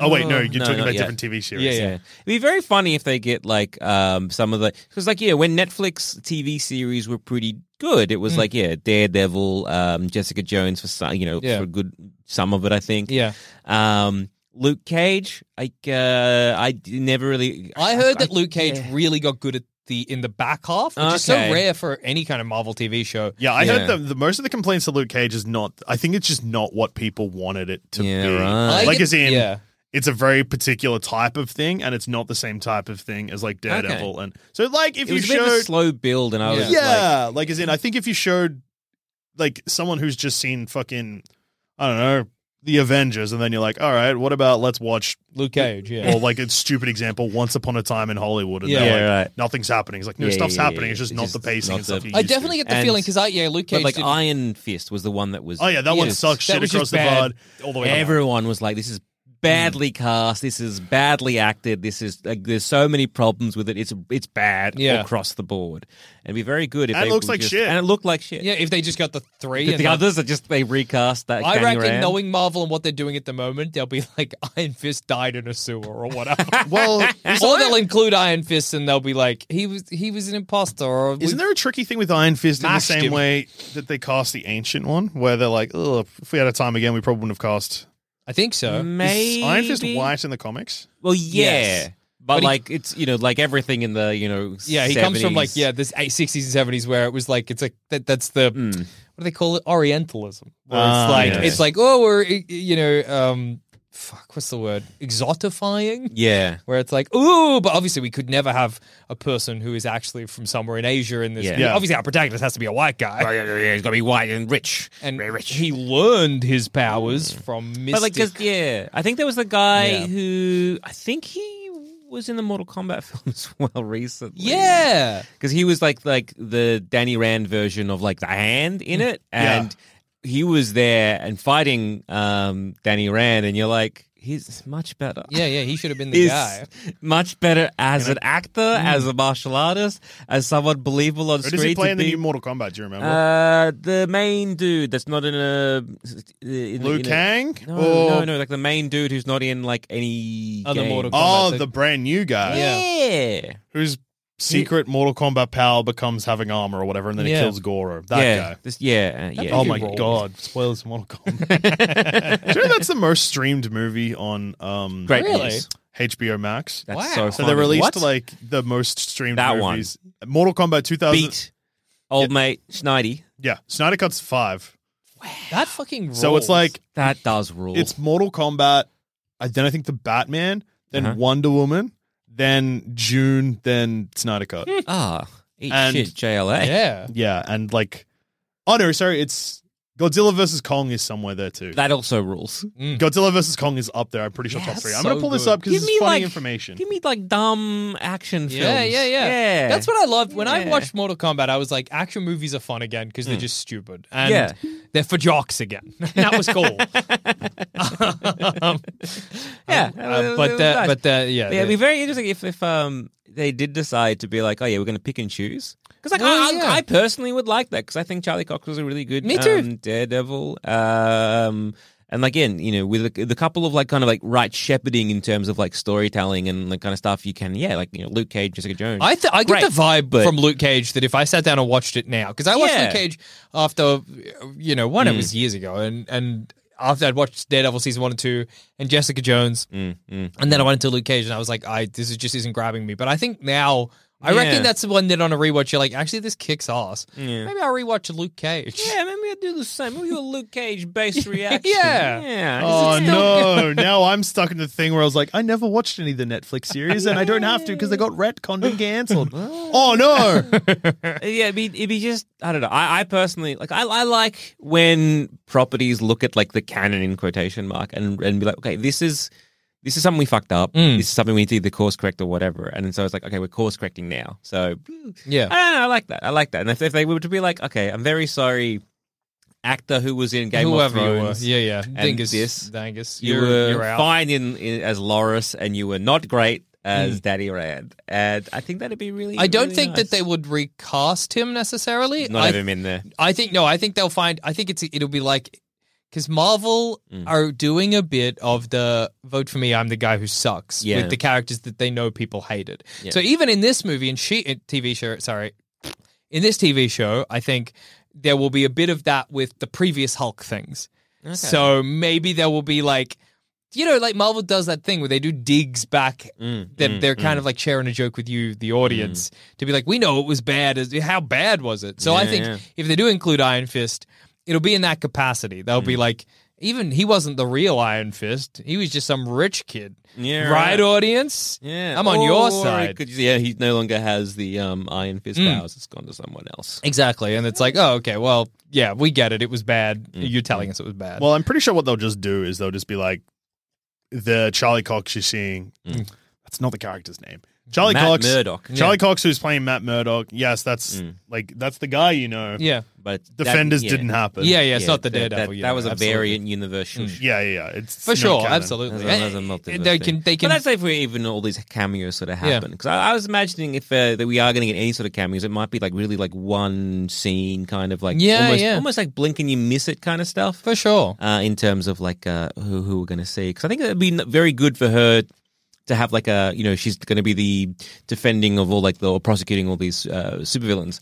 Speaker 5: Oh wait, no,
Speaker 1: Oh,
Speaker 5: you're
Speaker 1: no,
Speaker 5: talking
Speaker 1: not
Speaker 5: about
Speaker 1: yet.
Speaker 5: different TV series.
Speaker 4: Yeah, yeah.
Speaker 1: It'd be very funny if they get like um, some of the because like yeah, when Netflix TV series were pretty good, it
Speaker 4: Mm.
Speaker 1: was like yeah, Daredevil, um, Jessica Jones for some, you know
Speaker 4: Yeah.
Speaker 1: for a good some of it, I think.
Speaker 4: Yeah.
Speaker 1: Um, Luke Cage, like uh, I d- never really.
Speaker 4: I heard that Luke Cage really got good at the in the back half, which is so
Speaker 1: Okay.
Speaker 4: rare for any kind of Marvel TV show.
Speaker 5: Yeah, I
Speaker 1: Yeah.
Speaker 5: heard the, the most of the complaints to Luke Cage is not. I think it's just not what people wanted it to
Speaker 1: Yeah,
Speaker 5: be.
Speaker 1: right.
Speaker 4: I
Speaker 5: Like
Speaker 4: get-
Speaker 5: as in,
Speaker 4: yeah.
Speaker 5: it's a very particular type of thing, and it's not the same type of thing as like Daredevil. And so, like, if
Speaker 1: It
Speaker 5: you
Speaker 1: was a bit of a
Speaker 5: showed,
Speaker 1: slow build, and I was like,
Speaker 5: yeah, like, as in, I think if you showed like someone who's just seen fucking, I don't know, the Avengers, and then you're like, all right, what about let's watch
Speaker 4: Luke Cage, yeah.
Speaker 5: or like a stupid example, Once Upon a Time in Hollywood, and
Speaker 4: Yeah.
Speaker 5: they're
Speaker 1: Yeah,
Speaker 5: like,
Speaker 1: right.
Speaker 5: nothing's happening. It's like no,
Speaker 1: Yeah,
Speaker 5: stuff's
Speaker 1: yeah, yeah,
Speaker 5: happening.
Speaker 1: yeah.
Speaker 5: It's just
Speaker 1: It's
Speaker 5: not
Speaker 1: just
Speaker 5: the pacing
Speaker 1: not
Speaker 5: and stuff.
Speaker 1: the-
Speaker 5: you
Speaker 4: I
Speaker 5: used to.
Speaker 4: definitely get the
Speaker 1: And-
Speaker 4: feeling because I yeah, Luke Cage
Speaker 1: but like
Speaker 4: did-
Speaker 1: Iron Fist was the one that was.
Speaker 5: Oh yeah, that one
Speaker 4: Yes.
Speaker 5: sucks
Speaker 4: That
Speaker 5: shit
Speaker 4: was just
Speaker 5: across the
Speaker 4: bad.
Speaker 5: board. All the way. down. Mm.
Speaker 1: Everyone was like, "This is badly cast. This is badly acted. This is like, there's so many problems with it. It's it's bad
Speaker 4: Yeah.
Speaker 1: across the board." And it'd be very good if
Speaker 5: And it
Speaker 1: they
Speaker 5: looks
Speaker 1: would
Speaker 5: like
Speaker 1: just-
Speaker 5: shit.
Speaker 1: And it looked like shit.
Speaker 4: Yeah, if they just got the three
Speaker 1: But
Speaker 4: and
Speaker 1: the
Speaker 4: not-
Speaker 1: others are just they recast that.
Speaker 4: I
Speaker 1: Danny
Speaker 4: reckon
Speaker 1: Rand.
Speaker 4: knowing Marvel and what they're doing at the moment, they'll be like Iron Fist died in a sewer or whatever.
Speaker 5: Well,
Speaker 4: or they'll include Iron Fist and they'll be like, he was he was an imposter or
Speaker 5: isn't there a tricky thing with Iron Fist in the
Speaker 4: Mashed
Speaker 5: same
Speaker 4: him.
Speaker 5: way that they cast the ancient one, where they're like, oh, if we had a time again, we probably wouldn't have cast.
Speaker 4: I think so.
Speaker 1: maybe
Speaker 5: Is Iron Fist white in the comics?
Speaker 1: Well, yeah,
Speaker 4: Yes.
Speaker 1: but,
Speaker 4: But he-
Speaker 1: like it's you know like everything in the you know
Speaker 4: Yeah, he comes from like
Speaker 1: 70s.
Speaker 4: yeah, this eight- 60s and 70s where it was like it's like that, that's the what do they call it Orientalism. Where
Speaker 5: Ah,
Speaker 4: it's like
Speaker 5: yes.
Speaker 4: it's like oh we're you know um fuck what's the word exotifying
Speaker 1: yeah.
Speaker 4: where it's like ooh but obviously we could never have a person who is actually from somewhere in Asia in this.
Speaker 1: Yeah.
Speaker 5: Yeah.
Speaker 4: Obviously our protagonist has to be a white guy.
Speaker 1: He's got to be white and rich.
Speaker 4: And he learned his powers from Mystic.
Speaker 1: Mm. But like, 'cause- yeah, I think there was the guy
Speaker 4: Yeah.
Speaker 1: who I think he was in the Mortal Kombat film as well recently.
Speaker 4: yeah.
Speaker 1: because he was like like the Danny Rand version of like the hand in it,
Speaker 5: Mm. Yeah.
Speaker 1: and he was there and fighting um, Danny Rand, and you're like, he's much better.
Speaker 4: Yeah, yeah, he should have been the
Speaker 1: He's
Speaker 4: guy.
Speaker 1: much better as an actor, as a martial artist, as someone believable on
Speaker 5: Or
Speaker 1: screen.
Speaker 5: Mm. does he play
Speaker 1: to
Speaker 5: in the
Speaker 1: be-
Speaker 5: new Mortal Kombat? Do you remember?
Speaker 1: uh, the main dude that's not in a in,
Speaker 5: Liu
Speaker 1: in a-
Speaker 5: Kang?
Speaker 1: No,
Speaker 5: Or-
Speaker 1: no, no, like the main dude who's not in like any
Speaker 4: Other
Speaker 1: game.
Speaker 4: Mortal Kombat.
Speaker 5: oh,
Speaker 4: the-
Speaker 5: the brand new guy
Speaker 1: Yeah.
Speaker 5: whose secret Mortal Kombat power becomes having armor or whatever, and then
Speaker 4: Yeah.
Speaker 5: he kills Goro. That
Speaker 1: yeah.
Speaker 5: guy.
Speaker 1: This, yeah. uh, yeah.
Speaker 5: Oh my
Speaker 4: rolled.
Speaker 5: god! Spoilers for Mortal Kombat. Do you know that's the most streamed movie on um,
Speaker 1: Great
Speaker 4: Really?
Speaker 1: news.
Speaker 5: HBO Max?
Speaker 1: That's
Speaker 4: Wow.
Speaker 1: so
Speaker 5: So they
Speaker 1: funny.
Speaker 5: released
Speaker 1: What?
Speaker 5: like the most streamed
Speaker 1: That one.
Speaker 5: movies. Mortal Kombat 2000.
Speaker 1: beat old mate Schneidy.
Speaker 5: Yeah, Snyder Cut's five.
Speaker 4: That fucking rules.
Speaker 5: So it's like
Speaker 1: That does rule.
Speaker 5: it's Mortal Kombat. I then I think the Batman, then
Speaker 1: Uh-huh.
Speaker 5: Wonder Woman, then June, then Snyder Cut.
Speaker 1: ah eat
Speaker 5: And-
Speaker 1: shit JLA.
Speaker 4: yeah.
Speaker 5: yeah, and like, oh no, sorry, it's Godzilla versus Kong is somewhere there too.
Speaker 1: That also rules.
Speaker 5: Godzilla versus Kong is up there. I'm pretty sure
Speaker 4: Yeah,
Speaker 5: top three. I'm
Speaker 4: so
Speaker 5: gonna pull this
Speaker 4: good.
Speaker 5: up because it's funny information.
Speaker 1: Give me like dumb action films.
Speaker 4: Yeah, yeah, yeah,
Speaker 1: yeah.
Speaker 4: That's what I loved. When I
Speaker 1: Yeah. Mm.
Speaker 4: watched Mortal Kombat, I was like, action movies are fun again because they're just stupid. And
Speaker 1: Yeah.
Speaker 4: they're for jocks again. that was cool. Um,
Speaker 1: Yeah,
Speaker 4: Uh, but uh, but uh, yeah.
Speaker 1: yeah, it'd be
Speaker 4: they-
Speaker 1: very interesting if if um they did decide to be like, oh yeah, we're going to pick and choose. Because like
Speaker 4: Well,
Speaker 1: I, I-
Speaker 4: yeah.
Speaker 1: I personally would like that because I think Charlie Cox was a really good
Speaker 4: Me too.
Speaker 1: um, Daredevil. Um, and again, you know, with the, the couple of like kind of like right shepherding in terms of like storytelling and the kind of stuff you can, yeah, like you know, Luke Cage, Jessica Jones.
Speaker 4: I, th- I get
Speaker 1: Great,
Speaker 4: the vibe
Speaker 1: but-
Speaker 4: from Luke Cage that if I sat down and watched it now, because I watched
Speaker 1: Yeah. Mm.
Speaker 4: Luke Cage after, you know, one, it was years ago, and, and after I'd watched Daredevil season one and two and Jessica Jones,
Speaker 1: Mm,
Speaker 4: and then I went into Luke Cage and I was like, I this is just isn't grabbing me. But I think now, I
Speaker 1: Yeah.
Speaker 4: reckon that's the one that on a rewatch, you're like, actually, this kicks ass. Maybe I'll rewatch Luke Cage.
Speaker 1: yeah, maybe I'd do the same. Maybe a Luke Cage based reaction.
Speaker 4: Yeah.
Speaker 1: yeah.
Speaker 5: Oh no! now I'm stuck in the thing where I was like, I never watched any of the Netflix series, and I don't have to because they got retconned and cancelled. oh no!
Speaker 1: yeah, it'd be, it'd be just I don't know. I, I personally like I, I like when properties look at like the canon in quotation mark and and be like, okay, this is this is something we fucked up.
Speaker 4: Mm.
Speaker 1: This is something we need to either course correct or whatever. And so it's like, okay, we're course correcting now. So
Speaker 4: Yeah.
Speaker 1: I don't know. I like that. I like that. And if, if they were to be like, okay, I'm very sorry. actor who was in Game of
Speaker 4: Whoever you were.
Speaker 1: Thrones.
Speaker 4: Yeah, yeah.
Speaker 1: and
Speaker 4: Dingus.
Speaker 1: this.
Speaker 4: Dingus.
Speaker 1: You
Speaker 4: You're,
Speaker 1: were
Speaker 4: you're out.
Speaker 1: fine in, in as Loris, and you were not great as Daddy Rand. And I think that'd be really.
Speaker 4: Mm. I don't
Speaker 1: really
Speaker 4: think
Speaker 1: nice.
Speaker 4: that they would recast him necessarily.
Speaker 1: not
Speaker 4: I,
Speaker 1: have him in there.
Speaker 4: I think no. I think they'll find. I think it's it'll be like because Marvel are doing a bit of the vote for me. I'm the guy who sucks
Speaker 1: Yeah.
Speaker 4: with the characters that they know people hated. So even in this movie and she uh, TV show, sorry, in this TV show, I think there will be a bit of that with the previous Hulk things. So maybe there will be like. You know, like Marvel does that thing where they do digs back
Speaker 1: Mm,
Speaker 4: that they're kind of like sharing a joke with you, the audience, to be like, we know it was bad. As How bad was it? So I
Speaker 1: Yeah,
Speaker 4: think
Speaker 1: yeah.
Speaker 4: if they do include Iron Fist, it'll be in that capacity. They'll
Speaker 1: Mm.
Speaker 4: be like, even he wasn't the real Iron Fist. He was just some rich kid.
Speaker 1: Yeah,
Speaker 4: right,
Speaker 1: right.
Speaker 4: audience?
Speaker 1: Yeah,
Speaker 4: I'm on
Speaker 1: Or
Speaker 4: your
Speaker 1: it
Speaker 4: side. Hmm.
Speaker 1: could- yeah, he no longer has the um, Iron Fist powers. It's gone to someone else.
Speaker 4: Exactly. And it's like, oh, okay, well, yeah, we get it. It was bad.
Speaker 1: Mm,
Speaker 4: You're telling us it was bad.
Speaker 5: Well, I'm pretty sure what they'll just do is they'll just be like, the Charlie Cox you're seeing. That's not the character's name. Charlie
Speaker 1: Hmm. Matt
Speaker 5: Cox.
Speaker 1: Murdock. Hmm.
Speaker 5: Charlie Cox, who's playing Matt Murdock. Yes, that's like that's the guy you know.
Speaker 4: yeah.
Speaker 1: But that-
Speaker 5: Defenders
Speaker 1: yeah.
Speaker 5: didn't happen. Hmm.
Speaker 4: Yeah, yeah, it's
Speaker 1: Yeah,
Speaker 4: not the
Speaker 1: that-
Speaker 4: Daredevil.
Speaker 1: That,
Speaker 4: yeah,
Speaker 1: that was a
Speaker 4: absolutely.
Speaker 1: variant universal. show.
Speaker 5: yeah, yeah. yeah. It's
Speaker 4: For
Speaker 5: no
Speaker 4: sure,
Speaker 5: canon.
Speaker 4: absolutely. Eh,
Speaker 1: There's another multiverse
Speaker 4: they
Speaker 1: thing.
Speaker 4: can, they can,
Speaker 1: But I'd say for even all these cameos sort of
Speaker 4: Yeah.
Speaker 1: happen because I, I was imagining if uh, that we are going to get any sort of cameos, it might be like really like one scene kind of like
Speaker 4: Yeah,
Speaker 1: almost,
Speaker 4: yeah.
Speaker 1: almost like blink and you miss it kind of stuff.
Speaker 4: for sure.
Speaker 1: uh, in terms of like uh, who who we're going to see. Because I think it'd be n- very good for her to have like a you know she's going to be the defending of all like the or prosecuting all these uh, supervillains.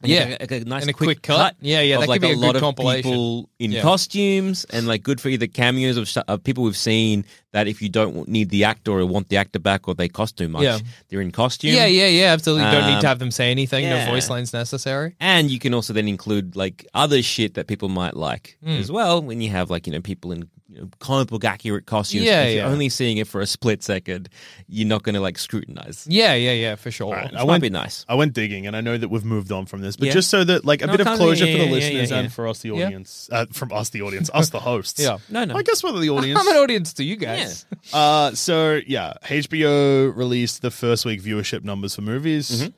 Speaker 1: And
Speaker 4: Yeah.
Speaker 1: like a, like a nice
Speaker 4: And a
Speaker 1: quick,
Speaker 4: quick cut. Yeah, yeah,
Speaker 1: Of
Speaker 4: that could
Speaker 1: like
Speaker 4: be a good
Speaker 1: lot of
Speaker 4: compilation.
Speaker 1: people in
Speaker 4: Yeah.
Speaker 1: costumes and like good for either cameos of, stu- of people we've seen that if you don't want- need the actor or want the actor back or they cost too much,
Speaker 4: Yeah.
Speaker 1: they're in costume.
Speaker 4: Yeah, yeah, yeah, absolutely. You Don't need
Speaker 1: Um,
Speaker 4: to have them say anything.
Speaker 1: yeah.
Speaker 4: No voice lines necessary.
Speaker 1: And you can also then include like other shit that people might like
Speaker 4: Hmm.
Speaker 1: as well when you have like, you know, people in you know, comic book accurate costumes.
Speaker 4: Yeah,
Speaker 1: if
Speaker 4: yeah.
Speaker 1: you're only seeing it for a split second, you're not going to like scrutinize.
Speaker 4: Yeah, yeah, yeah, for sure.
Speaker 5: All right,
Speaker 1: Which might
Speaker 5: went-
Speaker 1: be nice.
Speaker 5: I went digging, and I know that we've moved on from this, but
Speaker 1: Yeah.
Speaker 5: just so that like a
Speaker 1: No,
Speaker 5: bit of
Speaker 1: kinda,
Speaker 5: closure
Speaker 1: yeah,
Speaker 5: for the
Speaker 1: yeah, yeah,
Speaker 5: listeners
Speaker 1: yeah,
Speaker 5: and
Speaker 1: yeah.
Speaker 5: for us, the
Speaker 4: Yeah.
Speaker 5: audience, uh, from us, the audience, us, the hosts.
Speaker 4: Yeah.
Speaker 1: No, no.
Speaker 5: I guess we're the audience.
Speaker 4: I'm an audience to you guys.
Speaker 5: Uh, so yeah, HBO released the first week viewership numbers for movies.
Speaker 4: Mm-hmm.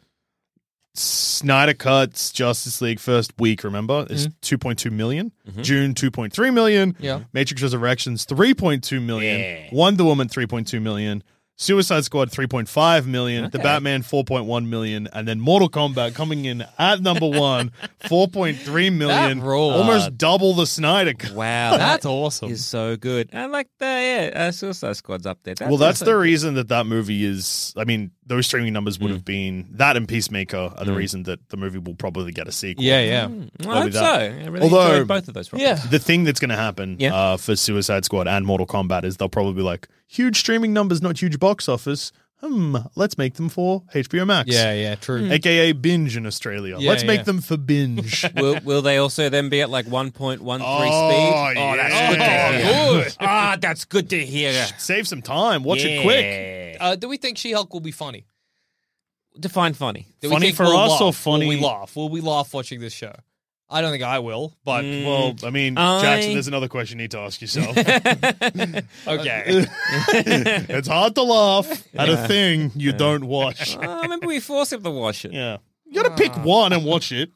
Speaker 5: Snyder cuts Justice League first week. Remember, it's two point two million. June two point three million.
Speaker 4: Mm-hmm. Yeah.
Speaker 5: Matrix Resurrections three point two million. Wonder Woman three point two million. Suicide Squad 3.5 million, The Batman 4.1 million, and then Mortal Kombat coming in at number one, 4.3 million.
Speaker 4: That Uh, rules.
Speaker 5: Almost double the Snyder Cut.
Speaker 1: Wow.
Speaker 4: That's
Speaker 1: that
Speaker 4: awesome.
Speaker 1: Is so good. And like the yeah, uh, Suicide Squad's up there.
Speaker 5: well, that's
Speaker 1: also-
Speaker 5: the reason that that movie is. I mean, those streaming numbers would
Speaker 4: Mm.
Speaker 5: have been that and Peacemaker are the reason that the movie will probably get a sequel.
Speaker 4: Yeah, yeah.
Speaker 1: Hmm, I hope
Speaker 5: Probably
Speaker 1: so.
Speaker 5: that.
Speaker 1: I really
Speaker 5: Although-
Speaker 1: enjoyed both of those. Rockets.
Speaker 4: Yeah.
Speaker 5: The thing that's going to happen
Speaker 1: Yeah.
Speaker 5: uh, for Suicide Squad and Mortal Kombat is they'll probably be like huge streaming numbers, not huge box office. Hmm, let's make them for HBO Max.
Speaker 4: Yeah, yeah, true.
Speaker 1: Hmm.
Speaker 5: aka binge in Australia.
Speaker 4: Yeah,
Speaker 5: let's make
Speaker 4: yeah.
Speaker 5: them for binge.
Speaker 1: will, will they also then be at like 1.13
Speaker 5: Oh,
Speaker 1: speed? Oh, that's
Speaker 5: yeah.
Speaker 1: good
Speaker 5: Oh,
Speaker 1: to hear.
Speaker 5: good.
Speaker 1: Ah, that's good to hear.
Speaker 5: Save some time. Watch it quick.
Speaker 4: Uh, do we think She Hulk will be funny?
Speaker 1: Define funny.
Speaker 4: Do we
Speaker 5: Funny
Speaker 4: think
Speaker 5: for
Speaker 4: we'll
Speaker 5: us or
Speaker 4: laugh?
Speaker 5: funny-
Speaker 4: Will we laugh? Will we laugh watching this show? I don't think I will, but
Speaker 5: Well, I mean,
Speaker 1: I-
Speaker 5: Jackson, there's another question you need to ask yourself.
Speaker 4: okay.
Speaker 5: it's hard to laugh at a thing you don't watch.
Speaker 1: Uh, maybe we force him to wash it.
Speaker 5: Yeah. You gotta
Speaker 1: Ah.
Speaker 5: pick one and watch it.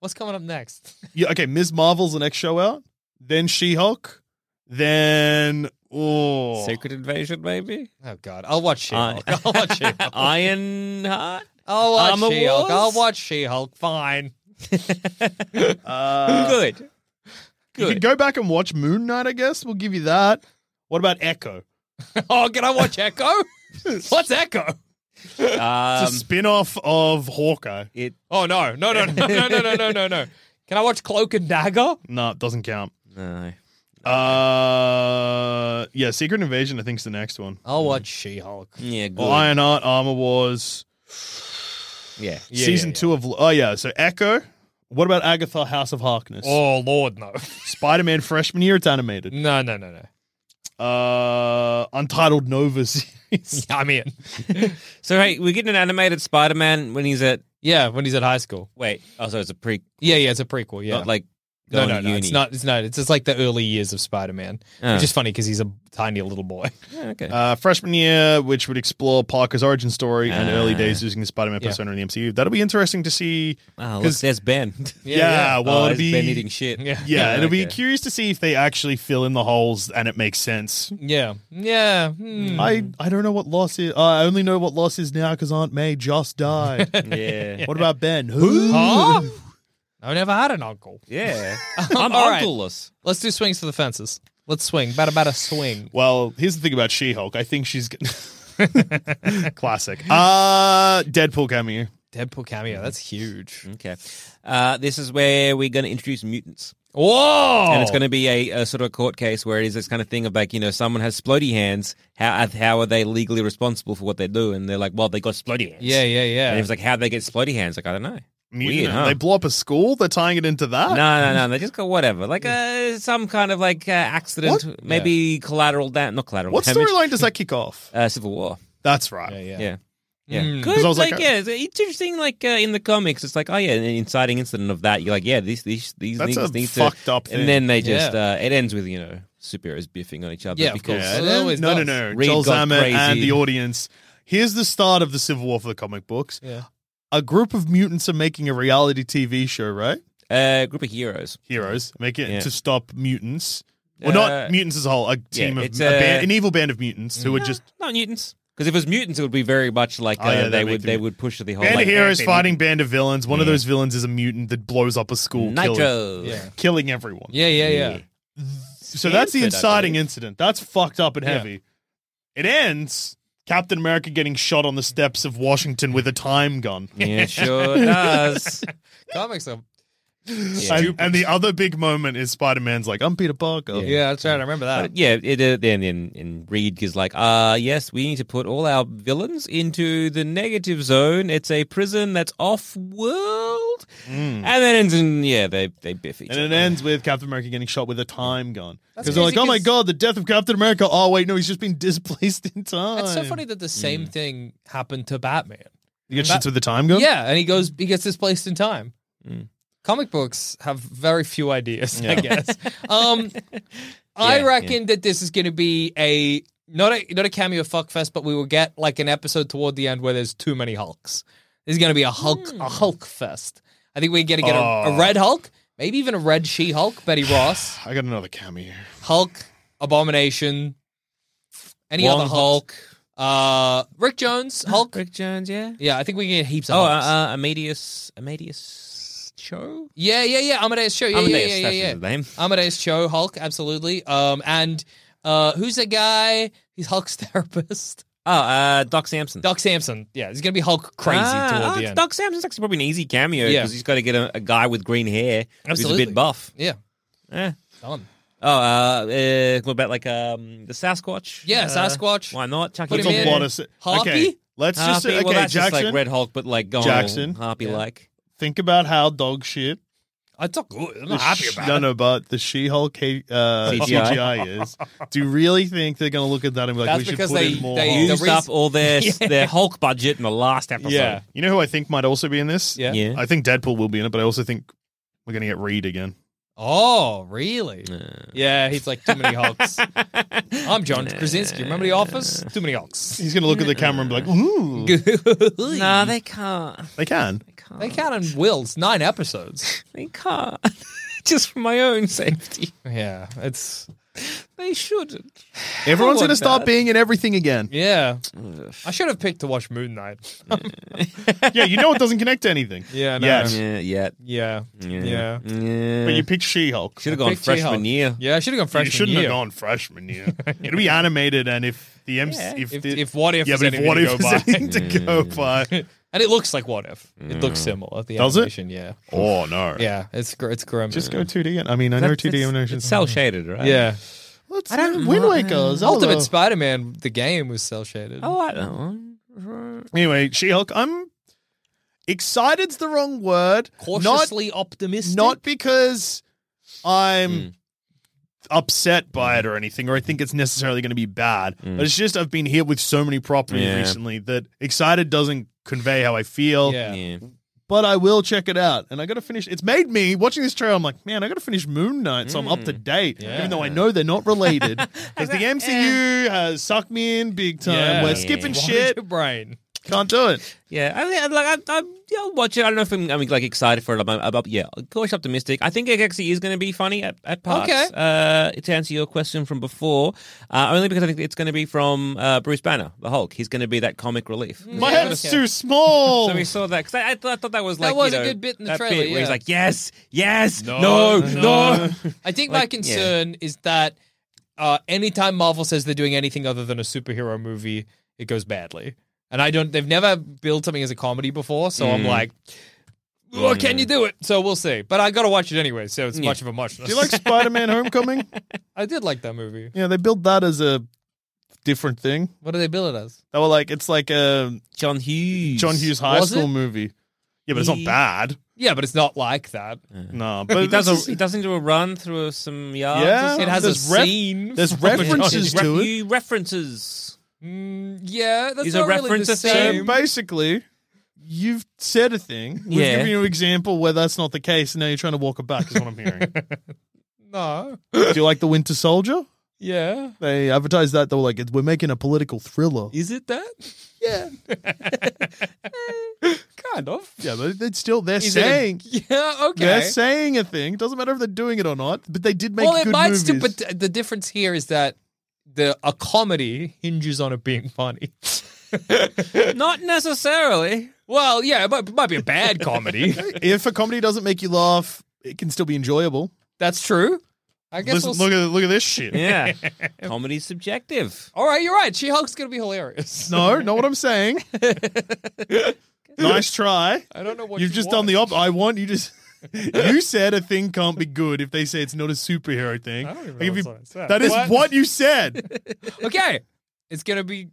Speaker 4: What's coming up next?
Speaker 5: Yeah, okay, Ms. Marvel's the next show out, then She Hulk, then oh
Speaker 1: Secret Invasion, maybe?
Speaker 4: Oh God, I'll watch She
Speaker 1: I-
Speaker 5: Uh,
Speaker 4: Hulk. I'll watch She Hulk.
Speaker 1: Iron Heart?
Speaker 4: I'll watch
Speaker 1: Armor
Speaker 4: She Hulk.
Speaker 1: Wars?
Speaker 4: I'll watch She Hulk. Fine.
Speaker 1: good.
Speaker 5: Uh, You could go back and watch Moon Knight, I guess. We'll give you that. What about Echo?
Speaker 4: Oh, can I watch Echo? What's Echo?
Speaker 1: Um,
Speaker 5: It's a spin-off of Hawkeye.
Speaker 1: it,
Speaker 4: Oh no, no, no, no, no, no, no, no, no, no. Can I watch Cloak and Dagger?
Speaker 5: No, it doesn't count.
Speaker 1: no.
Speaker 5: Uh yeah, Secret Invasion, I think, is the next one.
Speaker 4: I'll watch She Hulk.
Speaker 1: Yeah, good.
Speaker 5: Well, Iron Art, Armor Wars,
Speaker 1: yeah.
Speaker 5: season
Speaker 4: yeah,
Speaker 5: two of Oh yeah, so Echo. What about Agatha House of Harkness?
Speaker 4: Oh Lord, no,
Speaker 5: Spider-Man freshman year, it's animated.
Speaker 4: no, no, no, no.
Speaker 5: Uh Untitled Nova series.
Speaker 4: I'm in.
Speaker 1: So, hey, we're getting an animated Spider Man when he's at.
Speaker 4: Yeah, when he's at high school.
Speaker 1: Wait. Oh, so it's a pre.
Speaker 4: Yeah, yeah, it's a prequel. Yeah,
Speaker 1: Not like
Speaker 4: No,
Speaker 1: going
Speaker 4: no,
Speaker 1: to
Speaker 4: no.
Speaker 1: uni.
Speaker 4: It's not. It's not. It's just like the early years of Spider-Man,
Speaker 1: Oh.
Speaker 4: which is funny because he's a tiny little boy.
Speaker 1: Okay.
Speaker 5: Uh, freshman year, which would explore Parker's origin story and
Speaker 1: Ah.
Speaker 5: early days using the Spider-Man
Speaker 4: Yeah.
Speaker 5: persona in the MCU. That'll be interesting to see.
Speaker 1: Ah,
Speaker 5: 'cause-
Speaker 1: look, there's Ben.
Speaker 5: yeah, well,
Speaker 1: oh,
Speaker 5: it'll
Speaker 1: there's
Speaker 5: be
Speaker 1: Ben eating shit.
Speaker 4: Yeah.
Speaker 5: Yeah, it'll be
Speaker 1: okay.
Speaker 5: curious to see if they actually fill in the holes and it makes sense.
Speaker 4: Yeah, yeah. Hmm.
Speaker 5: I, I don't know what loss is. Uh, I only know what loss is now because Aunt May just died.
Speaker 1: Yeah.
Speaker 5: What about Ben? Who?
Speaker 4: Huh? I never had an uncle.
Speaker 1: yeah. I'm
Speaker 4: All right.
Speaker 1: uncleless.
Speaker 4: Let's do swings for the fences. Let's swing. Bada bada swing.
Speaker 5: Well, here's the thing about She-Hulk. I think she's g- classic. Uh Deadpool cameo.
Speaker 4: Deadpool cameo. That's huge.
Speaker 1: Okay. Uh, this is where we're going to introduce mutants.
Speaker 4: Whoa!
Speaker 1: And
Speaker 5: Oh.
Speaker 1: it's going to be a, a sort of court case where it is this kind of thing of like, you know, someone has splody hands. How how are they legally responsible for what they do? And they're like, well, they got splody hands.
Speaker 4: Yeah, yeah, yeah.
Speaker 1: And he was like, how'd they get splody hands? Like, I don't know.
Speaker 5: Mutant.
Speaker 1: Weird, huh?
Speaker 5: They blow up a school. They're tying it into that.
Speaker 1: no, no, no. They just got whatever. Like uh, some kind of like uh, accident,
Speaker 5: What?
Speaker 1: maybe collateral damage, not collateral
Speaker 5: What
Speaker 1: damage.
Speaker 5: storyline does that kick off?
Speaker 1: Uh, Civil War.
Speaker 5: That's right.
Speaker 4: yeah, yeah.
Speaker 1: Yeah. Yeah,
Speaker 4: Mm.
Speaker 1: good.
Speaker 5: 'Cause I was
Speaker 1: like,
Speaker 5: like, uh,
Speaker 1: yeah, it's it's interesting. Like uh, in the comics, it's like, oh yeah, an inciting incident of that. You're like, yeah, these these these
Speaker 5: That's
Speaker 1: things
Speaker 5: a
Speaker 1: need
Speaker 5: fucked
Speaker 1: to.
Speaker 5: up thing.
Speaker 1: And then they just
Speaker 4: Yeah.
Speaker 1: uh, it ends with you know superheroes biffing on each other.
Speaker 4: Yeah, of
Speaker 1: because,
Speaker 4: course. It
Speaker 5: no,
Speaker 4: always
Speaker 5: no, no,
Speaker 4: does.
Speaker 5: no.
Speaker 1: Reed
Speaker 5: Joel
Speaker 1: got
Speaker 5: Zammett
Speaker 1: crazy.
Speaker 5: and the audience. Here's the start of the Civil War for the comic books.
Speaker 4: Yeah.
Speaker 5: A group of mutants are making a reality TV show, right?
Speaker 1: Uh, group of heroes.
Speaker 5: Heroes make it
Speaker 1: Yeah.
Speaker 5: to stop mutants. Well,
Speaker 1: Uh,
Speaker 5: not mutants as a whole. A
Speaker 1: yeah,
Speaker 5: team of
Speaker 1: it's,
Speaker 5: a band,
Speaker 1: uh,
Speaker 5: an evil band of mutants
Speaker 4: Mm.
Speaker 5: who are just
Speaker 1: Not mutants. Because if it was mutants, it would be very much like uh,
Speaker 5: Oh, yeah,
Speaker 1: they
Speaker 5: they make
Speaker 1: would
Speaker 5: the
Speaker 1: they
Speaker 5: mut-
Speaker 1: would push to the whole
Speaker 5: band
Speaker 1: like,
Speaker 5: of heroes
Speaker 1: eh,
Speaker 5: fighting band of villains. One of
Speaker 1: Yeah.
Speaker 5: those villains is a mutant that blows up a school, killing,
Speaker 1: Nitro.
Speaker 4: Yeah.
Speaker 5: killing everyone.
Speaker 4: Yeah, yeah, yeah.
Speaker 5: So that's the
Speaker 1: Stanford, I
Speaker 5: inciting
Speaker 1: believe.
Speaker 5: incident. That's fucked up and
Speaker 4: Yeah.
Speaker 5: heavy. It ends Captain America getting shot on the steps of Washington with a time gun.
Speaker 1: Yeah, sure does.
Speaker 4: Comics are.
Speaker 1: Yeah.
Speaker 5: And, and the other big moment is Spider Man's like, I'm Peter Parker.
Speaker 4: Yeah, that's right. I remember that.
Speaker 1: But yeah, it, uh, then and, and Reed is like, uh, yes, we need to put all our villains into the negative zone. It's a prison that's off world. And then ends in, yeah, they, they biff each
Speaker 5: Hmm. And
Speaker 1: other.
Speaker 5: it ends with Captain America getting shot with a time gun. Because they're
Speaker 4: crazy
Speaker 5: like, oh my
Speaker 4: 'cause-
Speaker 5: god, the death of Captain America. Oh, wait, no, he's just been displaced in time.
Speaker 4: That's so funny that the same
Speaker 1: Hmm.
Speaker 4: thing happened to Batman.
Speaker 5: You get shits with the time gun?
Speaker 4: Yeah, and he goes, he gets displaced in time.
Speaker 1: Hmm.
Speaker 4: Comic books have very few ideas, I guess. um, I
Speaker 1: Yeah,
Speaker 4: reckon that this is going to be a not a not a cameo fuckfest, but we will get like an episode toward the end where there's too many Hulks. There's going to be a Hulk
Speaker 1: Hmm.
Speaker 4: a Hulk fest. I think we're going to get a, a
Speaker 5: Oh.
Speaker 4: Red Hulk, maybe even a Red She Hulk, Betty Ross,
Speaker 5: I got another cameo.
Speaker 4: Hulk, Abomination, any
Speaker 1: Wong
Speaker 4: other Hulk, uh, Rick Jones, Hulk.
Speaker 1: Rick Jones, yeah.
Speaker 4: Yeah, I think we can get heaps of
Speaker 1: Oh, uh,
Speaker 4: Hulks.
Speaker 1: uh, Amadeus, Amadeus Cho?
Speaker 4: Yeah, yeah, yeah. Amadeus Cho. Yeah,
Speaker 1: Amadeus,
Speaker 4: yeah, yeah,
Speaker 1: that's
Speaker 4: yeah, yeah.
Speaker 1: his name.
Speaker 4: Amadeus Cho, Hulk, absolutely. Um, and uh, who's the guy? He's Hulk's therapist,
Speaker 1: Oh, uh, Doc Samson.
Speaker 4: Doc Samson. Yeah, he's gonna be Hulk crazy
Speaker 1: Ah,
Speaker 4: toward
Speaker 1: oh,
Speaker 4: the
Speaker 1: it's
Speaker 4: end.
Speaker 1: Doc Samson's actually probably an easy cameo
Speaker 4: Yeah.
Speaker 1: because he's got to get a, a guy with green hair who's a
Speaker 4: Absolutely.
Speaker 1: bit buff.
Speaker 4: yeah,
Speaker 1: Eh.
Speaker 4: done.
Speaker 1: Oh, uh, uh, what about like um, the Sasquatch?
Speaker 4: Yeah,
Speaker 1: Uh,
Speaker 4: Sasquatch.
Speaker 1: Why not? Chuck
Speaker 4: Put
Speaker 1: E.
Speaker 4: him
Speaker 1: Cheese.
Speaker 4: in.
Speaker 5: That's a lot of. se-
Speaker 4: Harpy?
Speaker 5: Okay, let's just
Speaker 1: Harpy,
Speaker 5: say, okay,
Speaker 1: well, that's just
Speaker 5: Jackson.
Speaker 1: like Red Hulk, but like going
Speaker 5: Jackson.
Speaker 1: Harpy like.
Speaker 5: think about how dog shit
Speaker 4: I talk good. I'm
Speaker 5: the
Speaker 4: not happy
Speaker 5: sh-
Speaker 4: about
Speaker 5: no,
Speaker 4: it.
Speaker 5: no, but the She-Hulk K- uh,
Speaker 1: CGI.
Speaker 5: CGI. is. Do you really think they're going to look at that and be like,
Speaker 4: That's
Speaker 5: we should
Speaker 4: because
Speaker 5: put
Speaker 4: they-
Speaker 5: in more?
Speaker 4: they-
Speaker 5: Hulk?
Speaker 4: the
Speaker 1: Used up
Speaker 4: reason-
Speaker 1: all their their Hulk budget in the last episode.
Speaker 4: Yeah.
Speaker 5: you know who I think might also be in this?
Speaker 4: Yeah.
Speaker 1: Yeah.
Speaker 5: I think Deadpool will be in it, but I also think we're going to get Reed again.
Speaker 4: Oh, really? Yeah, he's like too many Hulks. I'm John Krasinski. Remember The Office? Too many Hulks.
Speaker 5: He's going to look at the camera and be like, ooh,
Speaker 1: No, they can't.
Speaker 5: they can.
Speaker 4: They count on Will's nine episodes.
Speaker 1: They can't. Just for my own safety.
Speaker 4: Yeah, it's
Speaker 1: They shouldn't.
Speaker 5: Everyone's
Speaker 1: want
Speaker 5: going to start
Speaker 1: that.
Speaker 5: being in everything again.
Speaker 4: yeah. I should have picked to watch Moon Knight.
Speaker 5: yeah, you know it doesn't connect to anything.
Speaker 4: Yeah, no.
Speaker 5: Yes.
Speaker 1: Yeah, yeah.
Speaker 4: Yeah.
Speaker 1: Yeah.
Speaker 4: Yeah.
Speaker 5: But you picked She-Hulk.
Speaker 1: should have gone
Speaker 4: Big She-Hulk.
Speaker 1: freshman year.
Speaker 4: Yeah, I should have gone
Speaker 5: You
Speaker 4: freshman
Speaker 5: shouldn't
Speaker 4: year.
Speaker 5: have gone freshman year. It'll be animated, and if the MC,
Speaker 1: Yeah.
Speaker 5: if,
Speaker 4: If,
Speaker 5: the,
Speaker 4: if what if
Speaker 5: yeah,
Speaker 4: is
Speaker 5: but if
Speaker 4: anything
Speaker 5: what
Speaker 4: to go
Speaker 5: if
Speaker 4: by.
Speaker 5: is anything to go by?
Speaker 4: and it looks like what if. It looks similar. The
Speaker 5: Does it?
Speaker 4: animation, yeah,
Speaker 5: Oh no!
Speaker 4: yeah, it's gr- it's grim.
Speaker 5: Just go 2D. I mean, I know 2D animation.
Speaker 1: It's cell shaded, right?
Speaker 4: yeah.
Speaker 5: Let's I don't Wind Waker,
Speaker 4: Ultimate Spider-Man, the game was cel shaded.
Speaker 5: Oh,
Speaker 1: I like that one.
Speaker 5: Anyway, She-Hulk. I'm excited's the wrong word.
Speaker 4: cautiously optimistic.
Speaker 5: not not because I'm upset by it or anything, or I think it's necessarily going to be bad. But it's just I've been hit with so many properties
Speaker 1: Yeah.
Speaker 5: recently that excited doesn't convey how I feel.
Speaker 4: yeah.
Speaker 1: Yeah.
Speaker 5: but I will check it out. And I got to finish. It's made me watching this trailer. I'm like, man, I got to finish Moon Knight, so I'm up
Speaker 1: Mm.
Speaker 5: to date, even though I know they're not related. Because the MCU has sucked me in big time.
Speaker 4: Yeah.
Speaker 5: We're skipping
Speaker 4: Wide
Speaker 5: shit.
Speaker 4: your brain.
Speaker 5: Can't do it.
Speaker 1: Yeah, I mean, like I, I, yeah, I'll watch it. I don't know if I'm, I'm like excited for it. I'm, I'm, yeah, of course, optimistic. I think it actually is going to be funny at, at parts.
Speaker 4: Okay.
Speaker 1: Uh, to answer your question from before, uh, only because I think it's going to be from uh, Bruce Banner, the Hulk. He's going to be that comic relief.
Speaker 4: Mm.
Speaker 5: My head is too small.
Speaker 1: So we saw that because I, I, thought- I thought that was
Speaker 4: Oh. That
Speaker 1: like
Speaker 4: was
Speaker 1: you
Speaker 4: a
Speaker 1: know,
Speaker 4: good bit in the
Speaker 1: that
Speaker 4: trailer,
Speaker 1: bit where
Speaker 4: yeah.
Speaker 1: he's like, yes, yes, no, no.
Speaker 4: I think my
Speaker 1: Like, yeah.
Speaker 4: concern is that uh, anytime Marvel says they're doing anything other than a superhero movie, it goes badly. And I don't. They've never built something as a comedy before, so I'm like, well, can you do it? So we'll see. But I got to watch it anyway, so it's much of a muchness.
Speaker 5: do you like Spider Man Homecoming?
Speaker 4: I did like that movie.
Speaker 5: Yeah, they build that as a different thing.
Speaker 4: What do they bill it as?
Speaker 5: They were like, it's like a
Speaker 1: John Hughes.
Speaker 5: John Hughes high
Speaker 4: Was
Speaker 5: school
Speaker 4: it?
Speaker 5: movie. Yeah, but it's not
Speaker 1: He-
Speaker 5: bad.
Speaker 4: Yeah, but it's not like that.
Speaker 5: No, but
Speaker 1: He does
Speaker 5: this
Speaker 1: a
Speaker 5: is-
Speaker 1: he doesn't do a run through some yards.
Speaker 5: Yeah,
Speaker 1: or
Speaker 4: It has
Speaker 5: There's
Speaker 4: a
Speaker 5: ref-
Speaker 4: scene.
Speaker 5: there's
Speaker 4: from-
Speaker 5: references
Speaker 1: something.
Speaker 5: to it.
Speaker 1: He references.
Speaker 4: Mm, yeah, that's
Speaker 1: Is a
Speaker 4: not really
Speaker 1: reference
Speaker 4: the
Speaker 1: a thing?
Speaker 5: So
Speaker 4: same.
Speaker 5: basically, you've said a thing. We've
Speaker 1: Yeah.
Speaker 5: given you an example where that's not the case, and now you're trying to walk it back. Is what I'm hearing.
Speaker 4: No.
Speaker 5: Do you like the Winter Soldier?
Speaker 4: Yeah.
Speaker 5: They advertised that they were like, "It's- "We're making a political thriller."
Speaker 4: Is it that?
Speaker 5: Yeah,
Speaker 4: Kind of.
Speaker 5: yeah, but it's still they're
Speaker 4: Is it a-
Speaker 5: saying
Speaker 4: yeah. Okay.
Speaker 5: they're saying a thing. Doesn't matter if they're doing it or not. But they did make
Speaker 4: well, it
Speaker 5: good
Speaker 4: might
Speaker 5: movies.
Speaker 4: still, but th- the difference here is that the a comedy hinges on it being funny.
Speaker 1: Not necessarily.
Speaker 4: well, yeah, it might, it might be a bad comedy.
Speaker 5: if a comedy doesn't make you laugh, it can still be enjoyable.
Speaker 4: That's true. I guess. we'll s-
Speaker 5: at look at this shit.
Speaker 1: Yeah. Comedy's subjective.
Speaker 4: All right, you're right. She Hulk's gonna be hilarious.
Speaker 5: No, not what I'm saying. nice try.
Speaker 4: I don't know what
Speaker 5: You've
Speaker 4: you
Speaker 5: just
Speaker 4: want.
Speaker 5: done the op. I want you just. you said a thing can't be good if they say it's not a superhero thing.
Speaker 4: I don't even
Speaker 5: Like,
Speaker 4: know
Speaker 5: if
Speaker 4: what
Speaker 5: you-
Speaker 4: I said.
Speaker 5: that is
Speaker 4: What?
Speaker 5: what you said.
Speaker 4: Okay, it's gonna be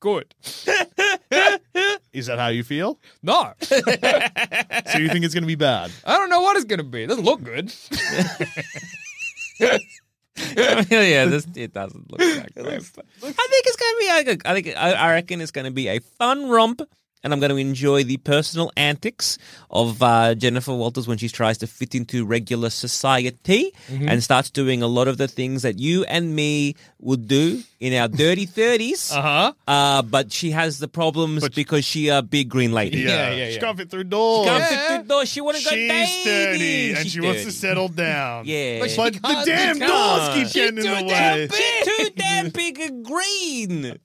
Speaker 4: good.
Speaker 5: is that how you feel?
Speaker 4: No,
Speaker 5: So you think it's going to be bad?
Speaker 4: I don't know what it's gonna be. It doesn't look good.
Speaker 1: Oh, yeah, this, it doesn't look that great. I think it's going to be. a- I think I, I reckon it's going to be a fun romp, and I'm going to enjoy the personal antics of uh, Jennifer Walters when she tries to fit into regular society
Speaker 5: Mm-hmm.
Speaker 1: and starts doing a lot of the things that you and me would do in our dirty 30s.
Speaker 4: Uh huh.
Speaker 5: Uh-huh.
Speaker 1: Uh, but she has the problems because she a big green lady.
Speaker 4: Yeah, yeah,
Speaker 5: She
Speaker 4: yeah.
Speaker 5: can't fit through doors.
Speaker 1: Can't fit through the door. She want to go
Speaker 5: She's
Speaker 1: baby.
Speaker 5: dirty and
Speaker 1: She's
Speaker 5: she wants to
Speaker 1: dirty.
Speaker 5: settle down.
Speaker 1: Yeah.
Speaker 5: But,
Speaker 1: But she
Speaker 5: the
Speaker 4: can't-
Speaker 5: damn
Speaker 4: she
Speaker 5: doors
Speaker 1: can't.
Speaker 5: keep
Speaker 1: She
Speaker 5: getting in the
Speaker 4: too
Speaker 5: way.
Speaker 4: damn
Speaker 1: She's too damn big and green.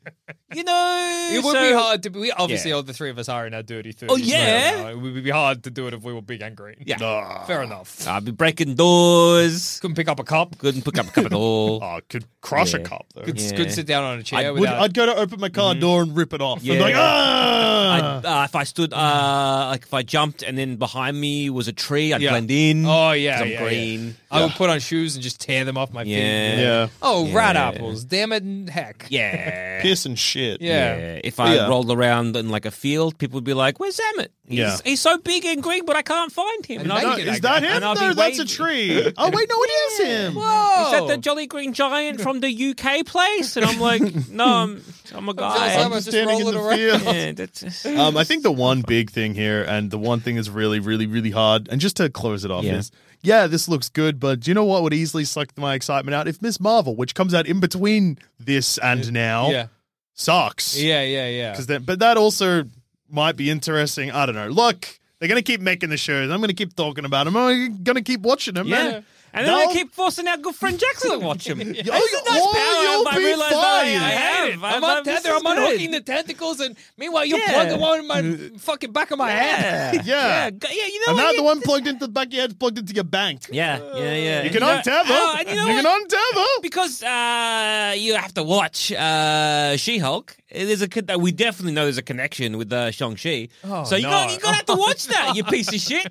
Speaker 1: You know,
Speaker 4: It would
Speaker 1: so-
Speaker 4: be hard to be. We, obviously,
Speaker 1: Yeah.
Speaker 4: all the three of us are in our dirty 30s.
Speaker 1: Oh, yeah?
Speaker 4: right now. It would be hard to do it if we were big and green.
Speaker 1: Yeah.
Speaker 5: Ah,
Speaker 4: Fair enough.
Speaker 1: I'd be breaking doors.
Speaker 4: Couldn't pick up a cup.
Speaker 1: Couldn't pick up a cup at all.
Speaker 5: Oh, could crush a
Speaker 1: Yeah.
Speaker 5: cop though.
Speaker 4: Could,
Speaker 1: Yeah.
Speaker 4: Mm-hmm. could sit down on a chair
Speaker 1: I would-
Speaker 5: Would,
Speaker 4: without.
Speaker 5: I'd go to open my car door and rip it off. Yeah.
Speaker 1: Yeah.
Speaker 5: like,
Speaker 1: I,
Speaker 5: ah!
Speaker 1: uh, if I stood, uh, like if I jumped and then behind me was a tree, I'd
Speaker 4: Yeah.
Speaker 1: blend in.
Speaker 4: oh yeah,
Speaker 1: 'cause I'm
Speaker 4: yeah, yeah.
Speaker 1: green.
Speaker 4: I would put on shoes and just tear them off my
Speaker 1: Yeah.
Speaker 4: feet.
Speaker 5: Yeah.
Speaker 4: Oh, rat
Speaker 1: Yeah.
Speaker 4: apples! Damn it! and Heck.
Speaker 1: Yeah.
Speaker 5: Piss and shit.
Speaker 4: Yeah.
Speaker 1: Yeah. If I
Speaker 5: Yeah.
Speaker 1: rolled around in like a field, people would be like, "Where's Emmett? He's,
Speaker 5: Yeah.
Speaker 1: he's so big and green, but I can't find him."
Speaker 4: And
Speaker 1: I-
Speaker 4: make
Speaker 5: No,
Speaker 4: it,
Speaker 5: is
Speaker 4: I
Speaker 5: that
Speaker 4: guess.
Speaker 5: him?
Speaker 1: And I'll be
Speaker 5: No, that's a
Speaker 1: waving.
Speaker 5: tree. Oh wait, no, it is him.
Speaker 4: Oh.
Speaker 1: Is that the Jolly Green Giant from the UK place? And I'm like, no, I'm, I'm a guy.
Speaker 4: I'm just rolling around.
Speaker 1: Yeah, that's-
Speaker 5: Um, I think the one big thing here, and the one thing is really, really, really hard, and just to close it off
Speaker 1: Yeah.
Speaker 5: is, yeah, this looks good, but do you know what would easily suck my excitement out? If Miss Marvel, which comes out in between this and now,
Speaker 4: Yeah.
Speaker 5: sucks.
Speaker 4: Yeah. Yeah. Yeah.
Speaker 5: 'Cause that- but that also might be interesting. I don't know. Look, they're gonna keep making the shows. I'm gonna keep talking about them. I'm gonna keep watching them.
Speaker 1: Yeah.
Speaker 5: man.
Speaker 1: And then I
Speaker 5: No.
Speaker 1: keep forcing our good friend Jackson to watch him. That's a
Speaker 5: Oh,
Speaker 1: nice
Speaker 5: oh, you'll
Speaker 1: power up I
Speaker 5: be
Speaker 1: realised that I, I
Speaker 5: fine.
Speaker 4: I
Speaker 1: have.
Speaker 4: hate it. I'm,
Speaker 1: like,
Speaker 4: on
Speaker 1: this
Speaker 4: tether.
Speaker 1: is
Speaker 4: I'm unhooking the
Speaker 1: good.
Speaker 4: tentacles, and meanwhile you're
Speaker 1: Yeah. Mm.
Speaker 4: plugging one in my fucking back of my
Speaker 1: Yeah.
Speaker 4: head.
Speaker 5: Yeah.
Speaker 1: Yeah. go- yeah, you know
Speaker 5: and
Speaker 1: what?
Speaker 5: now
Speaker 1: You-
Speaker 5: the one plugged into the back of your head's plugged into your bank.
Speaker 1: Yeah, yeah, yeah.
Speaker 5: You can
Speaker 1: know-
Speaker 5: untether.
Speaker 1: Oh, and you know
Speaker 5: can
Speaker 1: what?
Speaker 5: untether.
Speaker 1: because uh, you have to watch uh, She-Hulk. There's a con- we definitely know there's a connection with uh, Shang-Chi. so you
Speaker 4: no.
Speaker 1: got you got to have to watch that. You piece of shit.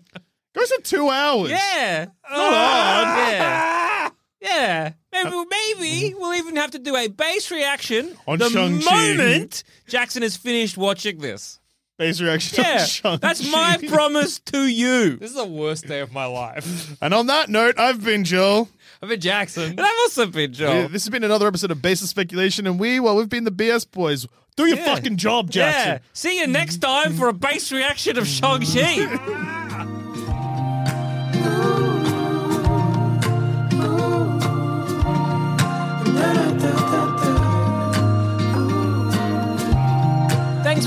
Speaker 5: Goes for two hours.
Speaker 1: Yeah. Yeah. Yeah. Maybe, maybe we'll even have to do a base reaction
Speaker 5: Uh, On
Speaker 1: the
Speaker 5: Shang-Chi.
Speaker 1: moment Jackson has finished watching this.
Speaker 5: Base reaction.
Speaker 1: Yeah.
Speaker 5: Shang-Chi.
Speaker 1: That's my promise to you.
Speaker 4: This is the worst day of my life.
Speaker 5: And on that note, I've been Joel.
Speaker 4: I've been Jackson.
Speaker 1: And I've also been Joel.
Speaker 5: Oh. This has been another episode of Basis Speculation, and we, well, we've been the BS Boys.
Speaker 9: Do your fucking job, Jackson.
Speaker 1: Yeah. See you next time for a base reaction of Shang-Chi. Thanks